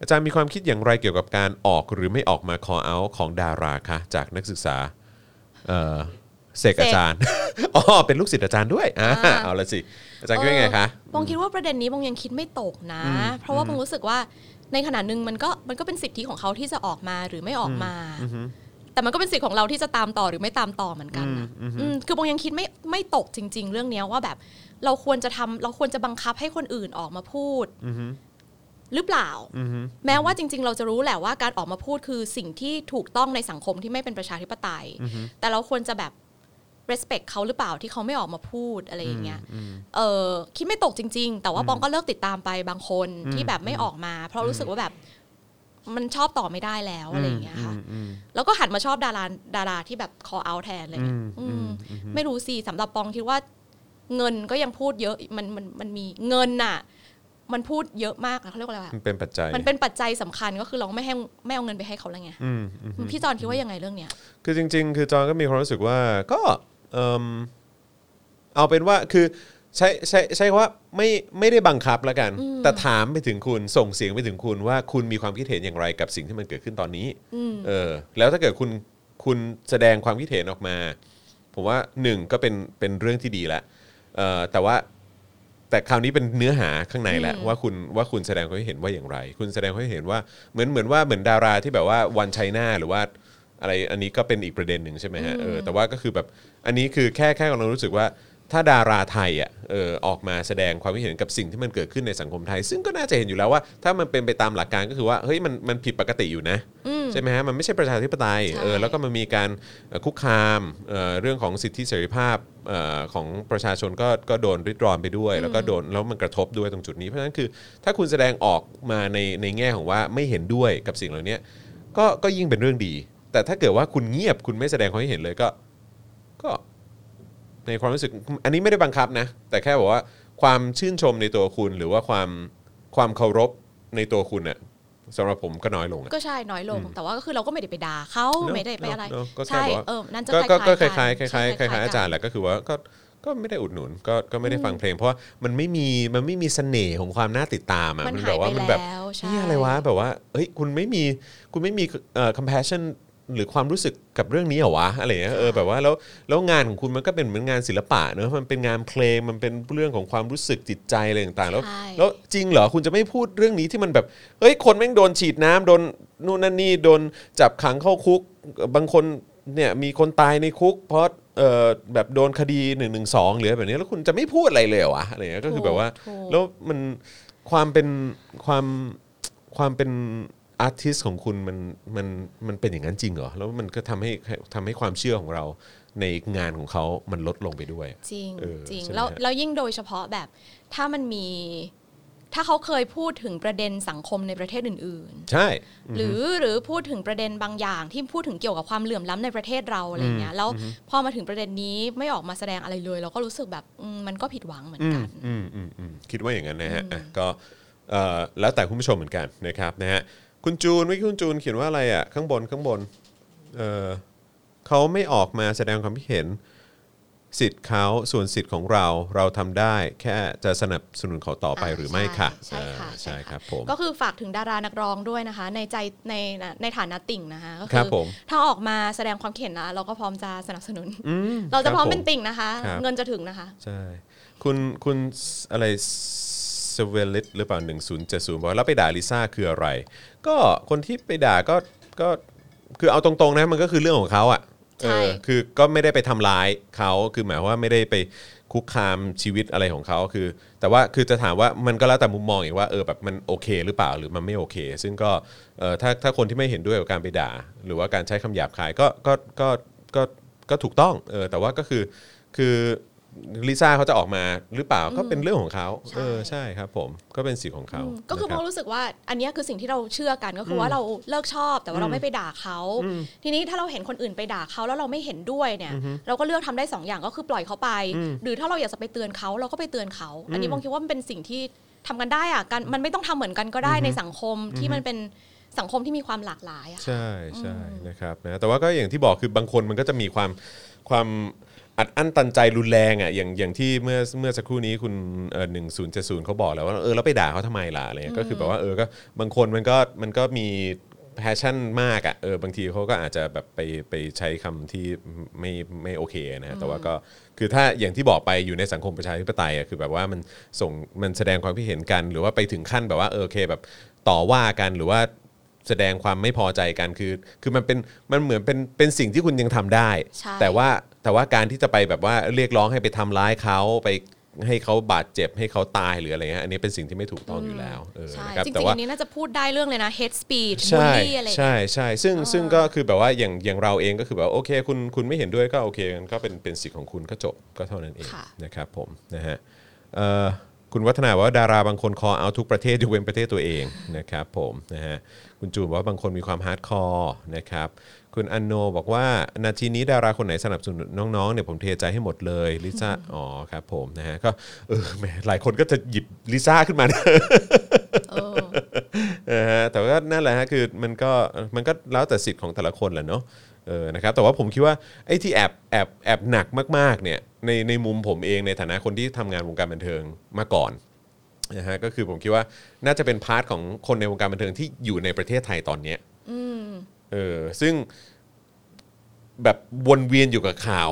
อาจารย์มีความคิดอย่างไรเกี่ยวกับการออกหรือไม่ออกมาคอเอาของดาราคะจากนักศึกษาเอ่อเสก
เสก
อาจารย์ อ๋อเป็นลูกศิษย์อาจารย์ด้วยอ่า
อ่า
เอาละสิ อาจารย์คิดว่าไงคะ
เออปองคิดว่าประเด็นนี้ปองยังคิดไม่ตกนะ เพราะว่าปองรู้สึกว่าในขณะหนึ่งมันก็มันก็เป็นสิทธิของเขาที่จะออกมาหรือไม่ออกมา แต่มันก็เป็นสิทธิของเราที่จะตามต่อหรือไม่ตามต่อเหมือนกันนะอืมคือปองยังคิดไม่ไม่ตกจริง ๆ เรื่องเนี้ยว่าแบบเราควรจะทำเราควรจะบังคับให้คนอื่นออกมาพูดหรือเปล่า แม้ว่าจริง ๆ เราจะรู้แหละว่าการออกมาพูดคือสิ่งที่ถูกต้องในสังคมที่ไม่เป็นประชาธิปไตย แต่เราควรจะแบบ respect เขาหรือเปล่าที่เขาไม่ออกมาพูดอะไรอย่างเงี้ย เออคิดไม่ตกจริง ๆ แต่ว่าปองก็เลิกติดตามไปบางคนที่แบบไม่ออกมา เพราะรู้สึกว่าแบบมันชอบต่อไม่ได้แล้วอะไรอย่างเงี้ยค่ะ แล้วก็หันมาชอบดาราดาราที่แบบ call out แทนอะไรเงี้ยอืมไม่รู้สิสำหรับปองคิดว่า เงินก็ยังพูดเยอะมันมันมันมีเงินน่ะ มันพูดเยอะมากนะเขาเรียกว่าอะไร
มั
อะ
นเป็นปัจจัย
มันเป็นปัจจัยสำคัญก็คือเราไม่ให้ไม่เอาเงินไปให้เขาแล้วไง
อืมอืม
พี่จอนคิดว่ายังไงเรื่องเนี้ย
คือจริง ๆ คือจอนก็มีความรู้สึกว่าก็เอมเอาเป็นว่าคือใช้ใช้ใช้คำว่าไม่ไม่ได้บังคับละกัน แต่ถามไปถึงคุณส่งเสียงไปถึงคุณว่าคุณมีความคิดเห็นอย่างไรกับสิ่งที่มันเกิดขึ้นตอนนี้
อืม
เออ แล้วถ้าเกิดคุณคุณแสดงความคิดเห็นออกมา ผมว่าหนึ่งก็เป็นเป็นเรื่องที่ดีละเออแต่ว่า แต่คราวนี้เป็นเนื้อหาข้างในแล้วว่าคุณว่าคุณแสดงความคิดเห็นว่าอย่างไร คุณแสดงความคิดเห็นว่าเหมือนเหมือนว่าเหมือนดาราที่แบบว่าวันไชน่าหรือว่าอะไรอันนี้ก็เป็นอีกประเด็นหนึ่งใช่ไหมฮะเออแต่ว่าก็คือแบบอันนี้คือแค่แค่กำลังรู้สึกว่า ถ้าดาราไทยอ่ะเออออกมาแสดงความคิดเห็นกับสิ่งที่มันเกิดขึ้นในสังคมไทย ซึ่งก็น่าจะเห็นอยู่แล้วว่า ถ้ามันเป็นไปตามหลักการก็คือว่าเฮ้ยมันมันผิดปกติอยู่นะ
อืม
ใช่ไหมฮะมันไม่ใช่ประชาธิปไตย
ใช่
เออแล้วก็มันมีการเอ่อคุกคามเอ่อเรื่องของสิทธิเสรีภาพเอ่อของประชาชนก็ก็โดนริดรอนไปด้วย แล้วก็โดนแล้วมันกระทบด้วยตรงจุดนี้เพราะฉะนั้นคือถ้าคุณแสดงออกมาในในแง่ของว่าไม่เห็นด้วยกับสิ่งเหล่านี้ก็ก็ยิ่งเป็นเรื่องดี แต่ถ้าเกิดว่าคุณเงียบคุณไม่แสดงความคิดเห็นเลยก็ก็ ในความรู้สึกอันนี้ไม่ได้บังคับนะ แต่แค่บอกว่าความชื่นชมในตัวคุณหรือว่าความความเคารพในตัวคุณน่ะสำหรับผมก็น้อยลงอะ
ก็ใช่น้อยลง แต่ว่าก็คือเราก็ไม่ได้ไปด่าเขา
เนอะ
ไม่ได้ไปอะไร
เนอะก็แค่
ใช่
บอกว่า
เออนั่นจะ
ก็ก็ก็ค
ล้ายๆ
ล้ายๆค
กัน
ล้ายๆค
ใช่
ล้ายๆอาจารย์แหละก็คือว่าก็ก็ไม่ได้อุดหนุนก็ก็ไม่ได้ฟังเพลง เพราะว่ามันไม่มีมันไม่มีเสน่ห์ของความน่าติดตามอ่ะ
มัน
แบ
หาย
บ
ไป
ว่ามัแบบ
แล้วใช่
นี่อะไรวะแบบว่าเฮ้ยคุณไม่มีคุณไม่มีเอ่อ compassion หรือความรู้สึกกับเรื่องนี้เหรอวะอะไรเงี้ยเออแบบว่าแล้วแล้วงานของคุณมันก็เป็นเหมือนงานศิลปะเนอะมันเป็นงานเพลงมันเป็นเรื่องของความรู้สึกจิตใจอะไรต่างๆแล้ว
ใช่
แล้วจริงเหรอคุณจะไม่พูดเรื่องนี้ที่มันแบบเฮ้ยคนแม่งโดนฉีดน้ำโดนนู่นนั่นนี่โดนจับขังเข้าคุกบางคนเนี่ยมีคนตายในคุก เพราะเอ่อแบบโดนคดี1นึหรืออะไรแบบนี้แล้วคุณจะไม่พูดอะไรเลยเหรอวะอะไรเงี้ยก็คือแบบว่า
ถูก
แล้วมันความเป็นความความเป็นอาร์ติสของคุณมันมันมันเป็นอย่างนั้นจริงเหรอแล้วมันก็ทำให้ทำให้ความเชื่อของเราในงานของเขามันลดลงไปด้วย
จริง
เออ
จริง
ใช่ไหม
แล้ว
ฮะ
แล้วยิ่งโดยเฉพาะแบบถ้ามันมี ถ้าเขาเคยพูดถึงประเด็นสังคมในประเทศอื่น ๆ
ใช่
หรือหรือพูดถึงประเด็นบางอย่างที่พูดถึงเกี่ยวกับความเหลื่อมล้ำในประเทศเราอะไรเงี้ยแล้วพอมาถึงประเด็นนี้ไม่ออกมาแสดงอะไรเลย เราก็รู้สึกแบบอืมมันก็ผิดหวังเหมือนกัน
อืมอืมอืมคิดว่าอย่างนั้นนะฮะอ่ะก็เอ่อแล้วแต่คุณผู้ชมเหมือนกันนะครับนะฮะคุณจูนเมื่อกี้คุณจูนเขียนว่าอะไรอ่ะข้างบนข้างบนเออเขาไม่ออกมาแสดงความคิดเห็นสิทธิ์เขาส่วนสิทธิ์ของเราเราทำได้แค่จะสนับสนุนเขาต่อไป
อ่า
หรือไม่
ใช่
ค่ะ
ใช่ค่ะ
อ่า
ใช่
ใช่
ค่ะ
ครับผม
ก็คือฝากถึงดารานักร้องด้วยนะคะ ในใจในในฐานะติ่งนะคะก็
ค
คื
รั
อบ
ผม
ถ้าออกมาแสดงความคิดเห็นนะเราก็พร้อมจะสนับสนุน
อืม
เราจะพร้อม
คบ
เป็น
ผ
ติ่งนะคะ
ครับ
เงินจะถึงนะคะ
ใช่คุณคุณอะไรเซเวลิตหรือเปล่า1070บอกว่าแล้วไปด่าลิซ่าคืออะไร ก็คนที่ไปด่าก็ก็คือเอาตรงๆนะมันก็คือเรื่องของเขาอะ่ะเออคือก็ไม่ได้ไปทำร้ายเขาคือหมายความว่าไม่ได้ไปคุกคามชีวิตอะไรของเขาคือ แต่ว่าคือจะถามว่ามันก็แล้วแต่มุมมองอีกว่าเออแบบมันโอเคหรือเปล่าหรือมันไม่โอเค ซึ่งก็เออถ้าถ้าคนที่ไม่เห็นด้วยกับการไปด่า หรือว่าการใช้คำหยาบคายก็ก็ก็ก็ก็ถูกต้องเออแต่ว่าก็คือคือ ลิซ่าเขาจะออกมาหรือเปล่าก็เป็นเรื่องของเขาเออใช่ครับผมก็เป็นสิทธิ์ของเขา
อืมก็คือ
นะ
ม
รั
อบ งรู้สึกว่าอันเนี้ยคือสิ่งที่เราเชื่อกันก็คืออว่าเราเลิกชอบแต่ว่าเราไม่ไปด่าเขาทีนี้ถ้าเราเห็นคนอื่นไปด่าเขาแล้วเราไม่เห็นด้วยเนี่ยเราก็เลือกทำได้สองอย่างก็คือปล่อยเขาไป หรือถ้าเราอยากจะไปเตือนเขาเราก็ไปเตือนเขา อันนี้บางทีว่ามันเป็นสิ่งที่ทำกันได้อะกันมันไม่ต้องทำเหมือนกันก็ได้ในสังคมที่มันเป็นสังคมที่มีความหลากหลายอะ
ใช่ใช่นะครับนะแต่ว่าก็อย่างที่บอกคือบางคนมันก็จะมีความความอัดอั้นตันใจรุนแรงอ่ะอย่างอย่างที่เมื่อเมื่อสักครู่นี้คุณหนึ่งศูนย์เจ็ดศูนย์เขาบอกแล้วว่าเออแล้วไปด่าเขาทำไมล่ะอะไรเงี้ยก็คือแบบว่าเออก็บางคนมันก็มันก็มีแพชชั่นมากอ่ะเออบางทีเขาก็อาจจะแบบไปไปใช้คำที่ไม่ไม่โอเคนะฮะแต่ว่าก็คือถ้าอย่างที่บอกไปอยู่ในสังคมประชาธิปไตยอ่ะคือแบบว่ามันส่งมันแสดงความคิดเห็นกัน หรือว่าไปถึงขั้นแบบว่าเออโอเคแบบต่อว่ากันหรือว่า แสดงความไม่พอใจกันคือ คือมันเป็นมันเหมือนเป็นเป็นสิ่งที่คุณยังทำได้
ใช่
แต่ว่าแต่ว่าการที่จะไปแบบว่าเรียกร้องให้ไปทำร้ายเขาไปให้เขาบาดเจ็บให้เขาตายหรืออะไรเงี้ยอันนี้เป็นสิ่งที่ไม่ถูกต้องอยู่แล้วเออ
ใช่
นะครับ
จ
แต่
ริงๆ
ว่า
อันนี้น่าจะพูดได้เรื่องเลยนะ hate speech บูล
ใช่
ลี่อะไรอย่างเงี้ย
ใช่ใช่ซึ่งซึ่งก็คือแบบว่าอย่างอย่างเราเองก็คือแบบโอเคคุณคุณไม่เห็นด้วยก็โอเคงั้นก็เป็นเป็นสิทธิ์ของคุณก็จบก็เท่านั้นเอง
ค่ะ
นะครับผมนะฮะเอ่อคุณวัฒนาบอกว่าดาราบางคนคอเอาทุกประเทศยกเว้นประเทศตัวเองนะครับผมนะฮะคุณจูนบอกว่าบางคนมีความฮาร์ดคอร์นะครับคุณอันโนบอกว่านาทีนี้ดาราคนไหนสนับสนุนน้องๆเนี่ยผมเทใจให้หมดเลยลิซ่าอ๋อครับผมนะฮะก็เออแหมหลายคนก็จะหยิบลิซ่าขึ้นมานะ
เออ
นะฮะแต่ว่านั่นแหละฮะคือมันก็มันก็แล้วแต่สิทธิ์ของแต่ละคนแหละเนาะเออนะครับแต่ว่าผมคิดว่าไอ้ที่แอบแอบแอบหนักมากๆเนี่ยในในมุมผมเองในฐานะคนที่ทำงานวงการบันเทิงมาก่อนนะฮะก็คือผมคิดว่าน่าจะเป็นพาร์ทของคนในวงการบันเทิงที่อยู่ในประเทศไทยตอนเนี้ยเออซึ่ง แบบวนเวียนอยู่กับข่าว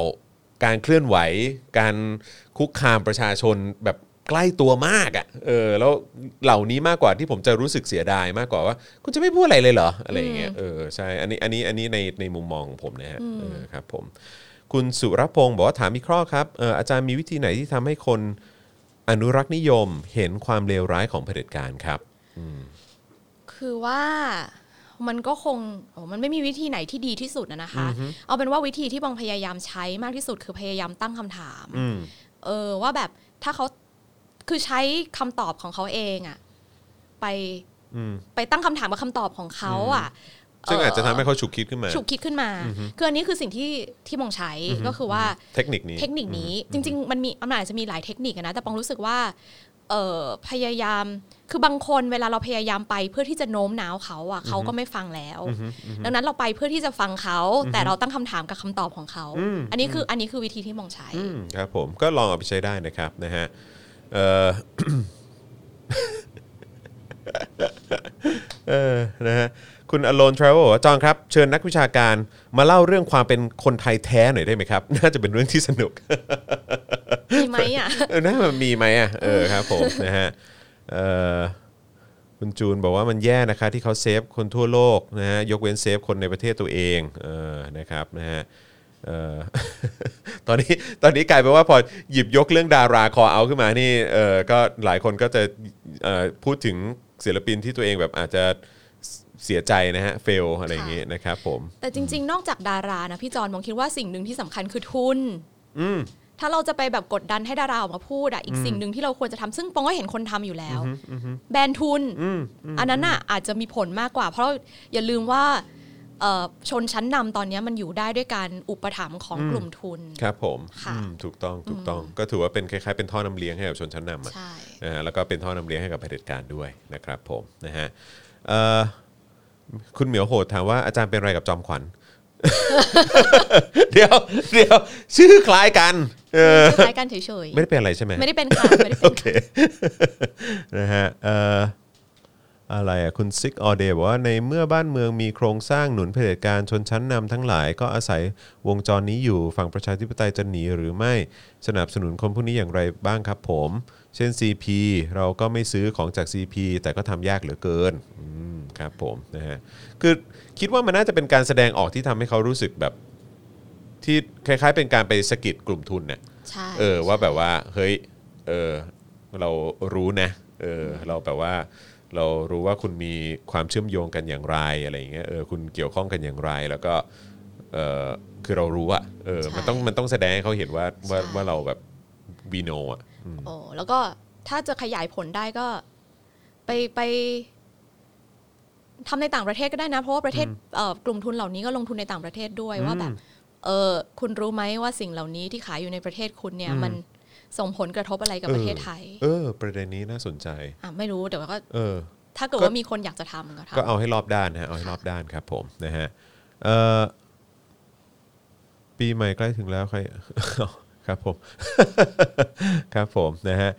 การเคลื่อนไหว การคุกคามประชาชนแบบใกล้ตัวมากอะ่ะเออแล้วเหล่านี้มากกว่าที่ผมจะรู้สึกเสียดายมากกว่าว่า คุณจะไม่พูดอะไรเลยเหรออะไรอย่างเงี้ยเออใช่อันนี้อันนี้อันนี้ในในมุมมองของผมนะฮะเออครับผม คุณสุรพงศ์บอกว่าถามอีกครอบครับเอออาจารย์มีวิธีไหนที่ทำให้คนอนุรักษ์นิยมเห็นความเลวร้ายของเผด็จการครับ
คือว่ามันก็คงโอ้มันไม่มีวิธีไหนที่ดีที่สุดนะนะคะ เอาเป็นว่าวิธีที่บองพยายามใช้มากที่สุดคือพยายามตั้งคำถาม
อืม
เออว่าแบบถ้าเขาคือใช้คำตอบของเขาเองอะไป
อืม
ไปตั้งคำถามกับคำตอบของเขาอะ
ซึ่งอาจจะทำให้เขาฉุกคิดขึ้นมา
ฉุกคิดขึ้นมา คืออันนี้คือสิ่งที่ที่มองใช้ก็คือว่า
เทคนิคนี้
เทคนิคนี้จริง ๆ มันมีอำนาจจะมีหลายเทคนิคอะนะ แต่ปองรู้สึกว่าเออพยายามคือบางคนเวลาเราพยายามไปเพื่อที่จะโน้มน้าวเขาอะเขาก็ไม่ฟังแล้ว ดังนั้นเราไปเพื่อที่จะฟังเขา แต่เราตั้งคำถามกับคำตอบของเขา อันนี้คืออันนี้คือวิธีที่มองใช้
อืมครับผมก็ลองเอาไปใช้ได้นะครับนะฮะเออ เออนะฮะคุณอโลนทราเวลจองครับ เชิญนักวิชาการมาเล่าเรื่องความเป็นคนไทยแท้หน่อยได้ไหมครับ น่าจะเป็นเรื่องที่สนุก
มีไหมอ่ะ
เออน่ามันมีไหมอ่ะเออครับผม นะฮะเอ่อคุณจูนบอกว่ามันแย่นะคะที่เขาเซฟคนทั่วโลกนะฮะยกเว้นเซฟคนในประเทศตัวเองเออนะครับนะฮะเอ่ อ ตอนนี้ตอนนี้กลายเป็นว่าพอหยิบยกเรื่องดาราคอเอาขึ้นมานี่เออก็หลายคนก็จะเอ่อพูดถึงศิลปินที่ตัวเองแบบอาจจะเสียใจนะฮะเฟลอะไรอย่างงี้นะครับผม
แต่จริง ๆ นอกจากดารานะพี่จอนมองคิดว่าสิ่งหนึ่งที่สำคัญคือทุน ถ้าเราจะไปแบบกดดันให้ดาราออกมาพูดอ่ะอีกสิ่งหนึ่งที่เราควรจะทำซึ่งปองก็เห็นคนทำอยู่แล้ว แบรนด์ทุน
อืมอืม
อันนั้นอ่ะอาจจะมีผลมากกว่า เพราะอย่าลืมว่าเอ่อชนชั้นนำตอนเนี้ยมันอยู่ได้ด้วยการอุปถัมภ์ของกลุ่มทุน
ครับผม
ค่ะ
อืมถูกต้องถูกต้องก็ถือว่าเป็นคล้ายๆเป็นท่อนำเลี้ยงให้กับชนชั้นนำอะ
ใช่
นะฮะแล้วก็เป็นท่อนำเลี้ยงให้กับเผด็จการด้วยนะครับผมนะฮะเอ่อคุณเหมียวโหดถามว่าอาจารย์เป็นอะไรกับจอมขวัญ เดี๋ยวเดี๋ยวชื่อคล้ายกันเออ
คล้ายกันเฉย
ไม่ได้เป็นอะไรใช่ไหม
ๆ ไม่ได้เป็นค่ะไม่ได้
โอ
เป็น
เค นะฮะเอ่ออะไรอ่ะคุณซิกออเดย์บอกว่าในเมื่อบ้านเมืองมีโครงสร้างหนุนเผด็จการชนชั้นนำทั้งหลาย ก็อาศัยวงจรนี้อยู่ฝั่งประชาธิปไตยจะหนีหรือไม่สนับสนุนคนพวกนี้อย่างไรบ้างครับผม เช่น CP เราก็ไม่ซื้อของจาก CP แต่ก็ทำยากเหลือเกินอืมครับผมนะฮะคือคิดว่ามันน่าจะเป็นการแสดงออกที่ทำให้เขารู้สึกแบบที่คล้ายๆ เป็นการไปสะกิดกลุ่มทุนเนี่ย
ใช่
เออว่าแบบว่าเฮ้ยเออเรารู้นะเออเราแบบว่า เรารู้ว่าคุณมีความเชื่อมโยงกันอย่างไรอะไรอย่างเงี้ยเออคุณเกี่ยวข้องกันอย่างไร แล้วก็เออคือเรารู้อะเออมันต้องมันต้องแสดงให้เขาเห็นว่าว่าว่าเราแบบวีโนอะ
โอ้แล้วก็ถ้าจะขยายผลได้ก็ไปไปทำในต่างประเทศก็ได้นะ เพราะว่าประเทศเอ่อกลุ่มทุนเหล่านี้ก็ลงทุนในต่างประเทศด้วยว่าแบบ เออคุณรู้ไหมว่าสิ่งเหล่านี้ที่ขายอยู่ในประเทศคุณเนี่ย มันส่งผลกระทบอะไรกับประเทศไทย
เออ ประเด็นนี้น่าสนใจ
อ่ะไม่รู้แต่ว่าก็
เออ
ถ้าเกิด
ก็
ว่ามีคนอยากจะทำก็
ก็
ทำ
เอาให้รอบด้านนะฮะเอาให้รอบด้านครับผมนะฮะเออปีใหม่ใกล้ถึงแล้วใคร ครับผม ครับผมนะ ฮะ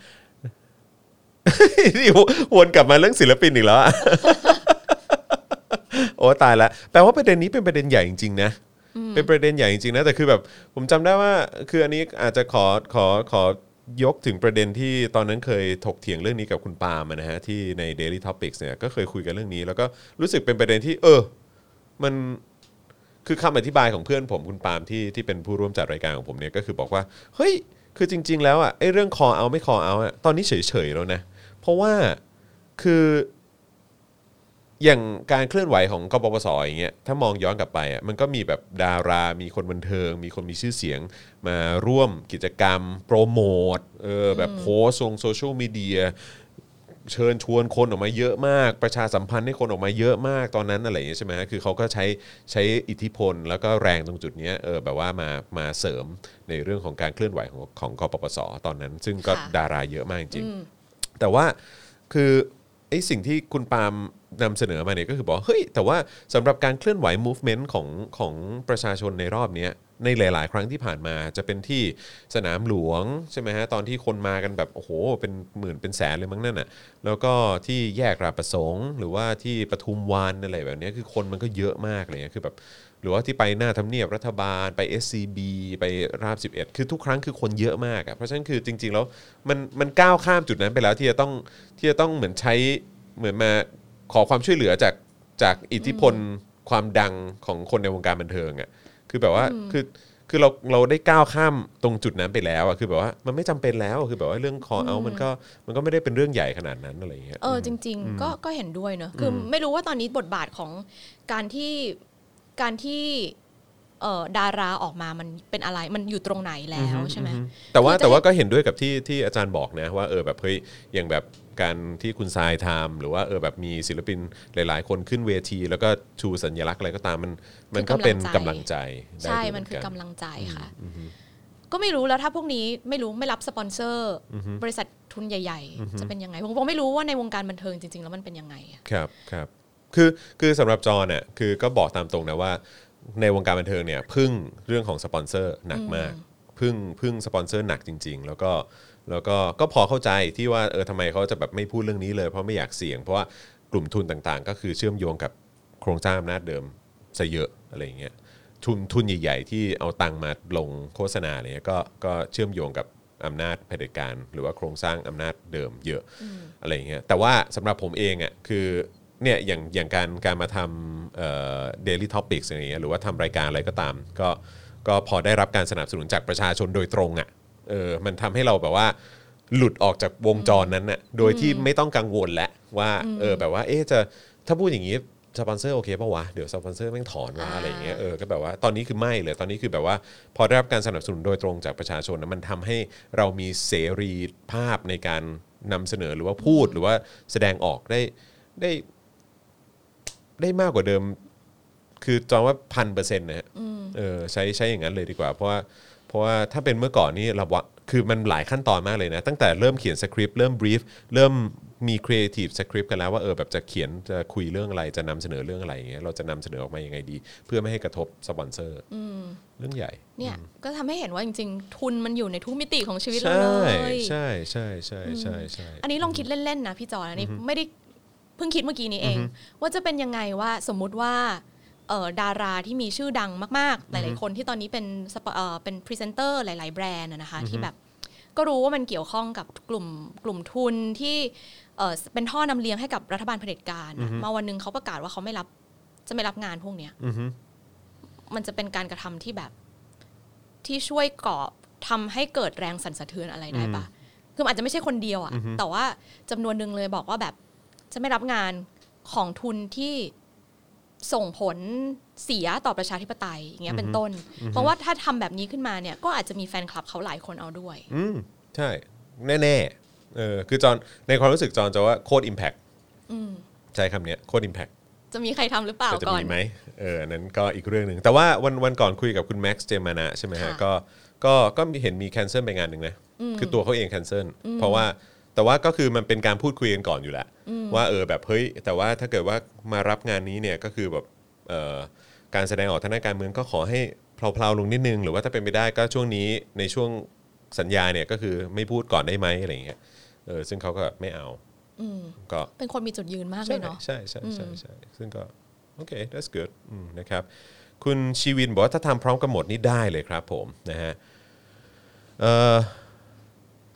นี่วนกลับมาเรื่องศิลปินอีกแล้วอะ โอ้ตายละแปลว่าประเด็นนี้เป็นประเด็นใหญ่จริงๆนะ เป็นประเด็นใหญ่จริงๆนะแต่คือแบบผมจำได้ว่า คืออันนี้อาจจะขอขอขอยกถึงประเด็นที่ตอนนั้นเคยถกเถียงเรื่องนี้กับคุณปาล์มอะนะฮะที่ใน Daily Topics เนี่ยก็เคยคุยกันเรื่องนี้ แล้วก็รู้สึกเป็นประเด็นที่ เออ มันคือคำอธิบายของเพื่อนผมคุณปาล์มที่ที่เป็นผู้ร่วมจัดรายการของผมเนี่ยก็คือบอกว่า เฮ้ย คือจริง ๆ แล้วอ่ะไอ้เรื่องคอเอาไม่คอเอาอะตอนนี้เฉยๆแล้วนะ เพราะว่าคือ อย่างการเคลื่อนไหวของกบพศอย่างเงี้ยถ้ามองย้อนกลับไปอ่ะมันก็มีแบบดารา มีคนบันเทิง มีคนมีชื่อเสียง มาร่วมกิจกรรม โปรโมทเออแบบโพสต์ลงโซเชียลมีเดีย เชิญชวนคนออกมาเยอะมาก ประชาสัมพันธ์ให้คนออกมาเยอะมากตอนนั้นอะไรอย่างเงี้ยใช่ไหมฮะคือเขาก็ใช้ใช้อิทธิพล แล้วก็แรงตรงจุดเนี้ยเออแบบว่ามามาเสริมในเรื่องของการเคลื่อนไหวของของกปปสตอนนั้น ซึ่งก็
ค่ะ
ดาราเยอะมากจริง
อื
ๆ
ม
แต่ว่าคือไอ้สิ่งที่คุณปาล์มนำเสนอมาเนี่ยก็คือบอกเฮ้ยแต่ว่าสำหรับการเคลื่อนไหว movement ของของประชาชนในรอบเนี้ยในหลาย ๆ ครั้งที่ผ่านมาจะเป็นที่สนามหลวงใช่ไหมฮะตอนที่คนมากันแบบโอ้โหเป็นหมื่นเป็นแสนเลยมั้งนั่นน่ะแล้วก็ที่แยกราชประสงค์หรือว่าที่ปทุมวันอะไรแบบเนี้ยคือคนมันก็เยอะมากเลยอะคือแบบ หรือว่าที่ไปหน้าทำเนียบรัฐบาลไป SCB ไปราบ 11 คือทุกครั้งคือคนเยอะมากอะเพราะฉะนั้นคือจริง ๆ แล้วมันมันก้าวข้ามจุดนั้นไปแล้วที่จะต้องที่จะต้องเหมือนใช้เหมือนมาขอความช่วยเหลือจากจากอิทธิพลความดังของคนในวงการบันเทิงอะคือแบบว่าคือคือเราเราได้ก้าวข้ามตรงจุดนั้นไปแล้วอะคือแบบว่ามันไม่จำเป็นแล้วอะคือแบบว่าเรื่องคอเอามันก็มันก็ไม่ได้เป็นเรื่องใหญ่ขนาดนั้นอะไรอย่างเงี้ย
เออจริงๆก็ก็เห็นด้วยเนอะคืออไม่รู้ว่าตอนนี้บทบาทของการที่การที่เอ่อดาราออกมามันเป็นอะไรมันอยู่ตรงไหนแล้วใช่ไหม
แต่ว่า
คือจะ
แต่ว่าก็เห็นด้วยกับที่ที่อาจารย์บอกนะว่าเออแบบเฮ้ยอย่างแบบการที่คุณทรายทำหรือว่าเออแบบมีศิลปินหลาย ๆ คนขึ้นเวที แล้วก็ชูสัญลักษณ์อะไรก็ตามมันมันก็เป็น
คือก
ำ
กำลั
ลัง
งใจ
ใจได้
ใช่
ด้วย
มันคือ
เห
กำ
กั
ลังใจค่ะ ก็ไม่รู้แล้วถ้าพวกนี้ไม่รู้ไม่รับสปอนเซอร์ บริษัททุนใหญ่ ๆ จะเป็นยังไงผมผมไม่รู้ว่าในวงการบันเทิงจริง ๆ แล้วมันเป็นยังไงอะ
ครับครับคือคือสำหรับจอเนี่ยคือก็บอกตามตรงนะว่าในวงการบันเทิงเนี่ยพึ่งเรื่องของสปอนเซอร์หนักมากพึ่งพึ่งสปอนเซอร์หนักจริง ๆ แล้วก็แล้วก็ก็พอเข้าใจที่ว่าเออทำไมเขาจะแบบไม่พูดเรื่องนี้เลย เพราะไม่อยากเสี่ยงเพราะว่ากลุ่มทุนต่างๆ ก็คือเชื่อมโยงกับ โครงสร้างอำนาจเดิมซะเยอะอะไรอย่างเงี้ยทุนทุนใหญ่ๆ ที่เอาตังค์มาลงโฆษณาอะไรเงี้ยก็ก็เชื่อมโยงกับอำนาจเผด็จการ หรือว่าโครงสร้างอำนาจเดิมเยอะอะไรอย่างเงี้ยแต่ว่าสำหรับผมเองอ่ะคือเนี่ยอย่างอย่างการการมาทำเอ่อ daily topics อะไรอย่างเงี้ยหรือว่าทำรายการอะไรก็ตาม ก็ก็พอได้รับการสนับสนุนจากประชาชนโดยตรงอ่ะเออมันทำให้เราแบบว่า หลุดออกจากวงจรนั้นน่ะโดยที่ไม่ต้องกังวลแล้วว่าเออแบบว่าเอ๊ะจะถ้าพูดอย่างนี้ สปอนเซอร์โอเคปะวะ เดี๋ยวสปอนเซอร์แม่งถอนวะอะไรอย่างเงี้ยเออก็แบบว่าตอนนี้คือไม่เลยตอนนี้คือแบบว่า พอได้รับการสนับสนุนโดยตรงจากประชาชนนะมันทำให้เรามีเสรีภาพในการนำเสนอหรือว่าพูดหรือว่าแสดงออกได้ได้ ได้มากกว่าเดิม คือจองว่าพันเปอร์เซ็นต์นะฮะเออใช้ใช้อย่างนั้นเลยดีกว่า เพราะว่าเพราะว่าถ้าเป็นเมื่อก่อนนี่เราวะคือมันหลายขั้นตอนมากเลยนะ ตั้งแต่เริ่มเขียนสคริปต์เริ่มบรีฟเริ่มมีครีเอทีฟสคริปต์กันแล้วว่าเออแบบจะเขียนจะคุยเรื่องอะไรจะนำเสนอเรื่องอะไรอย่างเงี้ยเราจะนำเสนอออกมายังไงดี เพื่อไม่ให้กระทบสปอนเซอร์เรื่องใหญ่
เนี่ยก็ทำให้เห็นว่าจริงๆ ทุนมันอยู่ในทุกมิติของชีวิต
ใช
เรา
่
เลย
ใช่ใช่ใช่ใช่ใช่
อันนี้ลองคิดเล่นๆนะพี่จอยอันนี้ไม่ได้เพิ่งคิดเมื่อกี้นี้เอง ว่าจะเป็นยังไงว่าสมมุติว่าเอ่อดาราที่มีชื่อดังมากๆ หลายๆคนที่ตอนนี้เป็นสปอเอ่อเป็นพรีเซนเตอร์หลาย ๆ แบรนด์อะนะคะที่แบบก็รู้ว่ามันเกี่ยวข้องกับกลุ่มกลุ่มทุนที่เอ่อเป็นท่อนำเลี้ยงให้กับรัฐบาลเผด็จการอะมาวันหนึงเขาประกาศว่าเขาไม่รับจะไม่รับงานพวกเนี้ย มันจะเป็นการกระทำที่แบบที่ช่วยก่อทำให้เกิดแรงสั่นสะเทือนอะไรได้ปะคือมันอาจจะไม่ใช่คนเดียวอะแต่ว่าจำนวนหนึ่งเลยบอกว่าแบบจะไม่รับงานของทุนที่ส่งผลเสียต่อประชาธิปไตยอย่างเงี้ยเป็นต้น เพราะว่าถ้าทำแบบนี้ขึ้นมาเนี่ย ก็อาจจะมีแฟนคลับเขาหลายคนเอาด้วย
อืมใช่ แน่ๆเออคือจอนในความรู้สึกจอนจะว่าโคตรอิมแพกใช้คำเนี้ยโคตรอิมแพก
จะมีใครทำหรือเปล่า
แต่จะ
ก่อน
มีไหมเอออันนั้นก็อีกเรื่องหนึ่งแต่ว่าวันวันก่อนคุยกับคุณแม็กซ์เจมานะใช่ไหมฮะ
ค่ะ
ก็ก็ก็มีเห็นมีแคนเซิลไปงานหนึ่งนะ คือตัวเขาเองแคนเซิลเพราะว่าแต่ว่าก็คือมันเป็นการพูดคุยกันก่อนอยู่แล้วว่าเออแบบเฮ้ยแต่ว่าถ้าเกิดว่ามารับงานนี้เนี่ยก็คือแบบเออการแสดงออกทางด้านการเมืองก็ขอให้เพลาๆลงนิดนึง หรือว่าถ้าเป็นไปได้ก็ช่วงนี้ในช่วง สัญญาเนี่ยก็คือไม่พูดก่อนได้ไหมอะไรอย่างเงี้ย เออซึ่งเขาก็ไม่เอา
อืม
ก็
เป็นคนมีจุดยืนมากเล
ใช่
ยเนาะ
ใช่ใช่ใช่ใช่ซึ่งก็โอเค that's good อืมนะครับ คุณชีวินบอกว่าถ้าทำพร้อมกำหนดนี่ได้เลยครับผมนะฮะเอ่อ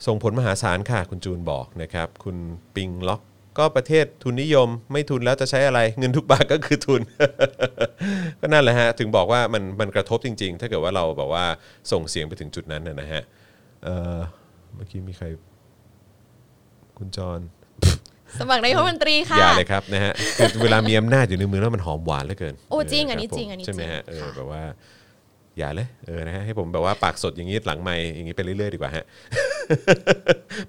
ส่งผลมหาศาลค่ะ คุณจูนบอกนะครับ คุณปิงล็อก ก็ประเทศทุนนิยม ไม่ทุนแล้วจะใช้อะไร เงินทุกบาทก็คือทุน ก็นั่นแหละฮะ ถึงบอกว่ามันมันกระทบจริง ๆ ถ้าเกิดว่าเราแบบว่าส่งเสียงไปถึงจุดนั้นนะนะฮะเอ่อเมื่อกี้มีใคร คุณจร
สมัครนายกรัฐมนตรีค่ะ
อย่าเลยครับนะฮะคือเวลามีอำนาจอยู่ในมือแล้วมันหอมหวานเหลือเกิน
โอ้จริง
เ
อันนี้
คบผม
จริงอันนี้
ใช่ไหมฮะ
จริ
เอง อ
ค่ะ
แบบว่า อย่าเลยเออนะฮะให้ผมแบบว่าปากสดอย่างนี้หลังไมค์อย่างนี้ไปเรื่อยๆดีกว่า ฮะ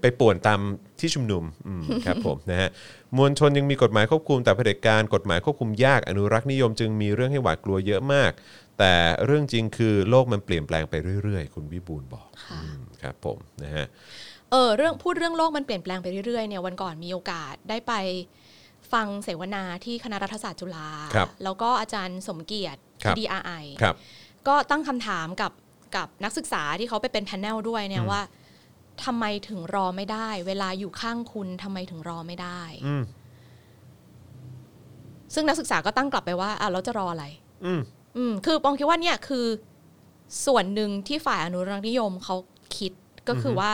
ไปป่วนตามที่ชุมนุมอืมครับผมนะฮะมวลชนยังมีกฎหมายควบคุมแต่เผด็จการกฎหมายควบคุมยากอนุรักษ์นิยมจึงมีเรื่องให้หวาดกลัวเยอะมาก แต่เรื่องจริงคือโลกมันเปลี่ยนแปลงไปเรื่อยๆ คุณวิบูลย์บอกอืมครับผมนะฮะ
เออเรื่องพูดเรื่องโลกมันเปลี่ยนแปลงไปเรื่อยๆเนี่ยวันก่อนมีโอกาสได้ไปฟังเสวนาที่คณะรัฐศาสตร์จุฬา
ครับ
แล้วก็อาจารย์สมเกียรติ
ครับ
DRI
ครับ
ก็ตั้งคำถามกับกับนักศึกษาที่เขาไปเป็นแพนเนลด้วยเนี่ยว่าทำไมถึงรอไม่ได้ เวลาอยู่ข้างคุณทำไมถึงรอไม่ได้
อืม
ซึ่งนักศึกษาก็ตั้งกลับไปว่าอ่ะเราจะรออะไร
อืม
อืมคือปองคิดว่าเนี่ยคือส่วนหนึ่งที่ฝ่ายอนุรักษ์นิยมเขาคิดก็คือว่า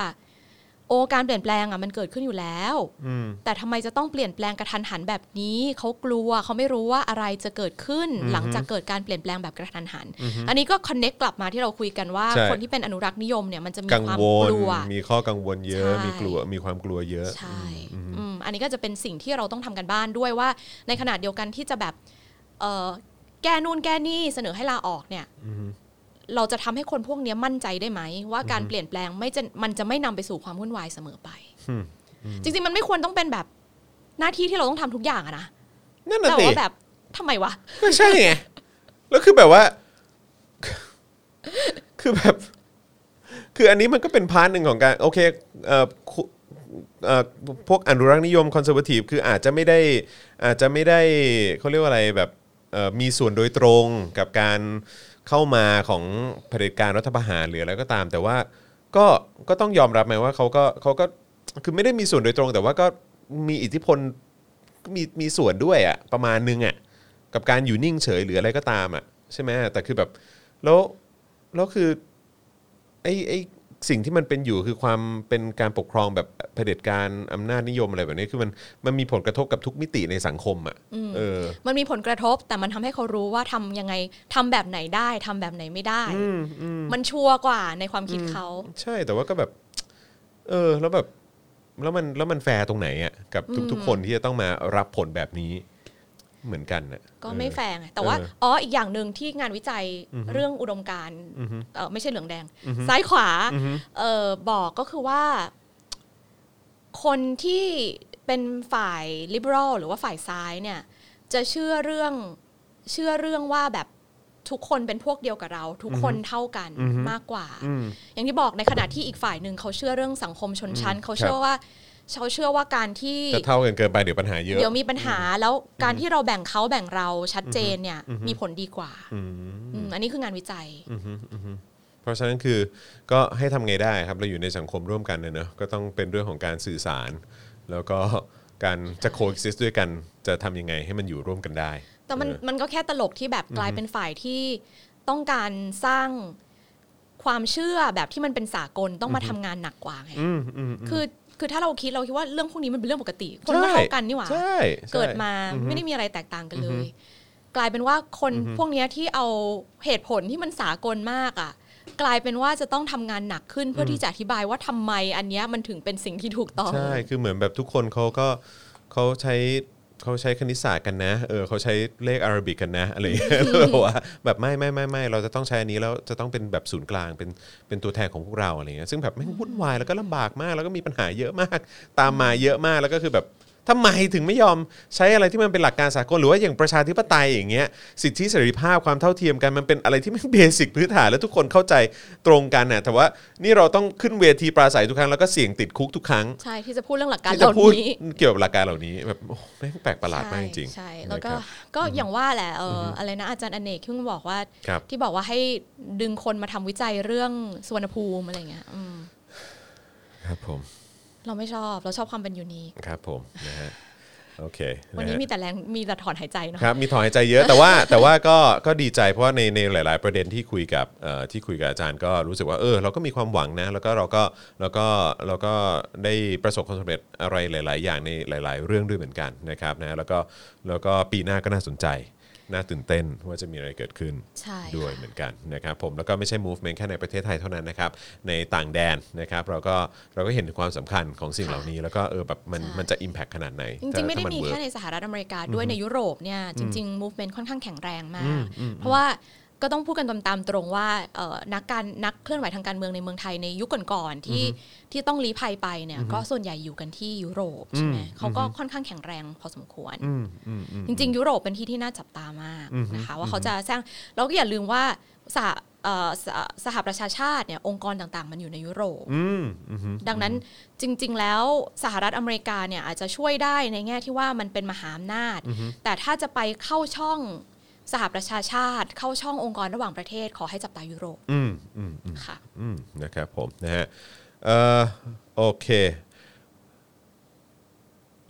โอการเปลี่ยนแปลงอ่ะมันเกิดขึ้นอยู่แล้ว
อืม
แต่ทำไมจะต้องเปลี่ยนแปลงกระทันหันแบบนี้เขากลัวเขาไม่รู้ว่าอะไรจะเกิดขึ้น หลังจากเกิดการเปลี่ยนแปลงแบบกระทันหัน อันนี้ก็คอนเน็กกลับมาที่เราคุยกันว่า
ใช่
คนที่เป็นอนุรักษ์นิยมเนี่ยมันจะมี
กัง
ความ
วล
กลัว
มีข้อกังวลเยอะ
ใช่
มีกลัวมีความกลัวเยอะ
ใช่อืมอันนี้ก็จะเป็นสิ่งที่เราต้องทำกันบ้านด้วยว่า ในขณะเดียวกันที่จะแบบเอ่อแก้นู่นแก้นี่เสนอให้ลาออกเนี่ย เราจะทำให้คนพวกเนี้ยมั่นใจได้ไหม ว่าการเปลี่ยนแปลงไม่จะมันจะไม่นำไปสู่ความวุ่นวายเสมอไป จริงๆ มันไม่ควรต้องเป็นแบบหน้าที่ที่เราต้องทำทุกอย่างอะนะ
นั่นน่ะ
แต่
สิ
ว่าแบบทำไมวะ
ก็ใช่ไงแล้วคือแบบว่า คือแบบ คืออันนี้มันก็เป็นพาร์ทหนึ่งของการโอเคเอ่อคุเอ่อพวกอนุรักษ์นิยมคอนเซอร์วทีฟคืออาจจะไม่ได้อาจจะไม่ได้เขาเรียกว่าอะไรแบบเอ่อมีส่วนโดยตรงกับการเข้ามาของเผด็จการรัฐประหารหรืออะไรก็ตาม แต่ว่าก็ก็ต้องยอมรับไหมว่าเขาก็เขาก็คือไม่ได้มีส่วนโดยตรง แต่ว่าก็มีอิทธิพลมีมีส่วนด้วยอะประมาณนึงอะกับการอยู่นิ่งเฉยหรืออะไรก็ตามอะใช่ไหมแต่คือแบบแล้วแล้วคือ ไอ้ไอ้สิ่งที่มันเป็นอยู่คือความเป็นการปกครองแบบเผด็จการอำนาจนิยมอะไรแบบนี้คือมันมันมีผลกระทบกับทุกมิติในสังคมอ่ะเออ
มันมีผลกระทบแต่มันทำให้เขารู้ว่าทำยังไงทำแบบไหนได้ทำแบบไหนไม่ได้ มันชัวร์กว่าในความคิดเขา
ใช่แต่ว่าก็แบบ เออ แล้วแบบแล้วมันแล้วมันแฟร์ตรงไหนอ่ะกับทุกๆคนที่จะต้องมารับผลแบบนี้ เหมือนกันน่ะ
ก็ไม่แฟงอะแต่ว่า
เออ
อ๋ออีกอย่างหนึ่งที่งานวิจัยเรื่องอุดมการณ์
อือฮึ
เอ่อไม่ใช่เหลืองแดง
อือฮึ
ซ้ายขวา
อือฮึ
เออบอกก็คือว่า คนที่เป็นฝ่าย liberal หรือว่าฝ่ายซ้ายเนี่ย จะเชื่อเรื่องเชื่อเรื่องว่าแบบทุกคนเป็นพวกเดียวกับเรา ทุกคนเท่ากัน
อือฮึ
มากกว่า
อืม
อย่างที่บอกในขณะที่อีกฝ่ายหนึ่งเขาเชื่อเรื่องสังคมชนชั้น เขาเชื่
ค
อ
รับ
ว่าเขาเชื่อว่าการที่
จะเท่ากันเกินไปเดี๋ยวปัญหาเยอะ
เดี๋ยวมีปัญหาแล้วการที่เราแบ่งเขาแบ่งเราชัดเจนเนี่ย
อือฮึ
มีผลดีกว่า
อืม
อืมอันนี้คืองานวิจัย
อือฮึอือฮึเพราะฉะนั้นคือก็ให้ทำไงได้ครับเราอยู่ในสังคมร่วมกันเนี่ยเนอะก็ต้องเป็นเรื่องของการสื่อสาร แล้วก็การจะ coexist ด้วยกันจะทำยังไงให้มันอยู่ร่วมกันได้
แต่มัน
เออ
มันก็แค่ตลกที่แบบกลายเป็นฝ่ายที่ต้องการสร้างความเชื่อแบบที่มันเป็นสากลต้องมาทำงานหนักกว่าไง
อืมอืมม
คือคือถ้าเราคิดเราคิดว่าเรื่องพวกนี้มันเป็นเรื่องปกติ คนก็
ใช่
เท่ากันนี่หว่า
ใช่ใช่
เกิดมา
อือฮึ
ไม่ได้มีอะไรแตกต่างกันเล
อือย ฮึ
กลายเป็นว่าคน
อือฮึ
พวกเนี้ยที่เอาเหตุผลที่มันสากลมากอ่ะ กลายเป็นว่าจะต้องทำงานหนักขึ้นเพื่อที่จะอธิบายว่าทำไมอันเนี้ยมันถึงเป็นสิ่งที่ถูกต้อง
ใช่คือเหมือนแบบทุกคนเขาก็เขาใช้เขาใช้คณิตศาสตร์กันนะเออเขาใช้เลขอาราบิกกันนะอะไรอย่างเงี้ ยแล้วแบบว่าแบบไม่ไม่ไม่ไม่เราจะต้องใช้อันนี้แล้วจะต้องเป็นแบบศูนย์กลางเป็นเป็นตัวแทนของพวกเราอะไรเงี้ยซึ่งแบบแม่งวุ่นวายแล้วก็ลำบากมาก แล้วก็มีปัญหาเยอะมาก ตามมาเยอะมากแล้วก็คือแบบทำไมถึงไม่ยอมใช้อะไรที่มันเป็นหลักการสากลหรือว่าอย่างประชาธิปไตยอย่างเงี้ยสิทธิเสรีภาพความเท่าเทียมกันมันเป็นอะไรที่ มันเบสิกพื้นฐานแล้วทุกคนเข้าใจตรงกันน่ะแต่ว่านี่เราต้องขึ้นเวทีปราศัยทุกครั้งแล้วก็เสี่ยงติดคุกทุกครั้ง
ใช่ที่จะพูดเรื่องหลักการ
ที่
เห
จะ
ล่า
พูด
นี้
เกี่ยวกับหลักการเหล่านี้แบบโอ้แม่งแปลกประหลาดมากจริงๆ
ใช่แล้วก็
นะครับ
ก็อย่างว่าแหละเออออะไรนะอาจารย์อเนกที่มึงบอกว่า
ครับ
ที่บอกว่าให้ดึงคนมาทำวิจัยเรื่องสุวรรณภูมิอะไรเงี้ยอืม
ครับผม
เราไม่ชอบเราชอบความเป็นยูนิค
ครับผมนะฮะโอเคะฮะ
วันนี้มีแต่แรงมีแต่ถอนหายใจเนาะ
ครับมีถอนหายใจเยอะแต่ว่า แต่ว่าก็ก็ดีใจเพราะว่าในในหลาย ๆ ประเด็นที่คุยกับเอ่อที่คุยกับอาจารย์ก็รู้สึกว่าเออเราก็มีความหวังนะแล้วก็เราก็เราก็เราก็ได้ประสบความสำเร็จอะไรหลาย ๆ อย่างในหลาย ๆ เรื่องด้วยเหมือนกันนะครับนะแล้วก็แล้วก็ปีหน้าก็น่าสนใจน่าตื่นเต้นว่าจะมีอะไรเกิดขึ้น
ใช่
ด้วย
ค่ะ
เหมือนกันนะครับผมแล้วก็ไม่ใช่ movement แค่ในประเทศไทยเท่านั้นนะครับในต่างแดนนะครับเราก็เราก็เห็นถึงความสำคัญของสิ่งเหล่านี้ แล้วก็เออแบบมันมันจะ impact ขนาดไหน
จริงๆ ไม่ได้
ถ้าน
มี
work
แค่ในสหรัฐอเมริกาด้วยในยุโรปเนี่ยจริง ๆ movement ค่อนข้างแข็งแรงมาก เพราะว่าก็ต้องพูดกันตามๆตรงว่าเอ่อนักการนักเคลื่อนไหวทางการเมืองในเมืองไทยในยุคก่อนๆที่ที่ต้องลี้ภัยไปเนี่ยก็ส่วนใหญ่อยู่กันที่ยุโรปใช่ไหมเขาก็ค่อนข้างแข็งแรงพอสมควร
อืมอืมอืม
จริงๆ ยุโรปเป็นที่ที่น่าจับตามาก
อือฮึ
นะคะว่าเขาจะสร้างเราก็อย่าลืมว่าสหเอ่อสหสหประชาชาติเนี่ยองค์กรต่างๆ มันอยู่ในยุโรป
ืมอืม
ดังนั้นจริง ๆ แล้วสหรัฐอเมริกาเนี่ยอาจจะช่วยได้ในแง่ที่ว่ามันเป็นมหาอำนาจ แต่ถ้าจะไปเข้าช่องสหประชาชาติ เข้าช่ององค์กรระหว่างประเทศ ขอให้จับตายุโรป
อืมอืมอืม
ค่ะ
อืมนะครับผมนะฮะเอ่อโอเค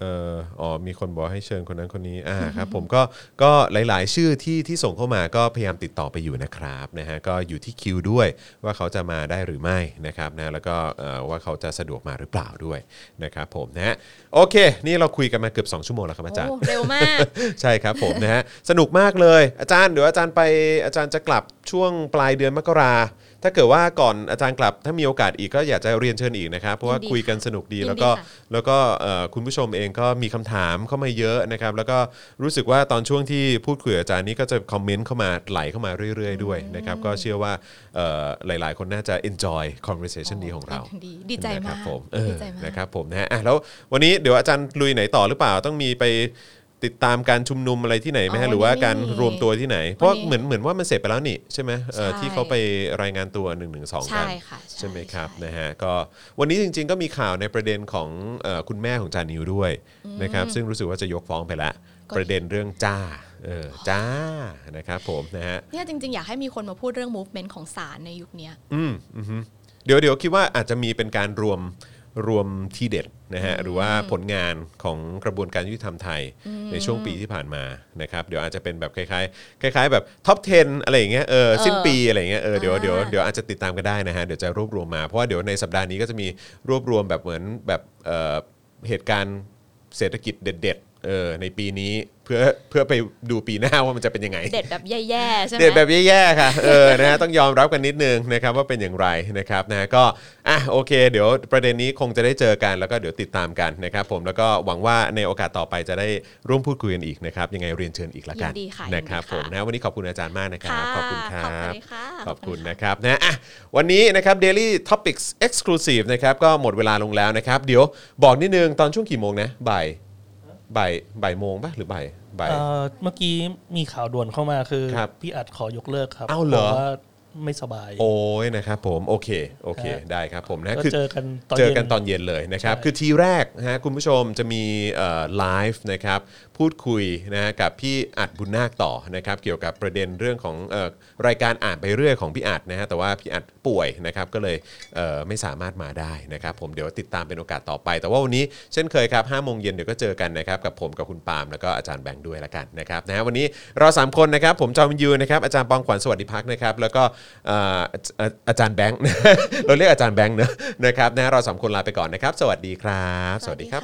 เอ่ออ๋อมีคนบอกให้เชิญคนนั้นคนนี้อ่าครับผมก็ก็หลาย ๆ ชื่อที่ที่ส่งเข้ามาก็พยายามติดต่อไปอยู่นะครับนะฮะก็อยู่ที่คิวด้วยว่าเขาจะมาได้หรือไม่นะครับนะแล้วก็เอ่อว่าเขาจะสะดวกมาหรือเปล่าด้วยนะครับผมนะฮะโอเค นี่เราคุยกันมาเกือบ 2 ชั่วโมงแล้วครับอาจารย์
โอ้เร็วมาก
ใช่ครับผมนะฮะ สนุกมากเลยอาจารย์เดี๋ยวอาจารย์ไปอาจารย์จะกลับช่วงปลายเดือนมกราถ้าเกิดว่าก่อนอาจารย์กลับถ้ามีโอกาสอีกก็อยากจะเรียนเชิญอีกนะครับเพราะว่า
ยินดี
คุยกันสนุกดี
ยินดี
แล้วก็
ค่ะ
แล้วก็เอ่อคุณผู้ชมเองก็มีคำถามเข้ามาเยอะนะครับแล้วก็รู้สึกว่าตอนช่วงที่พูดคุยกับอาจารย์นี้ก็จะคอมเมนต์เข้ามาไหลเข้ามาเรื่อย ๆ ด้วยนะครับก็เชื่อว่าเอ่อหลาย ๆ คนน่าจะ enjoy conversation นี้ของเรา
ดีดีใจ
นะค
มา
รับ
ก
ผมเออ
ดีใจมาก
นะครับผมนะฮะอ่ะแล้ววันนี้เดี๋ยวอาจารย์ลุยไหนต่อหรือเปล่าต้องมีไปติดตามการชุมนุมอะไรที่ไหนไหม
อ๋อ
ฮะหรือว่า
วันนี้
การรวมตัวที่ไหน เพราะ
วันนี้
เหมือนเหมือนว่ามันเสร็จไปแล้วนี่ใช่ไหมเออ
ใช่
ที่เขาไปรายงานตัว1นึ
ใช่
กัน
ค่ะ
ใช่ไหมครับ
ใช่
นะฮะก็วันนี้จริง ๆ ก็มีข่าวในประเด็นของเอ่อคุณแม่ของจานิวด้วยนะครับซึ่งรู้สึกว่าจะยกฟ้องไปละ
ก็
ประเด็นเรื่องจ้าเออจ้านะครับผมนะฮะ
เนี่ยจริง ๆ อยากให้มีคนมาพูดเรื่อง movement ของศาลในยุคเนี้ย
อืมอือฮึเดี๋ยวเดี๋ยวคิดว่าอาจจะมีเป็นการรวมรวมทีเด็ดนะฮะหรือว่าผลงานของกระบวนการยุติธรรมไทยในช่วงปีที่ผ่านมานะครับเดี๋ยวอาจจะเป็นแบบคล้ายๆคล้าย ๆ แบบท็อป 10 อะไรอย่างเงี้ยเออ
เออ
สิ้นปีอะไรอย่างเงี้ยเออเดี๋ยว
อ่า
เดี๋ยวเดี๋ยวอาจจะติดตามกันได้นะฮะเดี๋ยวจะรวบรวมมาเพราะว่าเดี๋ยวในสัปดาห์นี้ก็จะมีรวบรวมแบบเหมือนแบบเอ่อเหตุการณ์เศรษฐกิจเด็ด ๆ เออในปีนี้เพื่อเพื่อไปดูปีหน้าว่ามันจะเป็นยังไง
เด็ดแบบแย่ๆใช่ไหม
เด็ดแบบแย่ๆค่ะ เออ นะฮะ ต้องยอมรับกันนิดนึงนะครับว่าเป็นอย่างไรนะครับนะฮะก็ อ่ะ โอเค เดี๋ยวประเด็นนี้คงจะได้เจอกันแล้วก็เดี๋ยวติดตามกันนะครับผม แล้วก็หวังว่าในโอกาสต่อไปจะได้ร่วมพูดคุยกันอีกนะครับ ยังไงเรียนเชิญอีกละกัน
ยินดีค่ะ
นะครับ
ยิน
ผ
ดีค่ะ
มนะ วันนี้ขอบคุณอาจารย์มากนะครับ ขอบคุณค
ขอ
รั
บบ คุณค่ะ
ขอบคุณนะครับนะอ่ะวันนี้นะครับ Daily Topics Exclusive นะครับก็หมดเวลาลงแล้วนะครับ เดี๋ยวบอกนิดนึงตอนช่วงกี่โมงนะบ่ายบ่ายบ่ายโมงปะหรือบ่ายบ่าย
เอ่อเมื่อกี้มีข่าวด่วนเข้ามาคือ
ครับ
พี่อัดขอยกเลิกครับ
อ้าวเหรอ
พะว่าไม่สบาย
โอ้ยนะครับผมโอเคโอเคได้ครับผมนะ
ก็
คือ
เจอกันตอน
เจ
ย็
อกันตอนเย็นเลยนะครับ
ใช่
คือทีแรกนะฮะคุณผู้ชมจะมีเอ่อไลฟ์นะครับพูดคุยนะฮะกับพี่อัดบุญนาคต่อนะครับเกี่ยวกับประเด็นเรื่องของเอ่อรายการอ่านไปเรื่อยของพี่อัดนะฮะแต่ว่าพี่อัดป่วยนะครับก็เลยเอ่อไม่สามารถมาได้นะครับผมเดี๋ยวติดตามเป็นโอกาสต่อไป แต่ว่าวันนี้เช่นเคยครับห้าโมงเย็นเดี๋ยวก็เจอกันนะครับกับผมกับคุณปาล์มแล้วก็อาจารย์แบงค์ด้วยละกันนะครับนะฮะวันนี้เราสามคนนะครับผมจอมยูนะครับอาจารย์ปองขวัญสวัสดิพักดิ์นะครับแล้วก็เอ่ออาอาจารย์แบงค์ เราเรียกอาจารย์แบงค์เนอะนะครับนะเราสามคนลาไปก่อนนะครับ สวัสดีครับ สวัสดีครับ